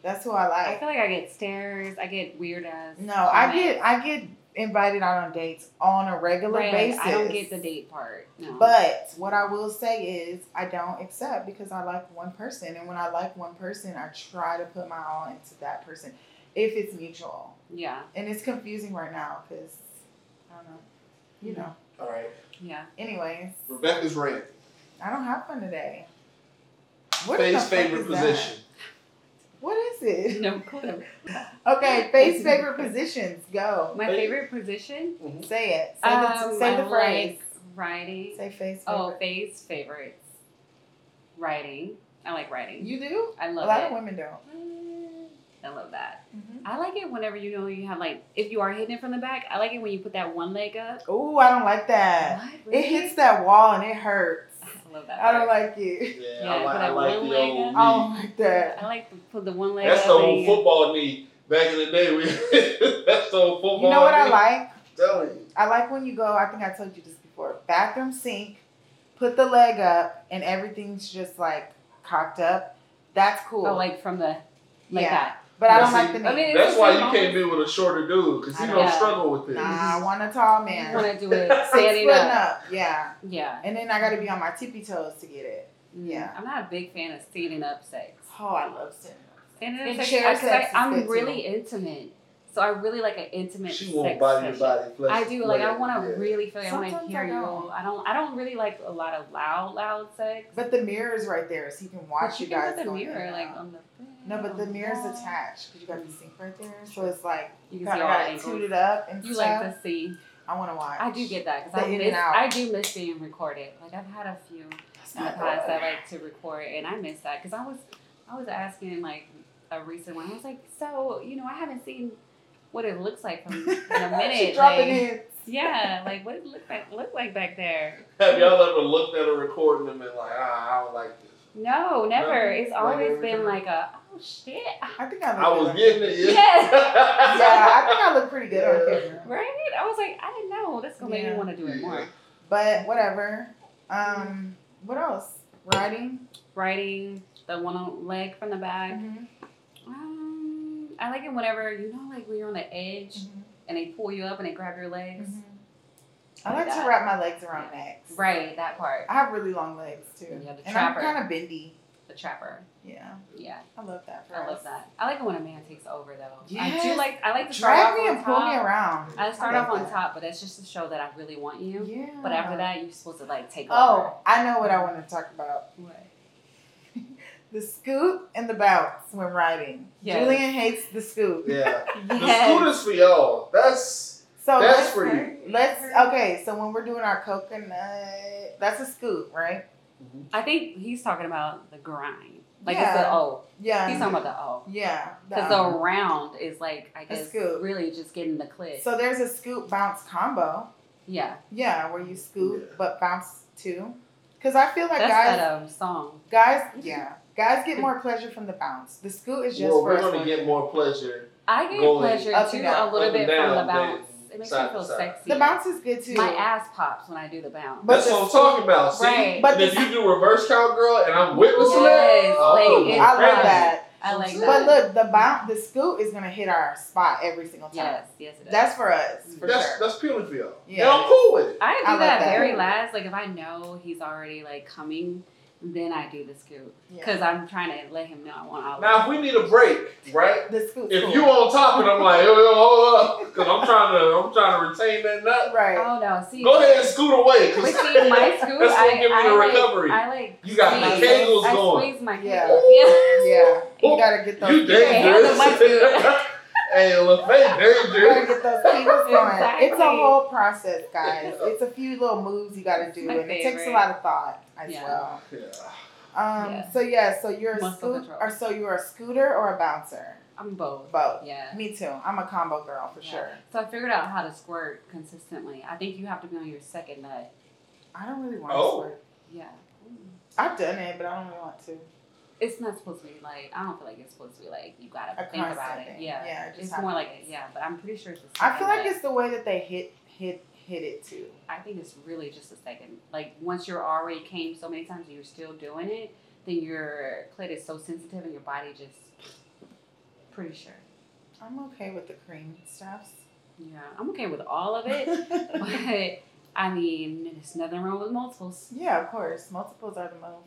Speaker 2: That's who I
Speaker 3: I
Speaker 2: like.
Speaker 3: feel like I get stares. I get weird as.
Speaker 2: No, I get I get invited out on dates on a regular basis.
Speaker 3: I don't get the date part. No.
Speaker 2: But what I will say is I don't accept because I like one person, and when I like one person, I try to put my all into that person, if it's mutual.
Speaker 3: yeah,
Speaker 2: And it's confusing right now because I don't know, you
Speaker 3: Mm-hmm.
Speaker 2: know.
Speaker 4: All right,
Speaker 3: yeah.
Speaker 2: Anyways,
Speaker 4: Rebecca's rant.
Speaker 2: I don't have fun today. What the
Speaker 5: Faye's
Speaker 2: fuck
Speaker 5: favorite
Speaker 2: is that?
Speaker 5: position.
Speaker 2: What is it?
Speaker 3: No clue.
Speaker 2: Okay, face favorite positions. Go.
Speaker 3: My
Speaker 5: Hey.
Speaker 3: favorite position.
Speaker 5: Mm-hmm.
Speaker 2: Say it. Say the,
Speaker 3: Um,
Speaker 2: say
Speaker 3: I
Speaker 2: the
Speaker 3: Like
Speaker 2: phrase.
Speaker 3: writing.
Speaker 2: say face favorite.
Speaker 3: Oh, Faye's favorites. Writing. I like writing.
Speaker 2: you do?
Speaker 3: I
Speaker 2: A
Speaker 3: love
Speaker 2: lot
Speaker 3: it.
Speaker 2: of women don't.
Speaker 3: I love that.
Speaker 2: Mhm.
Speaker 3: I like it whenever you know you have like if you are hitting it from the back. I like it when you put that one leg up.
Speaker 2: Ooh, I don't like that.
Speaker 3: What?
Speaker 2: It
Speaker 3: Really?
Speaker 2: hits that wall and it hurts.
Speaker 3: I love that.
Speaker 2: I don't
Speaker 3: part.
Speaker 2: like it.
Speaker 5: Yeah,
Speaker 3: Yeah,
Speaker 5: I,
Speaker 3: put
Speaker 5: like, I
Speaker 3: that
Speaker 5: like
Speaker 3: one
Speaker 5: the
Speaker 3: leg
Speaker 5: old
Speaker 3: up.
Speaker 2: I
Speaker 5: knee.
Speaker 2: don't like that.
Speaker 3: I like to put the one leg
Speaker 5: That's
Speaker 3: up.
Speaker 5: the old
Speaker 3: and-
Speaker 5: football knee. Back in the day, we that's the old football.
Speaker 2: You know what I
Speaker 5: knee.
Speaker 2: like?
Speaker 5: I'm telling you.
Speaker 2: I like when you go, I think I told you this before, bathroom sink, put the leg up, and everything's just like cocked up. That's cool.
Speaker 3: Oh, like from the like
Speaker 2: Yeah.
Speaker 3: that.
Speaker 2: but I
Speaker 5: Yeah,
Speaker 2: don't
Speaker 5: see,
Speaker 2: like the knee.
Speaker 3: I mean, it's
Speaker 5: That's
Speaker 3: the
Speaker 5: why
Speaker 3: same
Speaker 5: you can't be with a shorter dude because he
Speaker 2: I
Speaker 5: don't
Speaker 3: know.
Speaker 5: struggle with this.
Speaker 2: nah, I want a tall man.
Speaker 3: You want to do it
Speaker 5: I'm
Speaker 3: standing
Speaker 2: splitting
Speaker 3: up.
Speaker 2: up. Yeah.
Speaker 3: Yeah. Mm,
Speaker 2: And then I gotta be on my tippy toes to get it. Yeah.
Speaker 3: I'm not a big fan of standing up sex.
Speaker 2: Oh, I love standing up.
Speaker 3: Standing up
Speaker 2: And
Speaker 3: sex,
Speaker 2: chair
Speaker 3: I, 'cause
Speaker 2: sex
Speaker 3: I,
Speaker 2: is
Speaker 3: I'm
Speaker 2: good, too.
Speaker 3: really intimate. So I really like an intimate
Speaker 5: She
Speaker 3: sex
Speaker 5: won't body to
Speaker 3: session.
Speaker 5: body. flesh
Speaker 3: I
Speaker 5: to
Speaker 3: do like I
Speaker 5: flesh,
Speaker 3: want to
Speaker 5: yeah.
Speaker 3: really feel like I want to
Speaker 2: Sometimes
Speaker 3: hear
Speaker 2: I
Speaker 3: you.
Speaker 2: don't.
Speaker 3: I don't I don't really like a lot of loud loud sex.
Speaker 2: But the mirror's right there, so you can
Speaker 3: But
Speaker 2: watch you
Speaker 3: can
Speaker 2: guys.
Speaker 3: put the
Speaker 2: going in
Speaker 3: mirror
Speaker 2: and
Speaker 3: like
Speaker 2: out.
Speaker 3: on Oh, the
Speaker 2: no, but the mirror's
Speaker 3: wall.
Speaker 2: attached because you got the sink right there, so it's like
Speaker 3: You
Speaker 2: you
Speaker 3: can see
Speaker 2: kind of
Speaker 3: all
Speaker 2: got it
Speaker 3: angles.
Speaker 2: tooted up and
Speaker 3: You
Speaker 2: stuff.
Speaker 3: like to see.
Speaker 2: I want to watch.
Speaker 3: I do get that
Speaker 2: The
Speaker 3: because I
Speaker 2: in and
Speaker 3: miss
Speaker 2: out.
Speaker 3: I do miss being recorded. Like I've had a few
Speaker 2: That's
Speaker 3: in the
Speaker 2: not
Speaker 3: past
Speaker 2: good.
Speaker 3: that like to record, and I miss that because I was I was asking like a recent one. I was like, so you know, I haven't seen what it looks like from in a minute.
Speaker 2: dropping
Speaker 3: like,
Speaker 2: it.
Speaker 3: yeah, like what it looked like look like back there.
Speaker 5: Have y'all ever looked at a recording and been like, ah, I don't like this?
Speaker 3: No, never.
Speaker 5: No,
Speaker 3: it's
Speaker 5: like
Speaker 3: always
Speaker 5: every
Speaker 3: been
Speaker 5: time.
Speaker 3: like a oh shit.
Speaker 2: I think I look
Speaker 5: I
Speaker 2: good
Speaker 5: was
Speaker 2: on
Speaker 5: getting it. Yeah.
Speaker 2: camera. Yeah, I think I look pretty good on camera.
Speaker 3: Right? I was like, I didn't know. That's gonna make
Speaker 2: Yeah.
Speaker 3: me want to do it more.
Speaker 2: But whatever. Um, what else? Riding.
Speaker 3: Riding the one on leg from the back. Um, I like it whenever you know, like when you're on the edge
Speaker 2: Mm-hmm.
Speaker 3: and they pull you up and they grab your legs.
Speaker 2: Mm-hmm. I like
Speaker 3: Like
Speaker 2: to
Speaker 3: that.
Speaker 2: wrap my legs around necks.
Speaker 3: Right, that part.
Speaker 2: I have really long legs too,
Speaker 3: Yeah, the
Speaker 2: and
Speaker 3: trapper.
Speaker 2: I'm kind of bendy.
Speaker 3: The trapper.
Speaker 2: Yeah,
Speaker 3: Yeah,
Speaker 2: I love that. For
Speaker 3: I
Speaker 2: us.
Speaker 3: love that. I like it when a man takes over though. I do
Speaker 2: Yes.
Speaker 3: like. I like to start
Speaker 2: Drag
Speaker 3: off
Speaker 2: me
Speaker 3: on
Speaker 2: and pull me
Speaker 3: top.
Speaker 2: around.
Speaker 3: I start
Speaker 2: love
Speaker 3: off on
Speaker 2: that.
Speaker 3: top, but that's just to show that I really want you.
Speaker 2: Yeah.
Speaker 3: But after that, you're supposed to like take over.
Speaker 2: Oh, I know what I want to talk about.
Speaker 3: What?
Speaker 2: The scoop and the bounce when riding.
Speaker 3: Yes.
Speaker 2: Julian hates the scoop.
Speaker 5: Yeah. The
Speaker 3: Yes.
Speaker 5: scooters for y'all. That's
Speaker 2: So
Speaker 5: That's
Speaker 2: let's,
Speaker 5: for you.
Speaker 2: let's okay, so when we're doing our coconut that's a scoop, right?
Speaker 3: I think he's talking about the grind. Like it's the
Speaker 2: Yeah.
Speaker 3: oh.
Speaker 2: Yeah.
Speaker 3: He's talking about the oh.
Speaker 2: yeah. the
Speaker 3: Because
Speaker 2: um,
Speaker 3: the round is like I guess
Speaker 2: scoop.
Speaker 3: really just getting the clip.
Speaker 2: so there's a scoop bounce combo.
Speaker 3: yeah,
Speaker 2: Yeah, where you scoop
Speaker 5: Yeah.
Speaker 2: but bounce too. Cause I feel like
Speaker 3: that's
Speaker 2: guys
Speaker 3: that um song.
Speaker 2: guys yeah. Guys get more pleasure from the bounce. The scoop is just
Speaker 5: well,
Speaker 2: for
Speaker 5: we're
Speaker 2: us
Speaker 5: gonna
Speaker 2: women.
Speaker 5: get more pleasure.
Speaker 3: I get
Speaker 5: Going
Speaker 3: pleasure
Speaker 2: up
Speaker 3: too
Speaker 2: and down,
Speaker 3: a little
Speaker 5: up
Speaker 3: bit
Speaker 5: and
Speaker 3: from the
Speaker 5: down,
Speaker 3: bounce.
Speaker 5: then
Speaker 3: It makes
Speaker 5: side
Speaker 3: me
Speaker 5: to
Speaker 3: feel
Speaker 5: side.
Speaker 3: sexy.
Speaker 2: the bounce is good too.
Speaker 3: My ass pops when I do the bounce.
Speaker 2: But
Speaker 5: That's
Speaker 2: the
Speaker 5: what I'm talking about. See,
Speaker 3: Right.
Speaker 2: But
Speaker 5: and if
Speaker 2: the-
Speaker 5: you do reverse cowgirl and I'm witnessing
Speaker 3: Yes,
Speaker 5: that, oh,
Speaker 3: like, it
Speaker 2: I love
Speaker 5: crazy.
Speaker 2: that.
Speaker 3: I like that.
Speaker 2: But look, the bounce, the scoop is gonna hit our spot every single time.
Speaker 3: yes, yes, it does.
Speaker 2: That's for us, for
Speaker 5: That's
Speaker 2: sure.
Speaker 5: that's purely for y'all.
Speaker 2: Yeah.
Speaker 5: And I'm cool with it.
Speaker 3: I do
Speaker 2: I like
Speaker 3: that,
Speaker 2: that.
Speaker 3: very last. Like if I know he's already like coming, then I do the scoop
Speaker 2: Yeah.
Speaker 3: because I'm trying to let him know I want all. of
Speaker 5: Now, if we need a break, right?
Speaker 2: the scoop.
Speaker 5: If you on top and I'm like, yo, yo, hold up, because I'm trying to, I'm trying to retain that nut.
Speaker 3: it.
Speaker 2: right,
Speaker 3: Oh no! See,
Speaker 5: Go ahead and scoot away,
Speaker 3: But
Speaker 5: because
Speaker 3: see, my scoop,
Speaker 5: that's
Speaker 3: I,
Speaker 5: gonna give me
Speaker 3: I
Speaker 5: the
Speaker 3: like-
Speaker 5: recovery.
Speaker 3: I like.
Speaker 5: You got
Speaker 2: the
Speaker 3: squeeze.
Speaker 5: kegels
Speaker 3: I
Speaker 5: going.
Speaker 3: squeeze my kegels.
Speaker 2: Yeah.
Speaker 3: Yeah.
Speaker 2: yeah, you gotta get those.
Speaker 5: Oh, you
Speaker 3: hands on
Speaker 5: dangerous.
Speaker 3: my scoot.
Speaker 5: hey, LaFay,
Speaker 2: you gotta
Speaker 5: dangerous.
Speaker 2: get those fingers going. It's a
Speaker 3: Exactly.
Speaker 2: whole process, guys. It's a few little moves you gotta do,
Speaker 3: My
Speaker 2: and it takes a
Speaker 3: favorite.
Speaker 2: lot of thought as
Speaker 3: Yeah.
Speaker 2: well.
Speaker 5: Yeah.
Speaker 2: Um.
Speaker 3: Yeah.
Speaker 2: So yeah. So you're a
Speaker 3: Muscle
Speaker 2: scoop,
Speaker 3: control.
Speaker 2: or so you're a scooter or a bouncer.
Speaker 3: I'm both.
Speaker 2: Both.
Speaker 3: Yeah.
Speaker 2: Me too. I'm a combo girl for
Speaker 3: Yeah.
Speaker 2: sure.
Speaker 3: So I figured out how to squirt consistently. I think you have to be on your second nut.
Speaker 2: I don't really want to
Speaker 5: Oh.
Speaker 2: squirt.
Speaker 3: Yeah.
Speaker 2: I've done it, but I don't really want to.
Speaker 3: It's not supposed to be like I don't feel like it's supposed to be like you gotta
Speaker 2: A
Speaker 3: think about
Speaker 2: constant
Speaker 3: it.
Speaker 2: thing.
Speaker 3: Yeah.
Speaker 2: Yeah, it just
Speaker 3: it's more like
Speaker 2: happens.
Speaker 3: yeah, but I'm pretty sure it's the second
Speaker 2: I feel like
Speaker 3: nut.
Speaker 2: it's the way that they hit hit hit it too.
Speaker 3: I think it's really just a second. Like once you're already came so many times and you're still doing it, then your clit is so sensitive and your body just pretty sure.
Speaker 2: I'm okay with the cream stuffs.
Speaker 3: Yeah. I'm okay with all of it. but I mean, there's nothing wrong with multiples.
Speaker 2: yeah, of course. Multiples are the most.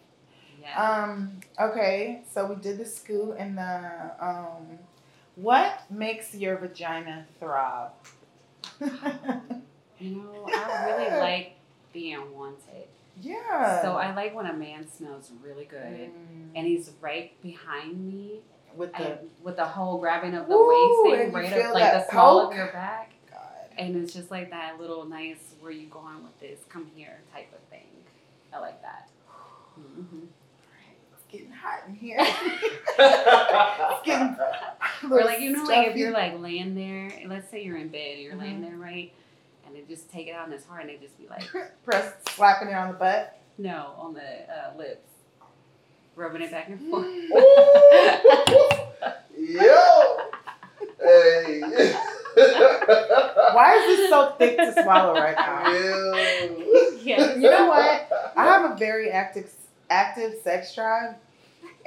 Speaker 3: Yeah.
Speaker 2: Um, okay, so we did the scoop and the um what makes your vagina throb? Um,
Speaker 3: you know, I really like being wanted.
Speaker 2: yeah.
Speaker 3: So I like when a man smells really good
Speaker 2: Mm,
Speaker 3: and he's right behind me
Speaker 2: with the
Speaker 3: and with the whole grabbing of the
Speaker 2: Woo,
Speaker 3: waist thing
Speaker 2: and you
Speaker 3: right
Speaker 2: feel
Speaker 3: up like the
Speaker 2: that
Speaker 3: small of
Speaker 2: poke.
Speaker 3: your back.
Speaker 2: God.
Speaker 3: And it's just like that little nice where you going with this, come here type of thing. I like that.
Speaker 2: Mm-hmm.
Speaker 3: Mhm.
Speaker 2: It's getting hot in here. getting-
Speaker 3: Or like you know, like if
Speaker 2: Stuffy. Mm-hmm.
Speaker 3: you're like laying there, and let's say you're in bed, you're laying there, right? And they just take it out in his heart and they just be like,
Speaker 2: press slapping it on the butt.
Speaker 3: No, on the uh, lips. Rubbing it back and forth.
Speaker 2: Mm-hmm.
Speaker 5: Yo. Hey.
Speaker 2: Why is this so thick to swallow right now?
Speaker 5: Yo.
Speaker 3: yeah.
Speaker 2: You know what? I have a very active active sex drive,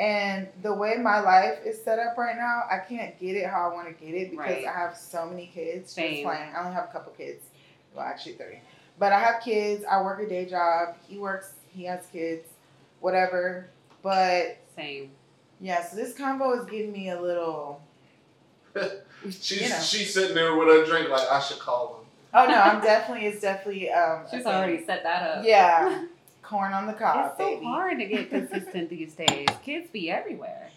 Speaker 2: and the way my life is set up right now, I can't get it how I want to get it because
Speaker 3: Right.
Speaker 2: I have so many kids. Just
Speaker 3: Same.
Speaker 2: playing. I only have a couple kids. Well, actually three, but I have kids. I work a day job. He works. He has kids. Whatever. But
Speaker 3: Same.
Speaker 2: yeah, so this combo is giving me a little.
Speaker 5: She's
Speaker 2: You know.
Speaker 5: she's sitting there with her drink like I should call him.
Speaker 2: Oh no, I'm definitely. It's definitely. Um,
Speaker 3: She's
Speaker 2: a-
Speaker 3: already set that up.
Speaker 2: Yeah. Corn on the cob,
Speaker 3: It's so
Speaker 2: baby.
Speaker 3: hard to get consistent these days. Kids be everywhere.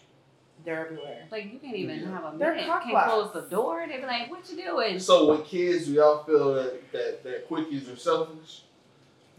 Speaker 2: They're everywhere.
Speaker 3: Like you can't even
Speaker 5: Yeah.
Speaker 3: have a
Speaker 2: They're
Speaker 3: minute.
Speaker 2: cock
Speaker 3: Can't
Speaker 2: blocks.
Speaker 3: close the door. They be like, "What you doing?"
Speaker 5: So with kids, do y'all feel that that, that quickies are selfish?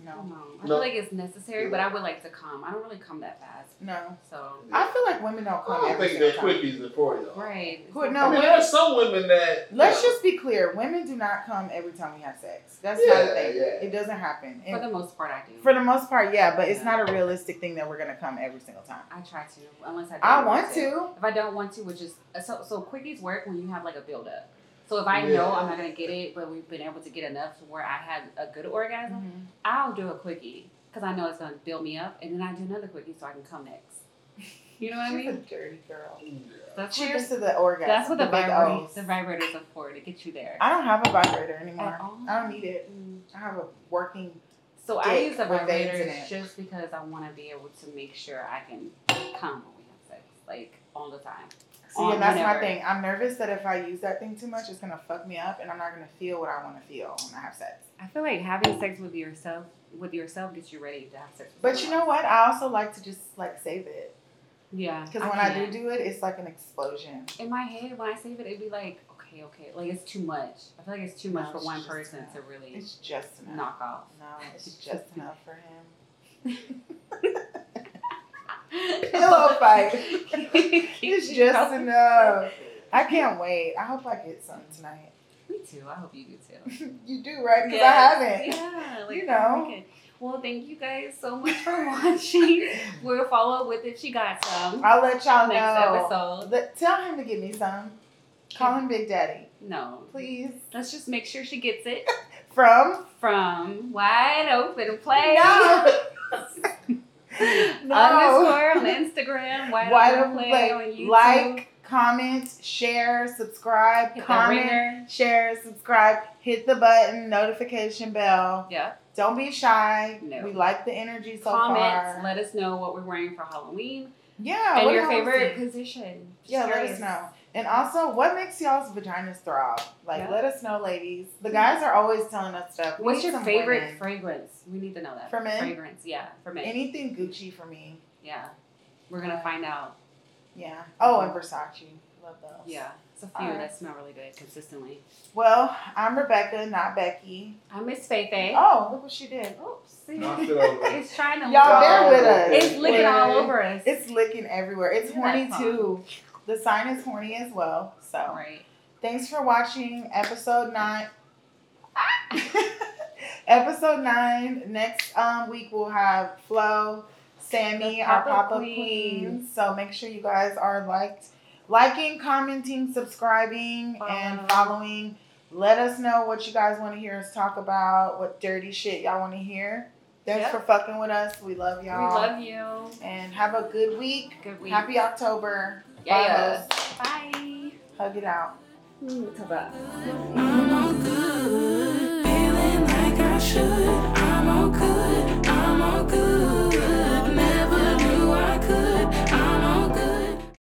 Speaker 3: I
Speaker 2: No.
Speaker 3: don't know. I
Speaker 5: No.
Speaker 3: feel like it's necessary, but I would like to come. I don't really come that fast,
Speaker 2: No.
Speaker 3: so
Speaker 2: I feel like women don't
Speaker 5: I
Speaker 2: come
Speaker 5: don't
Speaker 2: every
Speaker 5: think
Speaker 2: single
Speaker 5: that
Speaker 2: time.
Speaker 5: quickies are for y'all.
Speaker 3: right.
Speaker 2: Who- no,
Speaker 5: I mean, there are some women that.
Speaker 2: Let's just be clear. Women do not come every time we have sex. That's not
Speaker 5: Yeah,
Speaker 2: a thing.
Speaker 5: yeah.
Speaker 2: It doesn't happen.
Speaker 3: For
Speaker 2: And
Speaker 3: the most part, I do.
Speaker 2: for the most part, yeah, but it's
Speaker 3: Yeah.
Speaker 2: not a realistic thing that we're gonna come every single time.
Speaker 3: I try to, unless I. Don't
Speaker 2: I want to.
Speaker 3: If I don't want to, which is so so quickies work when you have like a buildup. So if I
Speaker 5: Yeah.
Speaker 3: know I'm not gonna get it, but we've been able to get enough to where I had a good orgasm, I'll do a quickie because I know it's gonna build me up, and then I do another quickie so I can come next. You know what I
Speaker 2: She's a
Speaker 3: mean?
Speaker 2: dirty girl.
Speaker 5: Mm.
Speaker 3: That's
Speaker 2: Cheers
Speaker 3: What
Speaker 2: to the
Speaker 3: the,
Speaker 2: orgasm.
Speaker 3: that's what the,
Speaker 2: big
Speaker 3: vibrator,
Speaker 2: O's.
Speaker 3: the vibrators are for to get you there.
Speaker 2: I don't have a vibrator
Speaker 3: At
Speaker 2: anymore.
Speaker 3: all.
Speaker 2: I don't need it.
Speaker 3: Mm.
Speaker 2: I have a working.
Speaker 3: So I
Speaker 2: Dick
Speaker 3: use the
Speaker 2: with veins in
Speaker 3: vibrators
Speaker 2: it.
Speaker 3: just because I want to be able to make sure I can come when we have sex, like all the time.
Speaker 2: See,
Speaker 3: On
Speaker 2: and that's my
Speaker 3: whenever.
Speaker 2: thing. I'm nervous that if I use that thing too much, it's gonna fuck me up, and I'm not gonna feel what I want to feel when I have sex.
Speaker 3: I feel like having sex with yourself with yourself gets you ready to have sex. With
Speaker 2: But you
Speaker 3: someone
Speaker 2: know
Speaker 3: else.
Speaker 2: what? I also like to just like save it
Speaker 3: Yeah.
Speaker 2: because when I, do
Speaker 3: can't.
Speaker 2: do it, it's like an explosion.
Speaker 3: in my head when I save it, it'd be like, okay, okay, like it's too much. I feel like it's too
Speaker 2: No,
Speaker 3: much for
Speaker 2: it's
Speaker 3: one
Speaker 2: just
Speaker 3: person
Speaker 2: enough.
Speaker 3: to really
Speaker 2: It's just enough.
Speaker 3: knock off.
Speaker 2: No, it's just enough for him.
Speaker 3: Pillow
Speaker 2: Pillow fight. It's just enough. I can't wait. I hope I get some tonight.
Speaker 3: Me too. I hope you do too.
Speaker 2: You do, right? Because
Speaker 3: Yes.
Speaker 2: I haven't.
Speaker 3: Yeah, like,
Speaker 2: You know.
Speaker 3: okay. Well, thank you guys so much for watching. We'll follow up with it. She got some
Speaker 2: I'll let y'all
Speaker 3: next
Speaker 2: know.
Speaker 3: episode.
Speaker 2: Let- tell him to get me some. Call him Big Daddy,
Speaker 3: No,
Speaker 2: please.
Speaker 3: let's just make sure she gets it
Speaker 2: From
Speaker 3: from wide open play.
Speaker 2: no, no.
Speaker 3: underscore on Instagram. Wide,
Speaker 2: Wide
Speaker 3: open
Speaker 2: Open
Speaker 3: play,
Speaker 2: Play.
Speaker 3: on YouTube.
Speaker 2: Like, comment, share, subscribe,
Speaker 3: Hit that
Speaker 2: comment,
Speaker 3: ringer.
Speaker 2: share, subscribe, hit the button, notification bell.
Speaker 3: Yeah.
Speaker 2: Don't be shy.
Speaker 3: No.
Speaker 2: We like the energy so
Speaker 3: Comment.
Speaker 2: far.
Speaker 3: Let us know what we're wearing for Halloween
Speaker 2: yeah,
Speaker 3: and
Speaker 2: what
Speaker 3: your
Speaker 2: y'all
Speaker 3: favorite
Speaker 2: think.
Speaker 3: position. Just
Speaker 2: Yeah, let
Speaker 3: curious.
Speaker 2: us know. And also, what makes y'all's vaginas throb? Like,
Speaker 3: Yeah.
Speaker 2: let us know, ladies. The guys are always telling us stuff. We
Speaker 3: What's
Speaker 2: need
Speaker 3: your
Speaker 2: some
Speaker 3: favorite
Speaker 2: women.
Speaker 3: fragrance? We need to know that.
Speaker 2: For men?
Speaker 3: Fragrance, yeah, for men.
Speaker 2: Anything Gucci for me.
Speaker 3: yeah, we're gonna find out.
Speaker 2: Yeah. Oh, and Versace. Love those.
Speaker 3: Yeah, it's a few
Speaker 2: Alright.
Speaker 3: that smell really good consistently.
Speaker 2: Well, I'm Rebecca, not Becky.
Speaker 3: I miss Feifei.
Speaker 2: Oh, look what she did.
Speaker 3: Oops, see?
Speaker 5: Knock it over.
Speaker 3: it's trying to.
Speaker 2: Y'all, bear with us.
Speaker 3: It's licking all
Speaker 2: Wait.
Speaker 3: over us.
Speaker 2: It's licking everywhere. It's
Speaker 3: Look at
Speaker 2: horny
Speaker 3: that
Speaker 2: too. The sign is horny as well. So
Speaker 3: right.
Speaker 2: thanks for watching episode nine. episode nine. Next um, week we'll have Flo, Sammy,
Speaker 3: The
Speaker 2: our
Speaker 3: pop-up
Speaker 2: pop up
Speaker 3: queen.
Speaker 2: queen. So make sure you guys are liked, liking, commenting, subscribing,
Speaker 3: Follow.
Speaker 2: and following. Let us know what you guys want to hear us talk about. What dirty shit y'all want to hear. Thanks
Speaker 3: Yep.
Speaker 2: for fucking with us. We love
Speaker 3: We
Speaker 2: y'all.
Speaker 3: love you.
Speaker 2: and have a good week.
Speaker 3: Good week.
Speaker 2: Happy October.
Speaker 3: yeah.
Speaker 2: Bye,
Speaker 3: yeah. Bye.
Speaker 2: hoes. Hug it out.
Speaker 6: I'm all good, feeling like I should. I'm all good,